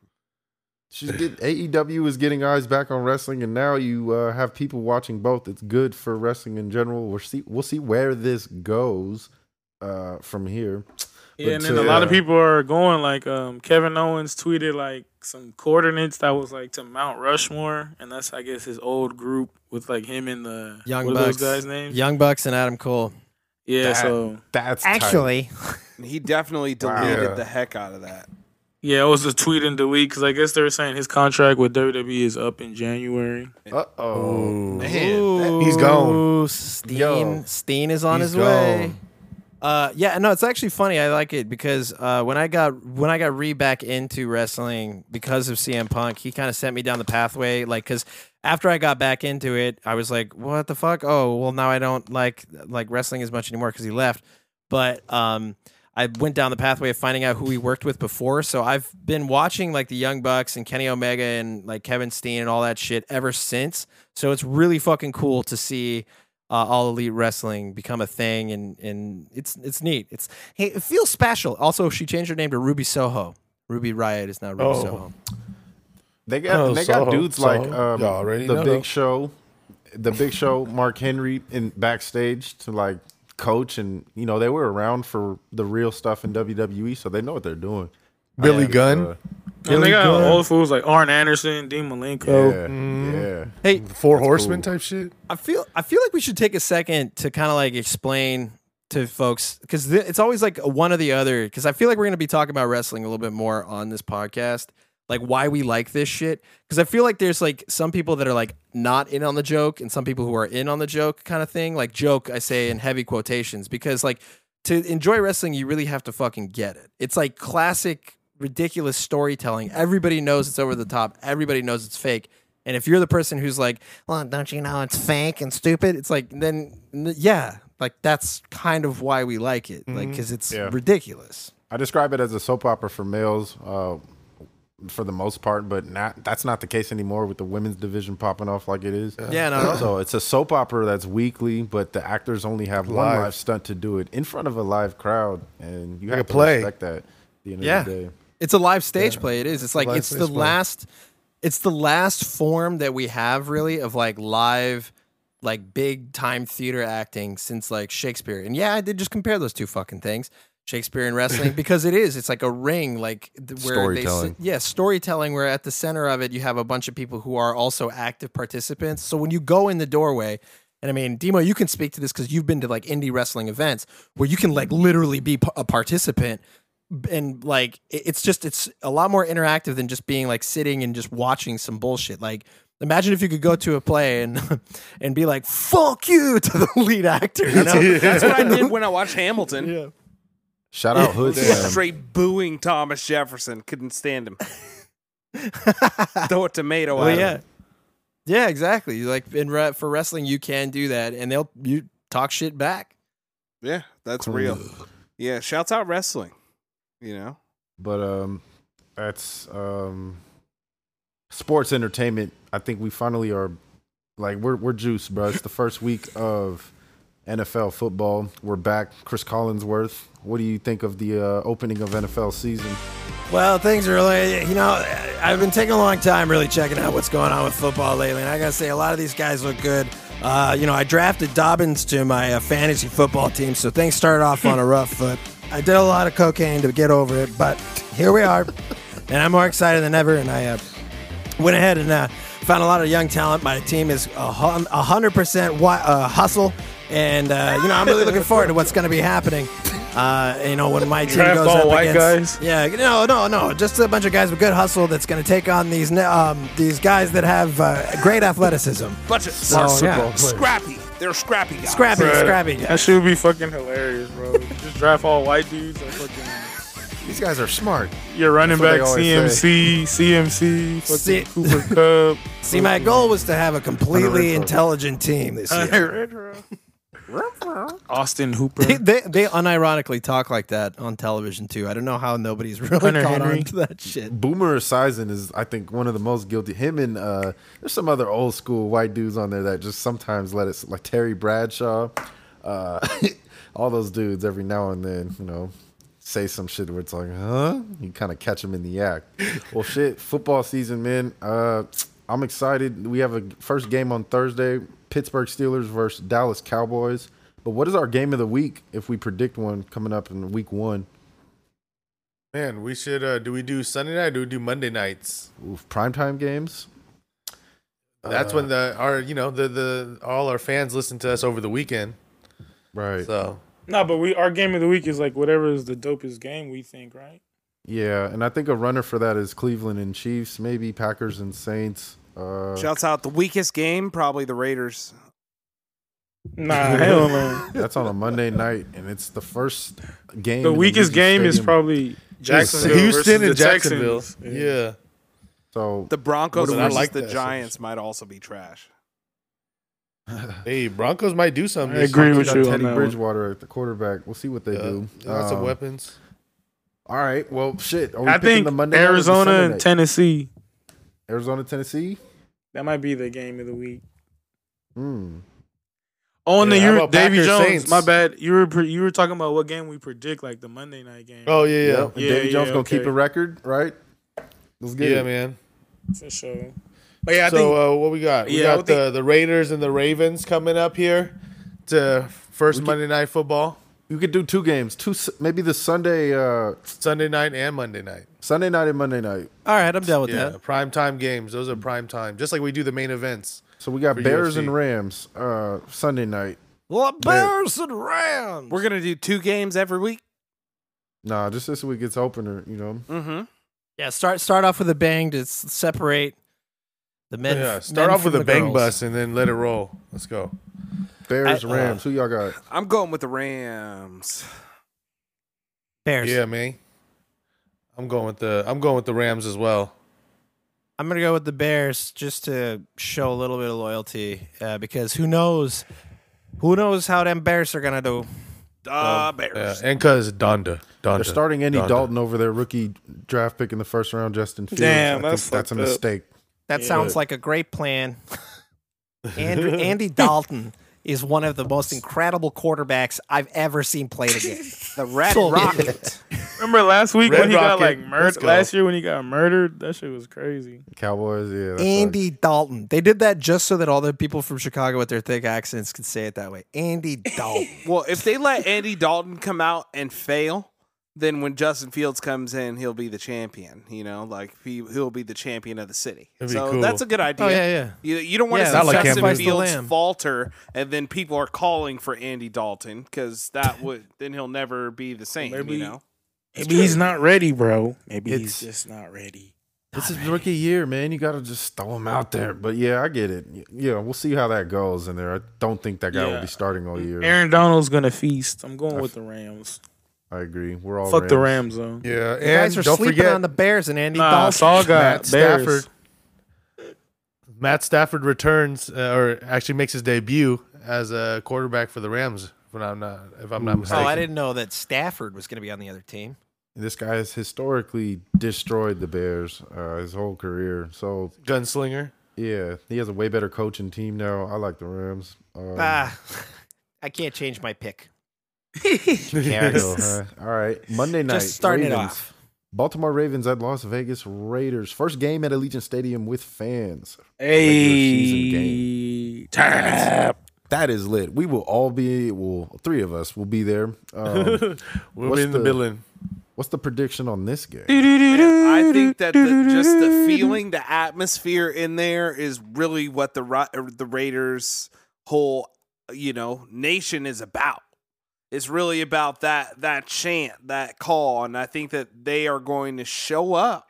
Speaker 6: She's get, AEW is getting eyes back on wrestling, and now you uh, have people watching both. It's good for wrestling in general. We'll see. We'll see where this goes uh, from here.
Speaker 4: Yeah, and
Speaker 6: But,
Speaker 4: then a lot
Speaker 6: uh,
Speaker 4: of people are going like um, Kevin Owens tweeted like some coordinates that was like to Mount Rushmore, and that's I guess his old group with like him and the
Speaker 5: Young
Speaker 4: what are
Speaker 5: Bucks.
Speaker 4: those guys names?
Speaker 5: Young Bucks and Adam Cole.
Speaker 4: yeah,
Speaker 6: That-
Speaker 4: so
Speaker 6: That's tight.
Speaker 5: Actually,
Speaker 3: And he definitely deleted
Speaker 6: Yeah.
Speaker 3: the heck out of that.
Speaker 4: yeah, it was a tweet and delete because I guess they were saying his contract with WWE is up in January.
Speaker 6: Uh oh.
Speaker 2: He's gone.
Speaker 5: Ooh, Steen,
Speaker 6: Yo.
Speaker 5: Steen is on
Speaker 6: He's
Speaker 5: his way.
Speaker 6: gone.
Speaker 5: Uh, yeah, no, it's actually funny. I like it because uh, when I got when I got re back into wrestling because of CM Punk, he kind of sent me down the pathway. Like, because after I got back into it, I was like, "What the fuck? Oh, well, now I don't like like wrestling as much anymore because he left." But um, I went down the pathway of finding out who he worked with before. So I've been watching like the Young Bucks and Kenny Omega and like Kevin Steen and all that shit ever since. So it's really fucking cool to see uh, all elite wrestling become a thing, and and it's it's neat. It's hey, it feels special. Also, she changed her name to Ruby Soho. Ruby Riot is now Ruby
Speaker 2: Oh.
Speaker 5: Soho.
Speaker 6: They got
Speaker 2: Oh,
Speaker 6: they got
Speaker 2: Soho,
Speaker 6: dudes
Speaker 2: Soho.
Speaker 6: like um,
Speaker 2: You already
Speaker 6: the
Speaker 2: know.
Speaker 6: Big Show, the Big Show, Mark Henry in backstage to like coach, and you know they were around for the real stuff in WWE, so they know what they're doing.
Speaker 2: Billy Gunn.
Speaker 6: Uh,
Speaker 4: And they got
Speaker 2: Gunn.
Speaker 4: old fools like Arn Anderson, Dean
Speaker 6: yeah,
Speaker 4: Malenko.
Speaker 2: mm.
Speaker 6: yeah.
Speaker 5: Hey,
Speaker 2: Four Horsemen type shit.
Speaker 5: I feel I feel like we should take a second to kind of like explain to folks because th- it's always like one or the other. Because I feel like we're going to be talking about wrestling a little bit more on this podcast, like why we like this shit. Because I feel like there's like some people that are like not in on the joke, and some people who are in on the joke kind of thing. Like joke, I say in heavy quotations because like to enjoy wrestling, you really have to fucking get it. It's like classic ridiculous storytelling. Everybody knows it's over the top. Everybody knows it's fake. And if you're the person who's like, well, don't you know it's fake and stupid? It's like, then, n- yeah, like that's kind of why we like it. Like, because it's
Speaker 6: Yeah.
Speaker 5: ridiculous.
Speaker 6: I describe it as a soap opera for males, uh, for the most part, but not that's not the case anymore with the women's division popping off like it is.
Speaker 5: Yeah, no, no.
Speaker 6: So it's a soap opera that's weekly, but the actors only have one
Speaker 2: Live.
Speaker 6: live stunt to do it in front of a live crowd, and you
Speaker 2: Like
Speaker 6: have
Speaker 2: a
Speaker 6: to
Speaker 2: play.
Speaker 6: respect that. At the end
Speaker 5: Yeah.
Speaker 6: of the day,
Speaker 5: It's a live stage play. It is. It's like
Speaker 2: live
Speaker 5: it's the
Speaker 2: stage play.
Speaker 5: last. It's the last form that we have really of like live, like big time theater acting since like Shakespeare. And yeah, I did just compare those two fucking things, Shakespeare and wrestling, because it is. It's like a ring, like th- where they
Speaker 6: Storytelling.
Speaker 5: sit, yeah, storytelling. Where at the center of it, you have a bunch of people who are also active participants. So when you go in the doorway. And I mean, Demo, you can speak to this because you've been to like indie wrestling events where you can like literally be p- a participant and like it- it's just it's a lot more interactive than just being like sitting and just watching some bullshit like imagine if you could go to a play and and be like fuck you to the lead actor you know
Speaker 3: That's what I did when I watched Hamilton.
Speaker 6: shout out Hood Sam.
Speaker 3: Straight booing Thomas Jefferson. Couldn't stand him. Throw a tomato
Speaker 5: Well,
Speaker 3: at him.
Speaker 5: yeah yeah exactly like in re- for wrestling you can do that and they'll you talk shit back
Speaker 3: Yeah, that's real. Yeah, shouts out wrestling. You know,
Speaker 6: but um that's um sports entertainment i think we finally are like we're we're juiced bro it's the first week of nfl football we're back chris collinsworth what do you think of the uh, opening of nfl season
Speaker 5: Well, things are really, you know, I've been taking a long time really checking out what's going on with football lately. And I got to say, a lot of these guys look good. Uh, you know, I drafted Dobbins to my uh, fantasy football team, so things started off on a rough foot. I did a lot of cocaine to get over it, but here we are. And I'm more excited than ever. And I uh, went ahead and uh, found a lot of young talent. My team is a hun- a hundred percent wi- uh, hustle, and uh, you know I'm really looking forward to what's going to be happening. Uh,
Speaker 8: Uh, you know, when my team
Speaker 4: Draft
Speaker 8: goes
Speaker 4: all
Speaker 8: up
Speaker 4: white
Speaker 8: against,
Speaker 4: guys?
Speaker 8: yeah, no, no, no, just a bunch of guys with good hustle that's going to take on these ne- um, these guys that have uh, great athleticism.
Speaker 3: Bunch of
Speaker 8: So, yeah.
Speaker 3: scrappy. They're scrappy guys.
Speaker 8: Scrappy,
Speaker 4: Bruh,
Speaker 8: scrappy.
Speaker 4: That shit would be fucking hilarious, bro. Just draft all white dudes. And fucking
Speaker 6: These guys are smart.
Speaker 4: your running
Speaker 6: That's what
Speaker 4: back,
Speaker 6: they always
Speaker 4: CMC, CMC,
Speaker 8: See-
Speaker 4: fucking Cooper Cup.
Speaker 8: See, my goal was to have a completely
Speaker 6: Underrated.
Speaker 8: intelligent team this year.
Speaker 4: Austin Hooper.
Speaker 5: They, they they unironically talk like that on television too. I don't know how nobody's really
Speaker 4: Hunter
Speaker 5: caught
Speaker 4: Henry.
Speaker 5: on to that shit.
Speaker 6: Boomer Esiason is, I think, one of the most guilty. Him and uh, there's some other old school white dudes on there that just sometimes let it, like Terry Bradshaw, uh, all those dudes. Every now and then, you know, say some shit where it's like, huh? You kind of catch them in the act. well, shit, football season, man. Uh, I'm excited. We have a first game on Thursday: Pittsburgh Steelers versus Dallas Cowboys. But what is our game of the week if we predict one coming up in week one?
Speaker 2: Man, we should. Uh, do we do Sunday night? Or do we do Monday nights?
Speaker 6: Oof, primetime games.
Speaker 2: That's when the our you know the the all our fans listen to us over the weekend.
Speaker 6: Right.
Speaker 2: So
Speaker 4: nah, but we our game of the week is like whatever is the dopest game we think, right?
Speaker 6: Yeah, and I think a runner for that is Cleveland and Chiefs, maybe Packers and Saints. Uh,
Speaker 3: Shouts out the weakest game, probably the Raiders.
Speaker 4: Nah, hell no.
Speaker 6: that's on a Monday night, and it's the first game.
Speaker 4: The
Speaker 6: in
Speaker 4: weakest
Speaker 6: Legion
Speaker 4: game is
Speaker 6: Stadium.
Speaker 4: probably Jacksonville
Speaker 2: Houston and
Speaker 4: versus the
Speaker 2: Jacksonville.
Speaker 4: Texans.
Speaker 2: Yeah.
Speaker 6: so.
Speaker 3: The Broncos
Speaker 6: What
Speaker 2: do I
Speaker 3: versus
Speaker 2: like
Speaker 3: the
Speaker 2: that?
Speaker 3: Giants might also be trash.
Speaker 2: Hey, Broncos might do something.
Speaker 4: I
Speaker 2: this
Speaker 4: agree
Speaker 2: year.
Speaker 4: with
Speaker 6: got
Speaker 4: you on
Speaker 6: Teddy
Speaker 4: that one.
Speaker 6: Bridgewater at the quarterback. We'll see what they
Speaker 2: Uh,
Speaker 6: do.
Speaker 2: lots of
Speaker 6: Um,
Speaker 2: weapons.
Speaker 6: All right. Well, shit. Are we
Speaker 4: I
Speaker 6: picking
Speaker 4: think
Speaker 6: the Monday night or the
Speaker 4: Arizona
Speaker 6: Sunday
Speaker 4: and
Speaker 6: night?
Speaker 4: Tennessee.
Speaker 6: Arizona, Tennessee.
Speaker 4: That might be the game of the week.
Speaker 6: Hmm.
Speaker 4: On
Speaker 2: Yeah,
Speaker 4: the
Speaker 2: how
Speaker 4: Euro-
Speaker 2: about
Speaker 4: Davy
Speaker 2: Packers,
Speaker 4: Jones,
Speaker 2: Saints?
Speaker 4: my bad. You were pre- you were talking about what game we predict, like the Monday night game.
Speaker 2: Oh yeah, yeah,
Speaker 6: Yep, and
Speaker 4: Yeah,
Speaker 6: Davy Jones
Speaker 4: yeah,
Speaker 6: gonna keep
Speaker 4: okay.
Speaker 6: a record, right? Let's
Speaker 2: yeah,
Speaker 6: get it.
Speaker 2: man.
Speaker 4: for sure. But yeah, I
Speaker 2: so
Speaker 4: think
Speaker 2: uh, what we got? We
Speaker 4: Yeah, I
Speaker 2: got
Speaker 4: would
Speaker 2: the
Speaker 4: think-
Speaker 2: the Raiders and the Ravens coming up here to first Monday night football,
Speaker 6: You could do two games, two s- maybe the Sunday, uh,
Speaker 2: Sunday night and Monday night.
Speaker 6: Sunday night and Monday night.
Speaker 5: All right, I'm done with
Speaker 2: Yeah,
Speaker 5: that.
Speaker 2: prime time games. Those are prime time, just like we do the main events.
Speaker 6: So we got
Speaker 2: For
Speaker 6: Bears
Speaker 2: UFC.
Speaker 6: and Rams uh, Sunday night.
Speaker 8: Well, Bears and
Speaker 2: Um,
Speaker 8: Rams.
Speaker 3: We're gonna do two games every week.
Speaker 6: Nah, just this week it's opener, you know.
Speaker 3: Mm-hmm.
Speaker 5: Yeah, start start off with a bang to s- separate the men.
Speaker 2: yeah,
Speaker 5: f-
Speaker 2: start
Speaker 5: men
Speaker 2: off with
Speaker 5: from
Speaker 2: a
Speaker 5: the
Speaker 2: bang
Speaker 5: girls.
Speaker 2: bus and then let it roll. Let's go.
Speaker 6: Bears,
Speaker 5: I-
Speaker 4: uh,
Speaker 6: Rams, who y'all got?
Speaker 3: I'm going with the Rams.
Speaker 5: Bears.
Speaker 2: Yeah, man. I'm going with the I'm going with the Rams as well.
Speaker 5: I'm gonna go with the Bears just to show a little bit of loyalty uh, because who knows, who knows how them Bears are gonna do.
Speaker 3: The Bears.
Speaker 2: Yeah, and cause Donda, Donda.
Speaker 6: They're starting Andy
Speaker 2: Donda.
Speaker 6: Dalton over their rookie draft pick in the first round, Justin Fields.
Speaker 4: Damn,
Speaker 6: I
Speaker 4: that's
Speaker 6: think that's a
Speaker 4: fucked up.
Speaker 6: mistake.
Speaker 5: That
Speaker 4: Yeah.
Speaker 5: sounds like a great plan. Andrew, Andy Dalton is one of the most incredible quarterbacks I've ever seen play the game.
Speaker 3: The Red
Speaker 5: Sold.
Speaker 3: Rocket.
Speaker 4: remember last week
Speaker 2: Red
Speaker 4: when he got
Speaker 2: Rocket.
Speaker 4: like
Speaker 2: Let's
Speaker 4: murdered.
Speaker 2: go.
Speaker 4: Last year when he got murdered, that shit was crazy.
Speaker 6: Cowboys, yeah. that
Speaker 5: Andy Dalton. They did that just so that all the people from Chicago with their thick accents could say it that way. Andy Dalton.
Speaker 3: well, if they let Andy Dalton come out and fail, then when Justin Fields comes in, he'll be the champion. You know, like he, he'll be the champion of the city.
Speaker 2: That'd be
Speaker 3: So
Speaker 2: cool.
Speaker 3: that's a good idea.
Speaker 5: Oh, yeah, yeah.
Speaker 3: You, you don't want
Speaker 5: Yeah,
Speaker 3: to
Speaker 5: not
Speaker 3: see
Speaker 2: like
Speaker 3: Justin
Speaker 2: Cam Newton.
Speaker 3: Fields
Speaker 5: Sacrifice the lamb.
Speaker 3: falter, and then people are calling for Andy Dalton because that would then he'll never be the same.
Speaker 4: Maybe-
Speaker 3: you know,
Speaker 4: Maybe he's not ready, bro. Maybe
Speaker 6: he's It's-
Speaker 4: just not ready.
Speaker 6: This is rookie year, man. You got to just throw him out there. But yeah, I get it. Yeah, we'll see how that goes in there. I don't think that guy will
Speaker 4: Yeah.
Speaker 6: be starting all year.
Speaker 4: Aaron Donald's gonna feast. I'm going
Speaker 6: I
Speaker 4: with
Speaker 6: f-
Speaker 4: the Rams.
Speaker 6: I agree. We're all
Speaker 4: Fuck the
Speaker 6: Rams.
Speaker 4: Rams though.
Speaker 2: Yeah,
Speaker 5: You guys
Speaker 2: and
Speaker 5: are
Speaker 2: don't
Speaker 5: sleeping
Speaker 2: forget
Speaker 5: on the Bears and Andy
Speaker 4: Nah,
Speaker 5: Dalton.
Speaker 4: it's all
Speaker 2: Matt
Speaker 4: got Bears.
Speaker 2: Stafford. Matt Stafford returns, uh, or actually makes his debut as a quarterback for the Rams. If I'm not, if I'm not mistaken.
Speaker 5: Oh, I didn't know that Stafford was going to be on the other team.
Speaker 6: This guy has historically destroyed the Bears uh, his whole career. So
Speaker 2: Gunslinger.
Speaker 6: yeah, he has a way better coach and team now. I like the Rams. Um,
Speaker 5: Ah, I can't change my pick.
Speaker 6: There you go, huh? All right, Monday night.
Speaker 5: Just starting it
Speaker 6: Ravens.
Speaker 5: off.
Speaker 6: Baltimore Ravens at Las Vegas Raiders. First game at Allegiant Stadium with fans. season
Speaker 4: Hey, turn up.
Speaker 6: That is lit. We will all be well. Three of us will be there. Um,
Speaker 2: We'll
Speaker 6: What's
Speaker 2: be in the,
Speaker 6: the-
Speaker 2: building.
Speaker 6: what's the prediction on this game?
Speaker 3: I think that the, just the feeling, the atmosphere in there is really what the Ra- or the Raiders' whole you know nation is about. is really about that that chant, that call, and I think that they are going to show up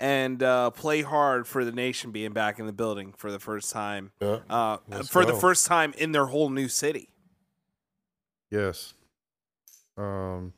Speaker 3: and uh, play hard for the nation being back in the building for the first time,
Speaker 2: Yeah.
Speaker 3: uh,
Speaker 2: Let's
Speaker 3: for the
Speaker 2: go.
Speaker 3: first time in their whole new city.
Speaker 6: Yes. Um,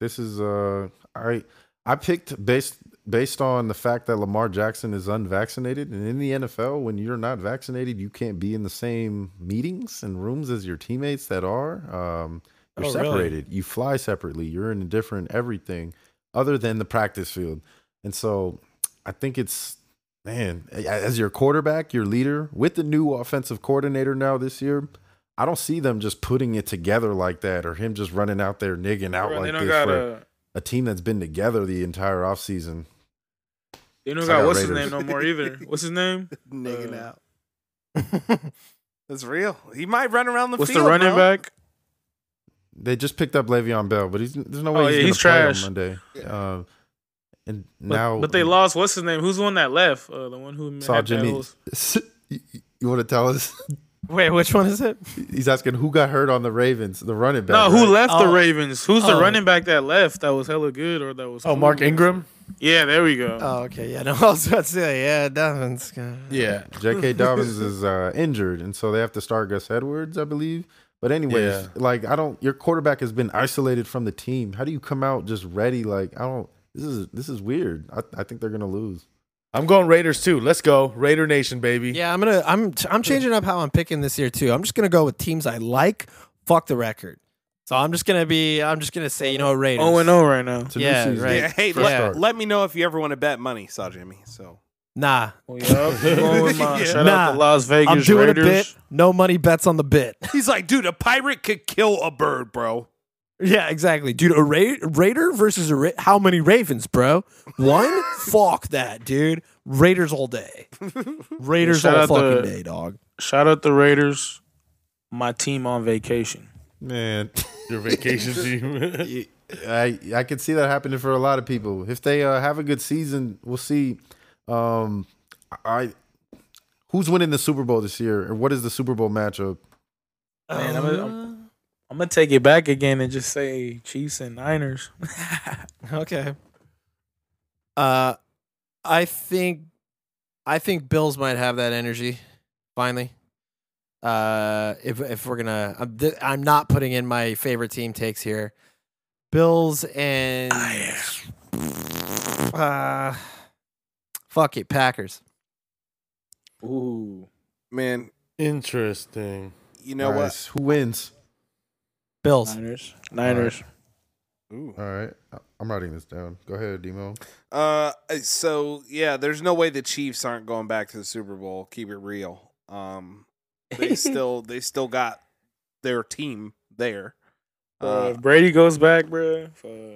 Speaker 6: this is uh, I I picked based based on the fact that Lamar Jackson is unvaccinated, and in the NFL, when you're not vaccinated, you can't be in the same meetings and rooms as your teammates that are. Um, you're
Speaker 4: Oh, really?
Speaker 6: separated. You fly separately. You're in a different everything, other than the practice field. And so, I think it's man as your quarterback, your leader, with the new offensive coordinator now this year. I don't see them just putting it together like that or him just running out there nigging out
Speaker 4: Bro,
Speaker 6: like
Speaker 4: they don't
Speaker 6: this
Speaker 4: got
Speaker 6: for
Speaker 4: a.
Speaker 6: a team that's been together the entire offseason.
Speaker 4: They don't
Speaker 6: I
Speaker 4: got
Speaker 6: got
Speaker 4: what's his name
Speaker 6: Raiders.
Speaker 4: no more either. What's his name?
Speaker 3: Nigging
Speaker 4: Uh,
Speaker 3: out. That's real. He might run around the
Speaker 4: What's
Speaker 3: field.
Speaker 4: the running
Speaker 3: bro.
Speaker 4: back?
Speaker 6: They just picked up Le'Veon Bell, but he's there's no way
Speaker 4: Oh,
Speaker 6: he's,
Speaker 4: yeah,
Speaker 6: gonna
Speaker 4: he's
Speaker 6: play
Speaker 4: trash.
Speaker 6: on Monday. Uh, and
Speaker 4: But,
Speaker 6: now
Speaker 4: but they lost. What's his name? Who's the one that left? Uh, the one who
Speaker 6: saw
Speaker 4: had that
Speaker 6: Jimmy.
Speaker 4: whole-
Speaker 6: you want to tell us?
Speaker 5: Wait, which one is it?
Speaker 6: he's asking who got hurt on the Ravens, the running back.
Speaker 4: No, who
Speaker 6: right?
Speaker 4: left the
Speaker 5: Oh.
Speaker 4: Ravens? Who's the
Speaker 5: Oh.
Speaker 4: running back that left? That was hella good, or that was?
Speaker 2: Oh,
Speaker 4: cool?
Speaker 2: Mark Ingram.
Speaker 4: Yeah, there we
Speaker 6: Uh,
Speaker 4: go.
Speaker 5: Oh, okay. Yeah, no, I was about to say, yeah, Dovin's
Speaker 2: Yeah.
Speaker 6: J.K. Dobbins is uh, injured, and so they have to start Gus Edwards, I believe. But anyways,
Speaker 2: Yeah.
Speaker 6: like I don't, your quarterback has been isolated from the team. How do you come out just ready? Like I don't. This is this is weird. I, I think they're gonna lose.
Speaker 2: I'm going Raiders too. Let's go. Raider Nation, baby.
Speaker 5: Yeah, I'm gonna I'm I'm changing up how I'm picking this year too. I'm just gonna go with teams I like. Fuck the record. So I'm just gonna be I'm just gonna say you know Raiders.
Speaker 4: Oh and oh right now.
Speaker 6: It's a
Speaker 5: Yeah,
Speaker 6: new season.
Speaker 5: right.
Speaker 3: Yeah, hey,
Speaker 6: First
Speaker 3: let,
Speaker 6: start.
Speaker 3: let me know if you ever want to bet money, saw Jimmy. So
Speaker 5: Nah,
Speaker 4: Going with my- Shout out
Speaker 5: Nah,
Speaker 4: to Las Vegas
Speaker 5: I'm doing
Speaker 4: Raiders.
Speaker 5: a bit. No money bets on the bit.
Speaker 3: he's like, dude, a pirate could kill a bird, bro.
Speaker 5: yeah, exactly, dude. A ra- Raider versus a Ra- how many Ravens, bro? One. Fuck that, dude. Raiders all day. Raiders
Speaker 4: Shout
Speaker 5: all
Speaker 4: out
Speaker 5: fucking
Speaker 4: to-
Speaker 5: day, dog.
Speaker 4: Shout out the Raiders. My team on vacation.
Speaker 6: man.
Speaker 2: Your vacation team.
Speaker 6: You- I I could see that happening for a lot of people. If they uh, have a good season, we'll see. Um, I who's winning the Super Bowl this year, and what is the Super Bowl matchup?
Speaker 4: Man, I'm gonna, I'm, I'm gonna take it back again and just say Chiefs and Niners.
Speaker 5: Okay. Uh, I think, I think Bills might have that energy finally. Uh, if if we're gonna, I'm, th- I'm not putting in my favorite team takes here. Bills and uh, fuck it, Packers.
Speaker 4: Ooh.
Speaker 7: Man,
Speaker 2: Interesting.
Speaker 7: you know
Speaker 6: Nice. Who wins?
Speaker 5: Bills.
Speaker 7: Um,
Speaker 4: Niners. Niners.
Speaker 6: All right, I'm writing this down. Go ahead, Demo.
Speaker 7: what? Uh, so yeah, there's no way the Chiefs aren't going back to the Super Bowl. Keep it real. Um, they still they still got their team there.
Speaker 4: Uh, if Brady goes back, bro.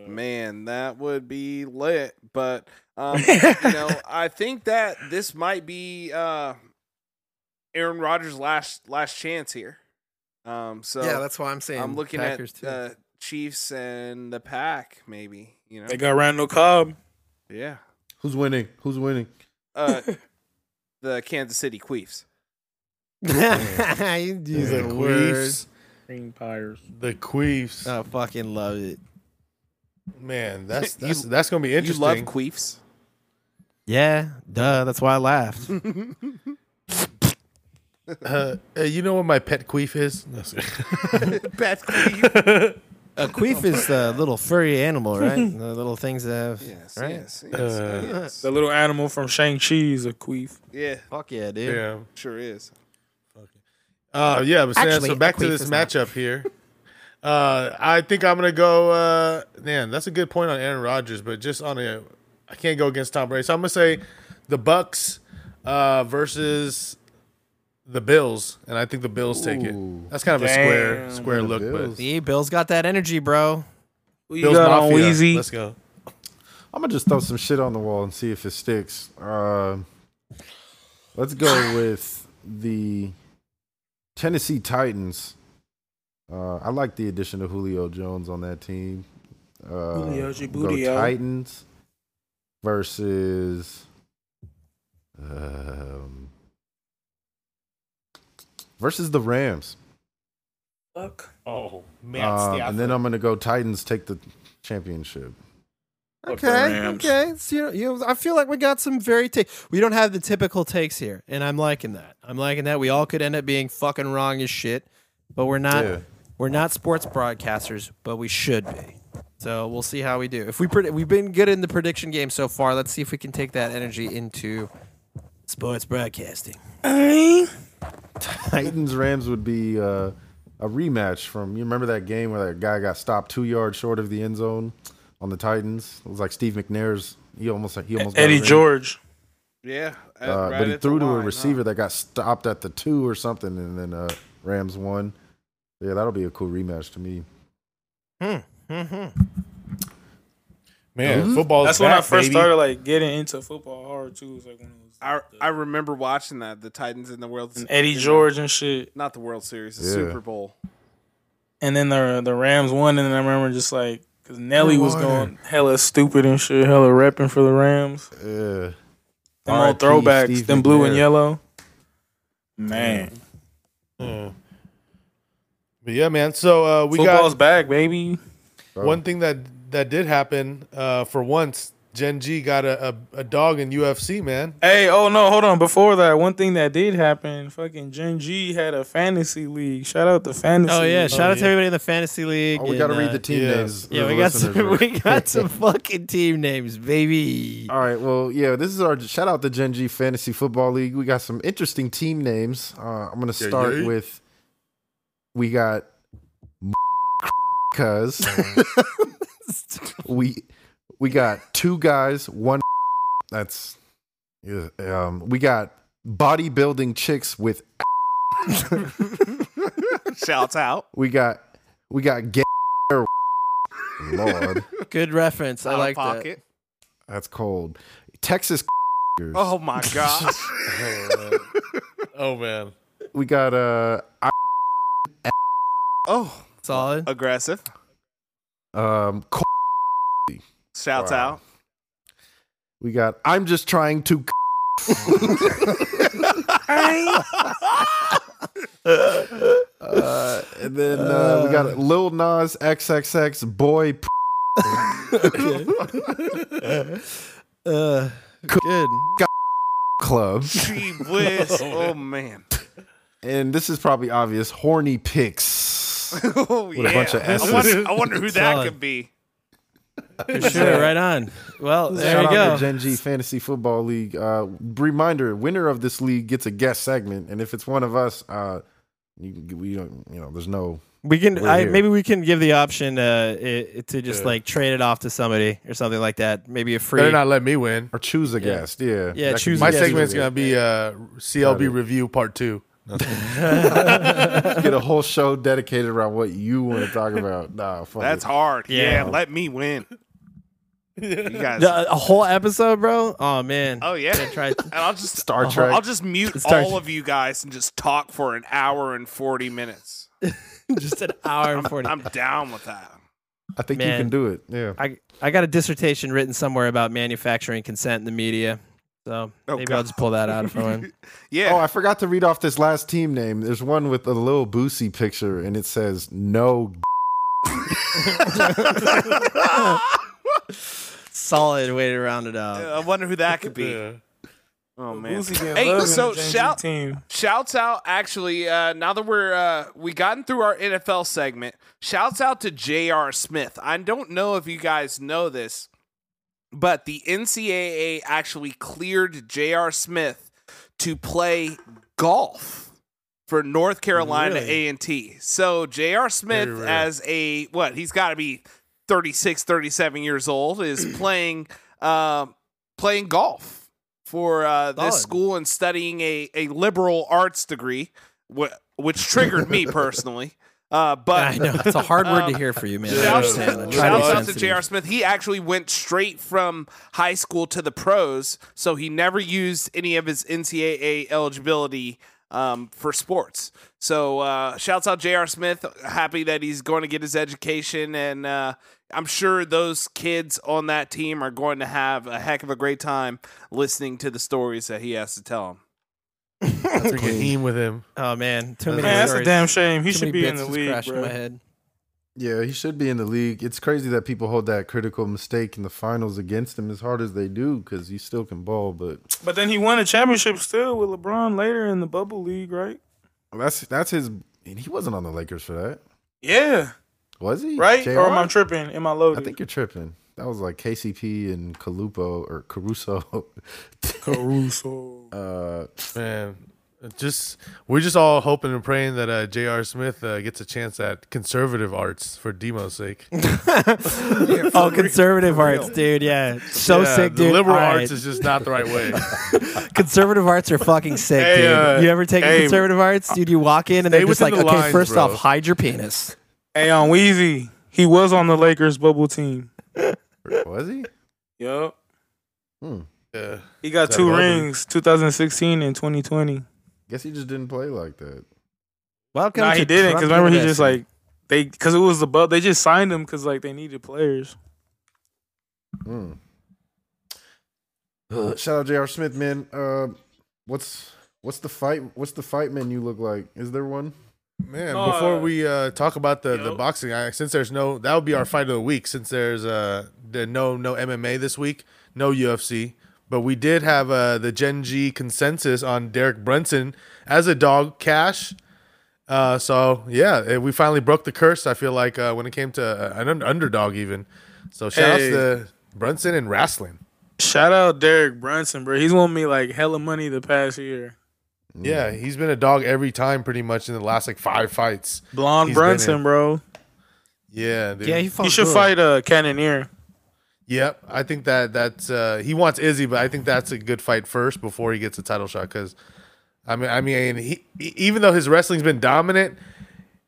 Speaker 7: Man, that would be lit. But um, you know, I think that this might be uh, Aaron Rodgers' last last chance here. Um, so
Speaker 5: yeah, that's why I'm saying
Speaker 7: I'm looking
Speaker 5: Packers
Speaker 7: at uh, Chiefs and the Pack, maybe. You know,
Speaker 4: They got Randall Cobb.
Speaker 7: yeah,
Speaker 6: Who's winning? Who's winning?
Speaker 7: uh, the Kansas City Queefs.
Speaker 5: too. you use
Speaker 2: the
Speaker 5: a word.
Speaker 2: Queefs. Uh,
Speaker 4: Green Pirates.
Speaker 2: The Queefs.
Speaker 5: I fucking love it.
Speaker 2: Man, that's
Speaker 7: You-
Speaker 2: that's, that's gonna be
Speaker 7: You
Speaker 2: interesting.
Speaker 7: love Queefs.
Speaker 5: Yeah, duh. That's why I laughed.
Speaker 2: Uh, uh, you know what my pet queef is? No, sorry.
Speaker 7: Bad Queef.
Speaker 5: A queef is the little furry animal, right? the little things that have.
Speaker 7: yes,
Speaker 5: right?
Speaker 7: yes, yes,
Speaker 2: Uh,
Speaker 7: yes.
Speaker 4: The little animal from Shang Chi's a queef.
Speaker 7: Yeah,
Speaker 5: Fuck yeah, dude.
Speaker 2: yeah.
Speaker 7: sure is.
Speaker 2: Uh, yeah, but Sam,
Speaker 5: Actually,
Speaker 2: so back to
Speaker 5: queef
Speaker 2: this
Speaker 5: is not-
Speaker 2: matchup here. Uh, I think I'm gonna go. Uh, man, that's a good point on Aaron Rodgers, but just on a, I can't go against Tom Brady, so I'm gonna say the Bucks uh, versus the Bills, and I think the Bills take
Speaker 6: Ooh.
Speaker 2: it. That's kind of
Speaker 4: Damn.
Speaker 2: a square square
Speaker 6: The
Speaker 2: look,
Speaker 6: Bills.
Speaker 2: but
Speaker 5: See, Bill's got that energy, bro.
Speaker 4: Who you
Speaker 2: Bills
Speaker 4: got on
Speaker 2: Mafia.
Speaker 4: Wheezy?
Speaker 2: Let's go.
Speaker 6: I'm gonna just throw some shit on the wall and see if it sticks. Uh, let's go with the Tennessee Titans. Uh, I like the addition of Julio Jones on that team. Uh,
Speaker 4: Julio's your
Speaker 6: go
Speaker 4: bootio.
Speaker 6: Titans versus um, versus the Rams.
Speaker 4: Fuck.
Speaker 9: Oh, Matt
Speaker 6: Um,
Speaker 9: Stafford.
Speaker 6: and then I'm gonna go Titans take the championship.
Speaker 5: Okay, okay. So, you know, you know, I feel like we got some very ta- we don't have the typical takes here, and I'm liking that. I'm liking that. We all could end up being fucking wrong as shit, but we're not.
Speaker 6: Yeah.
Speaker 5: We're not sports broadcasters, but we should be. So we'll see how we do. If we pred- we've been good in the prediction game so far, let's see if we can take that energy into sports broadcasting.
Speaker 6: Titans Rams would be uh, a rematch from you remember that game where that guy got stopped two yards short of the end zone on the Titans. It was like Steve McNair's. He almost he almost got
Speaker 4: Eddie
Speaker 6: it in.
Speaker 4: George.
Speaker 3: Yeah, at-
Speaker 6: Uh,
Speaker 3: right
Speaker 6: but he
Speaker 3: at the
Speaker 6: threw to
Speaker 3: line,
Speaker 6: a
Speaker 3: huh?
Speaker 6: receiver that got stopped at the two or something, and then uh, Rams won. Yeah, that'll be a cool rematch to me.
Speaker 2: Hmm, Man, football.
Speaker 4: That's when I first started like getting into football hard too. It's like when it was
Speaker 3: I I remember watching that the Titans in the World
Speaker 4: and Eddie George and shit.
Speaker 3: not the World Series, the
Speaker 6: Yeah.
Speaker 3: Super Bowl.
Speaker 4: And then the the Rams won, and then I remember just like because Nelly was going hella stupid and shit, hella repping for the Rams.
Speaker 6: Yeah,
Speaker 4: Them old
Speaker 6: R.I.P.
Speaker 4: throwbacks,
Speaker 6: Steve
Speaker 4: them blue and
Speaker 6: McNair.
Speaker 4: yellow. Man,
Speaker 2: Hmm. But yeah, man. So uh, we got
Speaker 4: football's back, baby.
Speaker 2: One thing that that did happen uh, for once, Gen G got a, a, a dog in UFC, man.
Speaker 4: Hey, oh no, hold on. Before that, one thing that did happen, fucking Gen G had a fantasy league. Shout out to fantasy.
Speaker 5: Oh yeah!
Speaker 4: league.
Speaker 5: Shout out to
Speaker 2: yeah.
Speaker 5: everybody in the fantasy league.
Speaker 6: oh, we
Speaker 5: and,
Speaker 6: got to
Speaker 5: uh,
Speaker 6: read the team
Speaker 2: yeah.
Speaker 6: names.
Speaker 5: Yeah,
Speaker 6: for
Speaker 5: we
Speaker 6: the
Speaker 5: got some.
Speaker 6: listeners.
Speaker 5: We got some fucking team names, baby.
Speaker 6: All right, well, yeah, this is our shout out to Gen G Fantasy Football League. We got some interesting team names. Uh, I'm gonna start
Speaker 2: yeah.
Speaker 6: with we got cuz we we got two guys, one that's yeah, um we got bodybuilding chicks with
Speaker 3: Shouts out.
Speaker 6: we got we got gay Lord,
Speaker 5: Good reference. I
Speaker 3: Out of
Speaker 5: like that.
Speaker 3: pocket.
Speaker 6: that's cold. Texas
Speaker 3: Oh my gosh.
Speaker 2: Oh man,
Speaker 6: we got uh
Speaker 3: oh,
Speaker 5: Solid.
Speaker 3: aggressive.
Speaker 6: um
Speaker 3: Shouts
Speaker 6: Wow.
Speaker 3: out.
Speaker 6: We got. I'm just trying to. uh, and then uh, we got Lil Nas XXX boy. P-
Speaker 5: Uh, good.
Speaker 6: Club,
Speaker 3: Gee whiz. oh man.
Speaker 6: and this is probably obvious. Horny picks with
Speaker 3: Oh yeah.
Speaker 6: a bunch of
Speaker 3: I
Speaker 6: S's.
Speaker 3: wonder, I wonder who that
Speaker 5: Solid.
Speaker 3: could be.
Speaker 5: For sure. Right on. Well, there
Speaker 6: Shout
Speaker 5: you
Speaker 6: out
Speaker 5: go.
Speaker 6: to Gen G Fantasy Football League. Uh, reminder: winner of this league gets a guest segment, and if it's one of us, uh, you, we don't. You know, there's no.
Speaker 5: we can.
Speaker 6: We're
Speaker 5: I,
Speaker 6: here.
Speaker 5: maybe we can give the option uh, i to just
Speaker 2: Yeah.
Speaker 5: like trade it off to somebody or something like that. Maybe a free.
Speaker 2: better not let me win.
Speaker 6: Or choose a guest. Yeah.
Speaker 5: Yeah,
Speaker 6: That could
Speaker 5: choose
Speaker 6: be-
Speaker 5: a
Speaker 2: My
Speaker 5: Yeah,
Speaker 2: segment's
Speaker 5: yeah.
Speaker 2: gonna be uh, CLB review part two.
Speaker 6: get a whole show dedicated around what you want to talk about. Nah, fuck
Speaker 3: That's
Speaker 6: it.
Speaker 3: hard. Yeah.
Speaker 5: Yeah.
Speaker 3: let me win. You guys.
Speaker 5: The- a whole episode, bro. Oh man.
Speaker 3: oh yeah.
Speaker 5: Try.
Speaker 3: And I'll just
Speaker 6: Star Trek.
Speaker 3: I'll just mute
Speaker 5: Star-
Speaker 3: all of you guys and just talk for an hour and forty minutes.
Speaker 5: just an hour and forty.
Speaker 3: I'm down with that.
Speaker 6: I think you
Speaker 5: Man.
Speaker 6: can do it. Yeah.
Speaker 5: I I got a dissertation written somewhere about manufacturing consent in the media. So
Speaker 3: Oh,
Speaker 5: maybe
Speaker 3: God.
Speaker 5: I'll just pull that out for him.
Speaker 6: Oh,
Speaker 3: Yeah.
Speaker 6: I forgot to read off this last team name. There's one with a little Boosie picture, and it says no.
Speaker 5: Solid way to round it out.
Speaker 3: I wonder who that could be. Oh man.
Speaker 4: Boosie getting
Speaker 3: Hey,
Speaker 4: love in
Speaker 3: so
Speaker 4: the Gen G
Speaker 3: shout-
Speaker 4: team.
Speaker 3: Shouts out actually, uh, now that we're uh we gotten through our NFL segment, shouts out to J.R. Smith. I don't know if you guys know this, but the NCAA actually cleared J.R. Smith to play golf for North Carolina
Speaker 5: Really?
Speaker 3: A&T. So J.R. Smith
Speaker 2: Very rare.
Speaker 3: as a what, he's got to be 36, 37 years old is playing um playing golf for uh, this
Speaker 5: Solid.
Speaker 3: school and studying a, a liberal arts degree, wh- which triggered me personally. Uh,
Speaker 5: I
Speaker 3: but
Speaker 5: know it's a hard word
Speaker 3: Um,
Speaker 5: to hear for you, man. I
Speaker 3: Shouts
Speaker 5: understand.
Speaker 3: out-
Speaker 5: I try to be
Speaker 3: shouts out to
Speaker 5: sensitive.
Speaker 3: J.R. Smith. He actually went straight from high school to the pros, so he never used any of his NCAA eligibility um, for sports. So, uh, shouts out J.R. Smith. Happy that he's going to get his education, and uh, I'm sure those kids on that team are going to have a heck of a great time listening to the stories that he has to tell them.
Speaker 2: I took a heem with him.
Speaker 5: Oh man, too
Speaker 2: Man,
Speaker 5: many.
Speaker 4: Man, that's a
Speaker 5: stories.
Speaker 4: damn shame. He
Speaker 5: Too
Speaker 4: should
Speaker 5: many
Speaker 4: be in
Speaker 5: bits
Speaker 4: the
Speaker 5: just
Speaker 4: league,
Speaker 5: crashed in
Speaker 4: bro.
Speaker 5: my head.
Speaker 6: Yeah, he should be in the league. It's crazy that people hold that critical mistake in the finals against him as hard as they do because he still can ball. But
Speaker 4: But then he won a championship still with LeBron later in the bubble league, right?
Speaker 6: that's that's his. And he wasn't on the Lakers for that,
Speaker 4: Yeah,
Speaker 6: was he?
Speaker 4: right.
Speaker 6: JR?
Speaker 4: Or am I tripping? Am I loaded?
Speaker 6: I think you're tripping. That was like KCP and Calupo or Caruso.
Speaker 4: Caruso.
Speaker 6: uh,
Speaker 2: Man, it just we're just all hoping and praying that uh, J.R. Smith uh, gets a chance at conservative arts for Demo's sake.
Speaker 5: oh, conservative arts, dude. Yeah, so
Speaker 2: Yeah,
Speaker 5: sick,
Speaker 2: the
Speaker 5: dude.
Speaker 2: liberal
Speaker 5: All right.
Speaker 2: arts is just not the right way.
Speaker 5: conservative arts are fucking sick,
Speaker 2: Hey,
Speaker 5: dude.
Speaker 2: uh,
Speaker 5: you ever taken
Speaker 2: hey,
Speaker 5: conservative arts, dude? You walk in and they're
Speaker 2: stay
Speaker 5: just like,
Speaker 2: within
Speaker 5: okay,
Speaker 2: the lines,
Speaker 5: first
Speaker 2: bro."
Speaker 5: off, hide your penis.
Speaker 4: Hey, on Weezy, he was on the Lakers bubble team.
Speaker 6: was he?
Speaker 4: Yup.
Speaker 6: Hmm.
Speaker 2: yeah.
Speaker 4: He got
Speaker 6: That
Speaker 4: two
Speaker 6: bubble.
Speaker 4: rings, 2016 and 2020.
Speaker 6: Guess he just didn't play like that.
Speaker 5: Welcome.
Speaker 4: Nah,
Speaker 5: to
Speaker 4: he didn't. Because
Speaker 5: Trump
Speaker 4: remember, he just
Speaker 5: University.
Speaker 4: like they because it was the bub. They just signed him because like they needed players.
Speaker 6: Hmm. Shout out J.R. Smith, man. Uh, what's what's the fight? What's the fight menu look like? Is there one?
Speaker 2: Man,
Speaker 4: No,
Speaker 2: before
Speaker 4: uh,
Speaker 2: we uh, talk about the, the
Speaker 4: yo.
Speaker 2: boxing, I, since there's no that would be our fight of the week. Since there's uh there no no MMA this week, no UFC, but we did have uh the Gen G consensus on Derek Brunson as a dog cash. Uh, so yeah, eh, we finally broke the curse. I feel like uh, when it came to uh, an un- underdog, even so, shout
Speaker 4: Hey.
Speaker 2: outs to Brunson and wrestling.
Speaker 4: Shout out Derek Brunson, bro. He's won me like hella money the past year.
Speaker 2: Yeah, he's been a dog every time, pretty much in the last like five fights.
Speaker 4: Blonde
Speaker 2: He's been in.
Speaker 4: Brunson, bro.
Speaker 2: Yeah, dude.
Speaker 5: yeah, he,
Speaker 4: He
Speaker 5: fought
Speaker 4: should
Speaker 5: Oh, good.
Speaker 4: fight uh Cannoneer.
Speaker 2: Yep, I think that that's uh, he wants Izzy, but I think that's a good fight first before he gets a title shot. Because I mean, I mean, he e- even though his wrestling's been dominant,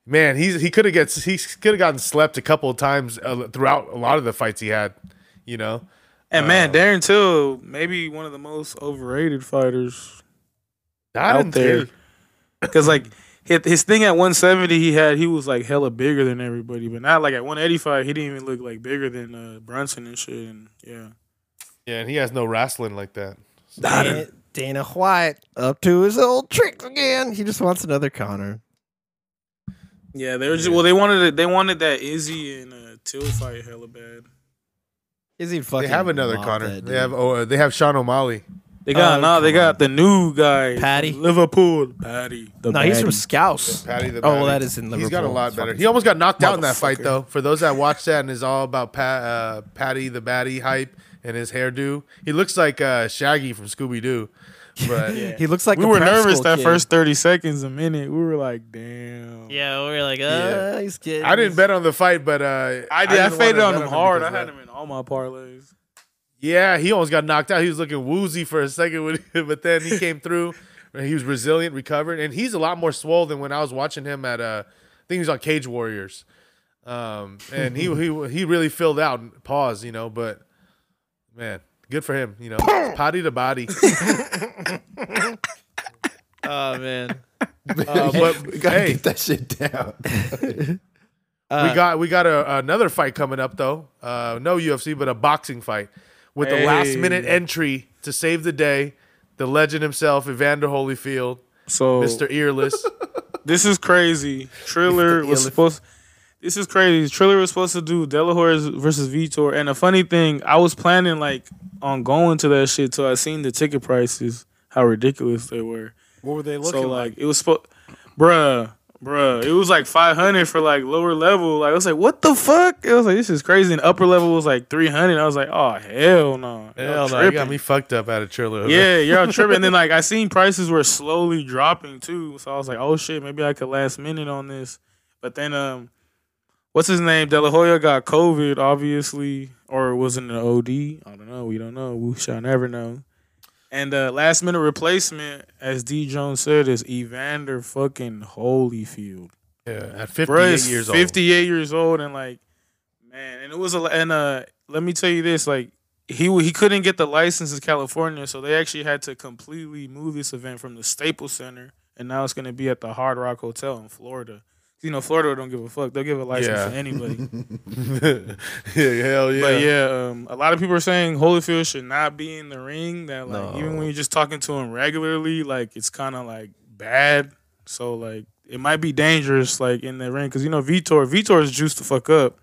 Speaker 2: man, he's he could have gets he could have gotten slept a couple of times uh, throughout a lot of the fights he had. You know,
Speaker 4: And man, Darren Till, maybe one of the most overrated fighters
Speaker 2: Not
Speaker 4: out there. Because like his, his thing at 170, he had he was like hella bigger than everybody, but not like at 185, he didn't even look like bigger than uh, Brunson and shit. And yeah,
Speaker 2: Yeah, and he has no wrestling like that.
Speaker 5: Dana, Dana White up to his old tricks again. He just wants another Connor.
Speaker 4: yeah, they were just well, they wanted it, they wanted that Izzy and uh, Till fight hella bad.
Speaker 5: Is he fucking?
Speaker 2: they have another
Speaker 5: mocked
Speaker 2: Connor.
Speaker 5: that
Speaker 2: they
Speaker 5: dude.
Speaker 2: have oh, uh, they have Sean O'Malley.
Speaker 4: They got
Speaker 5: Oh,
Speaker 4: no, they
Speaker 5: come
Speaker 4: got the new guy, from
Speaker 5: Patty?
Speaker 4: Liverpool, Patty. The
Speaker 5: No, he's from
Speaker 4: Patty.
Speaker 5: Scouse.
Speaker 2: Patty the
Speaker 5: Oh, well,
Speaker 2: Batty.
Speaker 5: that is in
Speaker 2: He's got a
Speaker 5: Liverpool.
Speaker 2: lot
Speaker 5: It's
Speaker 2: better.
Speaker 5: fucking
Speaker 2: He almost got knocked out in that fight,
Speaker 5: Motherfucker.
Speaker 2: though. For those that watch that and is all about Pat, uh, Patty the Batty hype and his hairdo, he looks like uh, Shaggy from Scooby Doo. But yeah.
Speaker 5: He looks like
Speaker 4: we
Speaker 5: a
Speaker 4: were
Speaker 5: prep
Speaker 4: nervous
Speaker 5: school
Speaker 4: that
Speaker 5: kid.
Speaker 4: first 30 seconds a minute we were like damn
Speaker 5: Yeah, we were like, uh,
Speaker 2: Yeah.
Speaker 5: he's kidding.
Speaker 2: I didn't bet on the fight, but uh,
Speaker 4: i did i,
Speaker 2: didn't wanna
Speaker 4: faded on
Speaker 2: bet
Speaker 4: him hard i
Speaker 2: because
Speaker 4: had
Speaker 2: of that.
Speaker 4: him in all my parlays
Speaker 2: Yeah, he almost got knocked out. He was looking woozy for a second, with- but then he came through. and He was resilient, recovered, and he's a lot more swole than when I was watching him at. Uh, I think he was on Cage Warriors, um, and he he he really filled out. and Pause, you know, but man, good for him. You know, potty to body.
Speaker 5: Oh man.
Speaker 2: Uh, but
Speaker 6: We gotta
Speaker 2: hey,
Speaker 6: get that shit down.
Speaker 2: we got we got a, another fight coming up though. Uh, no UFC, but a boxing fight with the last minute entry to save the day. The legend himself, Evander Holyfield,
Speaker 6: Oh.
Speaker 4: so
Speaker 2: Mister Earless.
Speaker 4: this is crazy triller was supposed this is crazy triller was supposed to do delaware versus vitor and the funny thing i was planning like on going to that shit till i seen the ticket prices how ridiculous they were
Speaker 8: What were they
Speaker 4: so like, it was supposed, bruh, bruh. It was like five hundred for like lower level. Like I was like, what the fuck? It was like this is crazy. And upper level was like three hundred. I was like, oh hell no,
Speaker 2: Hell
Speaker 4: Y'all
Speaker 2: no, you got
Speaker 4: tripping.
Speaker 2: me fucked up out of Triller.
Speaker 4: Yeah, y'all tripping. and then like I seen prices were slowly dropping too. So I was like, oh shit, maybe I could last minute on this. But then um, what's his name? De La Hoya got COVID, obviously, or was it an OD? I don't know. We don't know. We shall never know. And uh, last minute replacement, as D Jones said, is Evander fucking Holyfield.
Speaker 2: Yeah, at 58
Speaker 4: Bro, is
Speaker 2: years old.
Speaker 4: 58 years old, and like, man, and it was a and uh, let me tell you this, like, he wa- he couldn't get the license in California, so they actually had to completely move this event from the Staples Center, and now it's going to be at the Hard Rock Hotel in Florida. You know, Florida don't give a fuck. They'll give a license
Speaker 2: Yeah.
Speaker 4: to anybody.
Speaker 2: yeah, hell yeah.
Speaker 4: But yeah, um, a lot of people are saying Holyfield should not be in the ring. That like even
Speaker 10: No.
Speaker 4: when you're just talking to him regularly, like it's kind of like bad. So like it might be dangerous like in the ring because you know Vitor, Vitor is juiced the fuck up.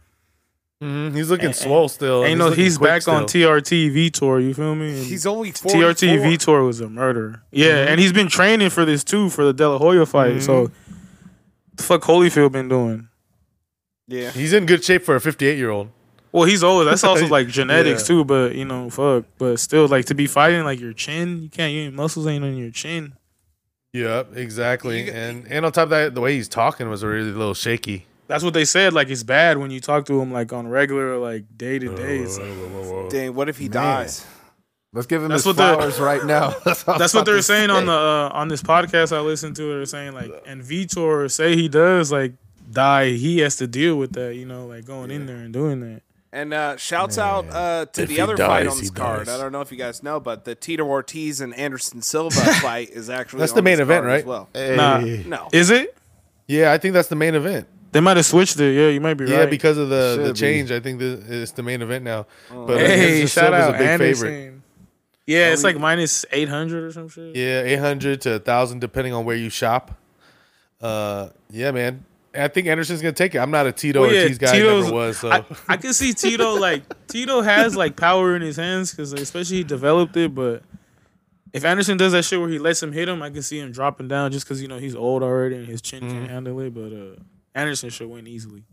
Speaker 2: Mhm, He's looking swole still.
Speaker 4: Ain't no,
Speaker 2: looking
Speaker 4: he's
Speaker 2: quick
Speaker 4: back on
Speaker 2: still.
Speaker 4: TRT Vitor. You feel me? And
Speaker 3: He's only 44.
Speaker 4: TRT Vitor was a murderer. Yeah, and he's been training for this too for the De La Hoya fight. So the fuck Holyfield been doing?
Speaker 3: Yeah.
Speaker 2: He's in good shape for a 58 year old.
Speaker 4: Well, he's old. That's also like genetics
Speaker 2: Yeah.
Speaker 4: too, but you know, fuck. But still, like to be fighting like your chin, you can't. Your muscles ain't on your chin.
Speaker 2: Yep, exactly. and and on top of that, the way he's talking was really a little shaky.
Speaker 4: That's what they said. Like it's bad when you talk to him like on regular, like day to day.
Speaker 2: Oh,
Speaker 4: It's like-
Speaker 3: Dang, what if he dies?
Speaker 6: Let's give him
Speaker 4: That's
Speaker 6: his
Speaker 4: what the-
Speaker 6: flowers right now. That's, all
Speaker 4: That's what
Speaker 6: I'm
Speaker 4: they're saying on
Speaker 6: saying.
Speaker 4: the uh, on this podcast I listened to. They're saying like, and Vitor say he does like die. He has to deal with that. You know, like going in there and doing that.
Speaker 3: And uh, shouts out uh, to
Speaker 2: If
Speaker 3: the
Speaker 2: he
Speaker 3: other fight
Speaker 2: dies,
Speaker 3: on
Speaker 2: he
Speaker 3: this card.
Speaker 2: dies.
Speaker 3: I don't know if you guys know, but the Tito Ortiz and Anderson Silva fight is actually
Speaker 2: That's
Speaker 3: on
Speaker 2: the main
Speaker 3: this
Speaker 2: event,
Speaker 3: card as
Speaker 2: right?
Speaker 3: Well,
Speaker 4: Nah.
Speaker 6: Hey.
Speaker 3: no,
Speaker 4: Is it?
Speaker 2: Yeah, I think that's the main event.
Speaker 4: They might have switched it. Yeah, you might be right.
Speaker 2: Yeah, because of the,
Speaker 6: Should
Speaker 2: the
Speaker 6: be. Oh.
Speaker 2: change, I think the, it's the main event now. But uh,
Speaker 4: hey,
Speaker 2: Anderson
Speaker 4: shout
Speaker 2: Silva's
Speaker 4: out Anderson. Yeah, it's like minus eight hundred or some shit.
Speaker 2: Yeah, eight hundred to thousand, depending on where you shop. Uh, yeah, man. I think Anderson's gonna take it. I'm not a Tito
Speaker 4: Well, yeah,
Speaker 2: Ortiz guy. I
Speaker 4: Tito's-
Speaker 2: never was. So
Speaker 4: I, I can see Tito like Tito has like power in his hands because especially he developed it. But if Anderson does that shit where he lets him hit him, I can see him dropping down just because you know he's old already and his chin can't handle it. But uh, Anderson should win easily.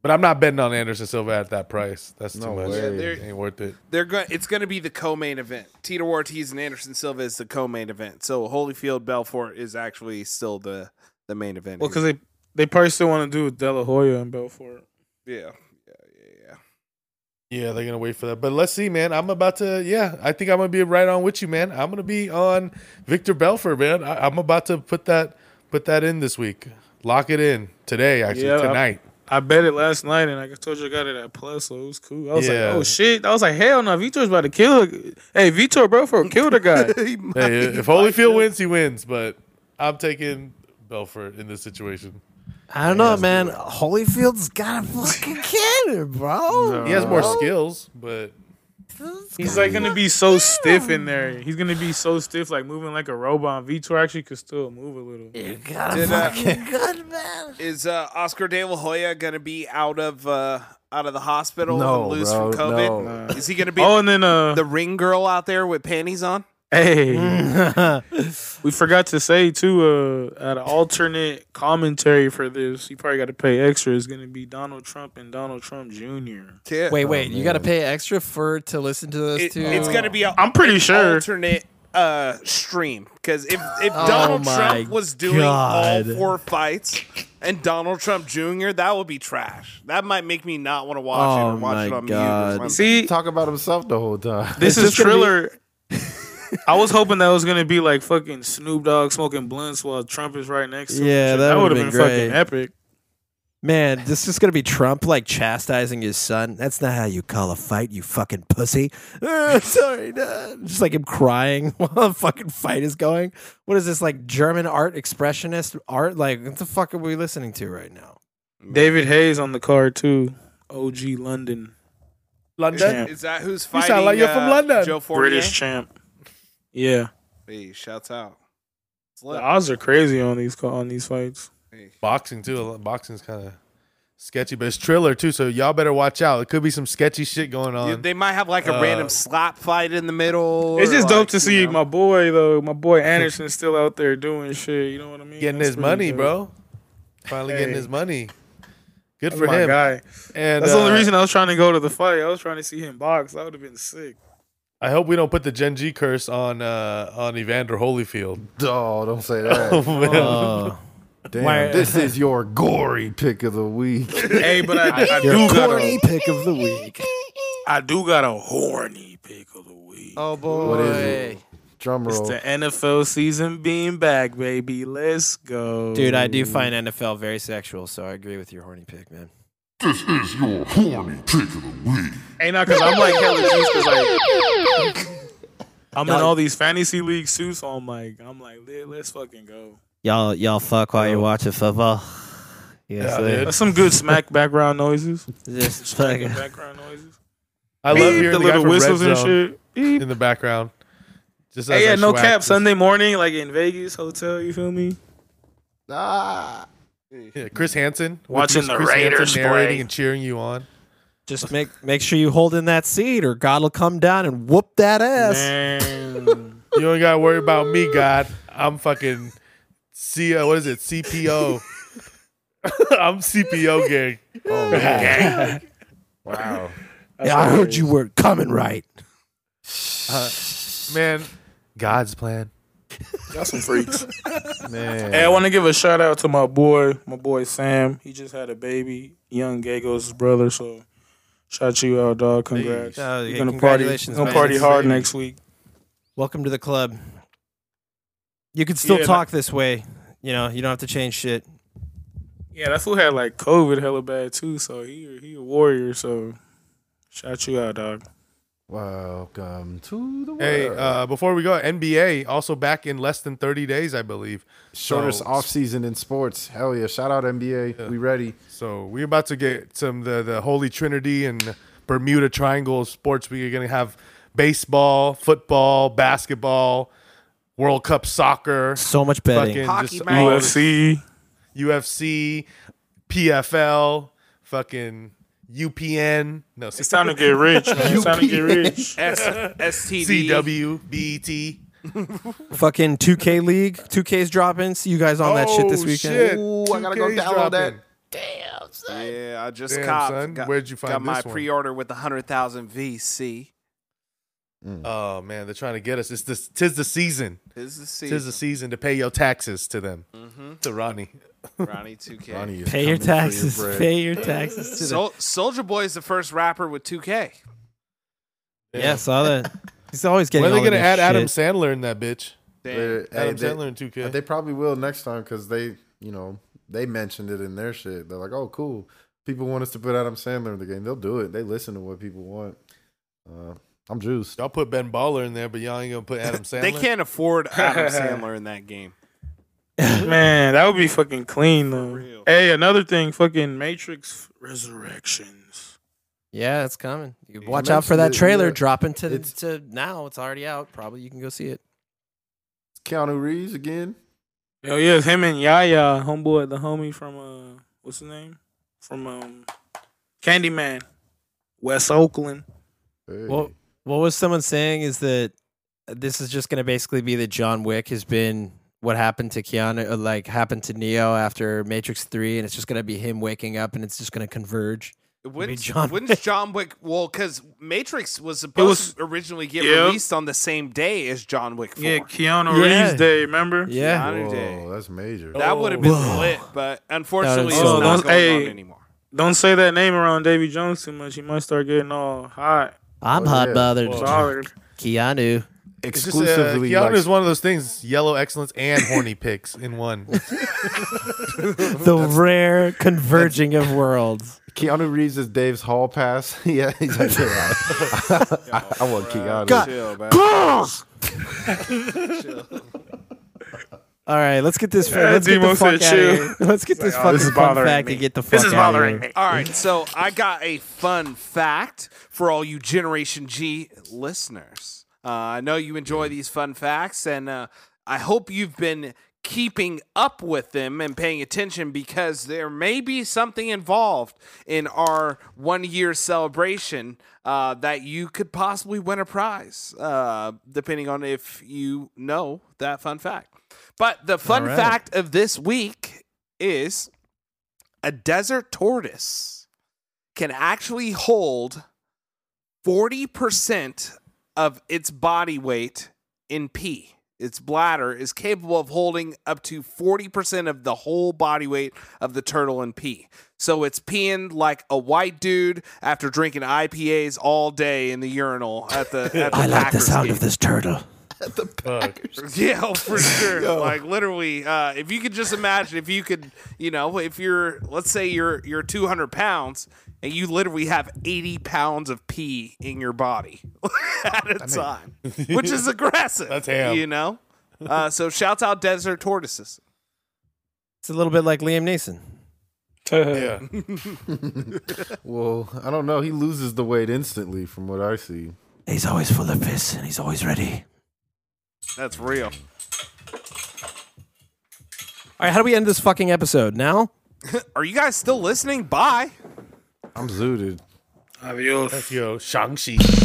Speaker 2: but I'm not betting on Anderson Silva at that price. That's
Speaker 6: No
Speaker 2: too much.
Speaker 6: way. Yeah,
Speaker 3: they're-
Speaker 2: Ain't worth it.
Speaker 3: they're going. It's going to be the co-main event. Tito Ortiz and Anderson Silva is the co-main event. So Holyfield Belfort is actually still the the main event.
Speaker 4: Well,
Speaker 3: here.
Speaker 4: because they they probably still want to do with De La Hoya and Belfort.
Speaker 3: yeah, yeah, yeah,
Speaker 2: Yeah, they're gonna wait for that. But let's see, man. I'm about to. Yeah, I think I'm gonna be right on with you, man. I'm gonna be on Victor Belfort, man. I, I'm about to put that put that in this week. Lock it in today, actually
Speaker 4: Yeah, I-
Speaker 2: tonight.
Speaker 4: I bet it last night, and like I told you, I got it at plus, so it was cool. I was
Speaker 2: Yeah.
Speaker 4: like, "Oh shit!" I was like, "Hell no, Vitor's about to kill." a- Hey, Vitor Belfort killed a guy.
Speaker 3: yeah. He might-
Speaker 2: Hey, if Holyfield wins, he wins. But I'm taking Belfort in this situation.
Speaker 5: I don't know, man. Holyfield's got a fucking cannon, bro.
Speaker 2: He has more skills, but
Speaker 4: He's like gonna be so stiff in there. He's gonna be so stiff, like moving like a robot. Vitor actually could still move a little.
Speaker 5: You got a
Speaker 3: Did, uh,
Speaker 5: fucking gun, man.
Speaker 3: is uh, Oscar De La Hoya going to be out of uh, out of the hospital
Speaker 6: No,
Speaker 3: and loose
Speaker 6: bro,
Speaker 3: from COVID?
Speaker 6: no.
Speaker 3: Is he going to be
Speaker 4: Oh, and then uh,
Speaker 3: the ring girl out there with panties on?
Speaker 4: hey, we forgot to say too. Uh, an alternate commentary for this, you probably got to pay extra. Is gonna be Donald Trump and Donald Trump Jr.
Speaker 3: Yeah.
Speaker 10: Wait, wait, you got to pay extra for to listen to those
Speaker 3: It-
Speaker 10: two.
Speaker 3: it's going to be a
Speaker 4: I'm pretty sure.
Speaker 3: alternate uh stream because if if Donald
Speaker 10: Oh my
Speaker 3: Trump was doing all
Speaker 10: God.
Speaker 3: four fights and Donald Trump Jr. that would be trash. That might make me not want to watch it
Speaker 10: Oh
Speaker 3: or watch it
Speaker 10: my
Speaker 3: on mute.
Speaker 10: God.
Speaker 3: or something.
Speaker 4: See,
Speaker 6: Talk about himself the whole time.
Speaker 4: this is
Speaker 10: just gonna be-
Speaker 4: Triller. I was hoping that was gonna be like fucking Snoop Dogg smoking blunts while Trump is right next to him.
Speaker 10: Yeah,
Speaker 4: Shit,
Speaker 10: that
Speaker 4: would've
Speaker 10: would've been
Speaker 4: fucking
Speaker 10: great.
Speaker 4: epic.
Speaker 10: man.
Speaker 5: This is gonna be Trump like chastising his son. That's not how you call a fight, you fucking pussy. Uh, sorry, Dad. Just like him crying while the fucking fight is going. What is this like German art expressionist art? Like what the fuck are we listening to right now?
Speaker 4: David Hayes on the card too. OG London
Speaker 2: London.
Speaker 4: champ,
Speaker 3: Is that who's
Speaker 2: You
Speaker 3: fighting?
Speaker 2: sound like you're from
Speaker 3: uh,
Speaker 2: London.
Speaker 3: Joe Fournier.
Speaker 4: British champ. Yeah,
Speaker 3: Hey, shouts out. It's
Speaker 4: the
Speaker 3: lit.
Speaker 4: odds are crazy on these co- on these fights.
Speaker 2: Boxing too. Boxing's kind of sketchy, but it's Triller too. So y'all better watch out. It could be some sketchy shit going on.
Speaker 3: Dude, they might have like a
Speaker 2: Uh,
Speaker 3: random slap fight in the middle.
Speaker 4: It's
Speaker 3: or,
Speaker 4: just dope
Speaker 3: like,
Speaker 4: to see
Speaker 3: you know.
Speaker 4: my boy though. My boy Anderson's still out there doing shit. You know what I mean?
Speaker 2: getting
Speaker 4: That's
Speaker 2: his
Speaker 4: pretty
Speaker 2: money,
Speaker 4: dope.
Speaker 2: bro. Finally getting
Speaker 4: Hey.
Speaker 2: his money. Good
Speaker 4: That's
Speaker 2: for
Speaker 4: my
Speaker 2: him.
Speaker 4: guy.
Speaker 2: And
Speaker 4: That's the only
Speaker 2: uh,
Speaker 4: reason I was trying to go to the fight. I was trying to see him box. That would have been sick.
Speaker 2: I hope we don't put the Gen G curse on uh, on Evander Holyfield.
Speaker 6: Oh, don't say that.
Speaker 5: Uh,
Speaker 6: Damn,
Speaker 10: Why-
Speaker 6: this is your gory pick of the week.
Speaker 4: hey, but I, I do
Speaker 5: Your
Speaker 4: got
Speaker 5: corny
Speaker 4: a,
Speaker 5: pick of the week.
Speaker 4: I do got a horny pick of the week.
Speaker 10: oh boy.
Speaker 6: What is it? Drum
Speaker 4: It's
Speaker 6: roll.
Speaker 4: the NFL season being back, baby. Let's go,
Speaker 10: Dude, I do find NFL very sexual, so I agree with your horny pick, man.
Speaker 4: Ain't not because I'm like hella juiced 'cause, like I'm in all these fantasy leagues too, so I'm like I'm like let, us fucking go.
Speaker 5: Oh.
Speaker 10: Y'all, y'all fuck while you watching football.
Speaker 11: Yeah,
Speaker 2: Yeah, dude.
Speaker 4: That's some good smack background noises.
Speaker 11: just
Speaker 4: Smack
Speaker 11: fucking-
Speaker 4: background noises.
Speaker 2: I love hearing the,
Speaker 4: the
Speaker 2: guy
Speaker 4: little
Speaker 2: from
Speaker 4: whistles
Speaker 2: Red
Speaker 4: and
Speaker 2: Zone
Speaker 4: shit. Beep.
Speaker 2: in the background. Just as
Speaker 4: Hey, yeah,
Speaker 2: that
Speaker 4: no
Speaker 2: schwack
Speaker 4: cap.
Speaker 2: just-
Speaker 4: Sunday morning, like in Vegas hotel. You feel me?
Speaker 2: Yeah, Chris Hansen with
Speaker 4: Watching
Speaker 2: Chris
Speaker 4: the
Speaker 2: Hansen
Speaker 4: Raiders play.
Speaker 2: narrating and cheering you on.
Speaker 5: Just make make sure you hold in that seat, or God will come down and whoop that ass.
Speaker 4: Man.
Speaker 2: You ain't got to worry about me, God. I'm fucking C. uh, What is it? CPO. I'm CPO gang.
Speaker 6: Oh, Wow.
Speaker 5: Yeah, I heard you were coming right.
Speaker 2: Man, God's plan.
Speaker 4: Got some freaks.
Speaker 6: Man.
Speaker 4: Hey, I want to give a shout out to my boy, my boy Sam. He just had a baby, young Gagos' brother. So, shout you out, dog. Congrats.
Speaker 11: Hey, uh,
Speaker 4: You're
Speaker 11: yeah,
Speaker 4: gonna
Speaker 11: congratulations,
Speaker 4: party.
Speaker 11: man.
Speaker 4: Gonna party
Speaker 11: That's
Speaker 4: hard
Speaker 11: amazing.
Speaker 4: next week.
Speaker 5: Welcome to the club. You can still
Speaker 4: Yeah,
Speaker 5: talk this way. You know, you don't have to change shit.
Speaker 4: Yeah, that fool had like COVID hella bad too. So he he a warrior. So, shout you out, dog.
Speaker 6: Welcome to the world.
Speaker 2: Hey, uh, before we go, NBA also back in less than 30 days, I believe.
Speaker 6: Shortest
Speaker 2: so-
Speaker 6: off season in sports. Hell yeah! Shout out NBA. We ready?
Speaker 2: So we're about to get some the the Holy Trinity and Bermuda Triangle of sports. We're gonna have baseball, football, basketball, World Cup soccer,
Speaker 5: So much betting.
Speaker 2: fucking
Speaker 3: Hockey
Speaker 2: just
Speaker 3: match.
Speaker 2: all-
Speaker 4: UFC.
Speaker 2: UFC, PFL, fucking UPN, no
Speaker 4: It's time to get rich. Man. It's time to get rich.
Speaker 3: S- STD.
Speaker 2: CW, BET.
Speaker 5: Fucking 2K League. 2K's dropping. See you guys on that
Speaker 2: Oh,
Speaker 5: shit this weekend.
Speaker 2: Ooh, I gotta go download that.
Speaker 3: Yeah, I just
Speaker 2: Damn,
Speaker 3: copped.
Speaker 2: son.
Speaker 3: Got,
Speaker 2: Where'd you find
Speaker 3: got my
Speaker 2: this one?
Speaker 3: pre-order with 100,000 VC.
Speaker 6: Mm.
Speaker 2: Oh man, they're trying to get us. It's this tis the season.
Speaker 3: This is the season. Mm-hmm.
Speaker 2: Tis the season to pay your taxes to them. To Ronnie.
Speaker 3: Ronnie 2K.
Speaker 6: Ronnie is
Speaker 5: Pay your
Speaker 6: coming for
Speaker 5: taxes.
Speaker 6: bread.
Speaker 5: Pay your taxes to the.
Speaker 3: Sol- Soldier Boy is the first rapper with 2K.
Speaker 5: Yeah, saw that. He's always getting.
Speaker 2: When are they
Speaker 5: all of
Speaker 2: gonna
Speaker 5: this
Speaker 2: add Adam
Speaker 5: shit.
Speaker 2: Sandler in that bitch?
Speaker 3: Damn.
Speaker 6: They're- hey,
Speaker 2: Adam
Speaker 6: they-
Speaker 2: Sandler in 2K.
Speaker 6: They probably will next time because they, you know, they mentioned it in their shit. They're like, oh, cool. People want us to put Adam Sandler in the game. They'll do it. They listen to what people want. Uh, I'm juiced.
Speaker 2: Y'all put Ben Baller in there, but y'all ain't gonna put Adam Sandler.
Speaker 3: They can't afford Adam Sandler in that game.
Speaker 4: Man, that would be fucking clean though. Hey, another thing, fucking Matrix Resurrections.
Speaker 5: Yeah, it's coming. You
Speaker 6: You
Speaker 5: watch out for
Speaker 6: mentioned
Speaker 5: that
Speaker 6: it,
Speaker 5: trailer
Speaker 6: yeah.
Speaker 5: dropping to
Speaker 6: It's-
Speaker 5: to now. It's already out. Probably you can go see it.
Speaker 6: Keanu Reeves again.
Speaker 4: Oh yeah, it's him and Yaya, homeboy, the homie from uh, what's his name? From um, Candyman, West Oakland.
Speaker 6: Hey.
Speaker 5: Well, what was someone saying is that this is just going to basically be that John Wick has been what happened to Keanu, or like happened to Neo after Matrix Three, and it's just going to be him waking up, and it's just going to converge.
Speaker 3: When's
Speaker 5: John
Speaker 3: John,
Speaker 5: Wick.
Speaker 3: when's John Wick? Well, because Matrix was supposed
Speaker 4: was-
Speaker 3: to originally get
Speaker 4: yeah.
Speaker 3: released on the same day as John Wick 4.
Speaker 4: Yeah, Keanu
Speaker 5: Yeah.
Speaker 4: Reeves Day. Remember?
Speaker 5: Yeah,
Speaker 3: Keanu Day.
Speaker 6: Whoa, that's major.
Speaker 3: That would have been
Speaker 2: Oh.
Speaker 5: Whoa.
Speaker 3: lit, but unfortunately,
Speaker 5: so
Speaker 3: it's not
Speaker 4: nice.
Speaker 3: going
Speaker 4: Hey.
Speaker 3: on anymore.
Speaker 4: Don't say that name around Davy Jones too much. He might start getting all hot,
Speaker 5: I'm
Speaker 6: Oh,
Speaker 5: hot
Speaker 6: yeah.
Speaker 5: bothered.
Speaker 4: bothered.
Speaker 5: Keanu.
Speaker 2: It's just, uh,
Speaker 6: Exclusively,
Speaker 2: Keanu
Speaker 6: like,
Speaker 2: is one of those things: yellow excellence and horny picks in one.
Speaker 5: The rare converging of worlds.
Speaker 6: Keanu Reeves is Dave's hall pass. yeah, he's like, "Yeah, I, I- I want Keanu.
Speaker 3: Chill, man.
Speaker 5: All right, let's get this.
Speaker 4: Yeah,
Speaker 5: let's get the
Speaker 4: Demo
Speaker 5: fuck
Speaker 4: said
Speaker 5: out
Speaker 4: chill.
Speaker 5: of here. Let's get this
Speaker 4: like, oh,
Speaker 5: fucking
Speaker 4: this is
Speaker 5: fun
Speaker 4: bothering
Speaker 5: fact
Speaker 4: me.
Speaker 5: and get the fuck
Speaker 4: This is
Speaker 5: outta
Speaker 4: bothering
Speaker 5: here.
Speaker 4: me.
Speaker 3: All right, so I got a fun fact for all you Generation G listeners. Uh, I know you enjoy these fun facts, and uh, I hope you've been keeping up with them and paying attention because there may be something involved in our one year celebration uh, that you could possibly win a prize, uh, depending on if you know that fun fact. But the fun fact of this week is a desert tortoise can actually hold 40% of its body weight in pee. Its bladder is capable of holding up to 40% of the whole body weight of the turtle in pee. So it's peeing like a white dude after drinking IPAs all day in the urinal at the at the
Speaker 5: I like the
Speaker 3: Packers
Speaker 5: sound
Speaker 3: game.
Speaker 5: of this turtle.
Speaker 2: Fuck.
Speaker 3: Yeah, oh, for sure. Like literally, uh, if you could just imagine, if you could, you know, if you're, let's say you're you're 200 pounds and you literally have 80 pounds of pee in your body at a time, which is aggressive.
Speaker 2: That's ham.
Speaker 3: You know. Uh, so shouts out desert tortoises.
Speaker 5: It's a little bit like Liam Neeson.
Speaker 12: Yeah.
Speaker 6: Well, I don't know. He loses the weight instantly, from what I see.
Speaker 5: He's always full of piss and he's always ready.
Speaker 3: That's real.
Speaker 5: All right, how do we end this fucking episode now?
Speaker 3: Are you guys still listening? Bye.
Speaker 6: I'm zooted.
Speaker 12: Yo, Shang-Chi.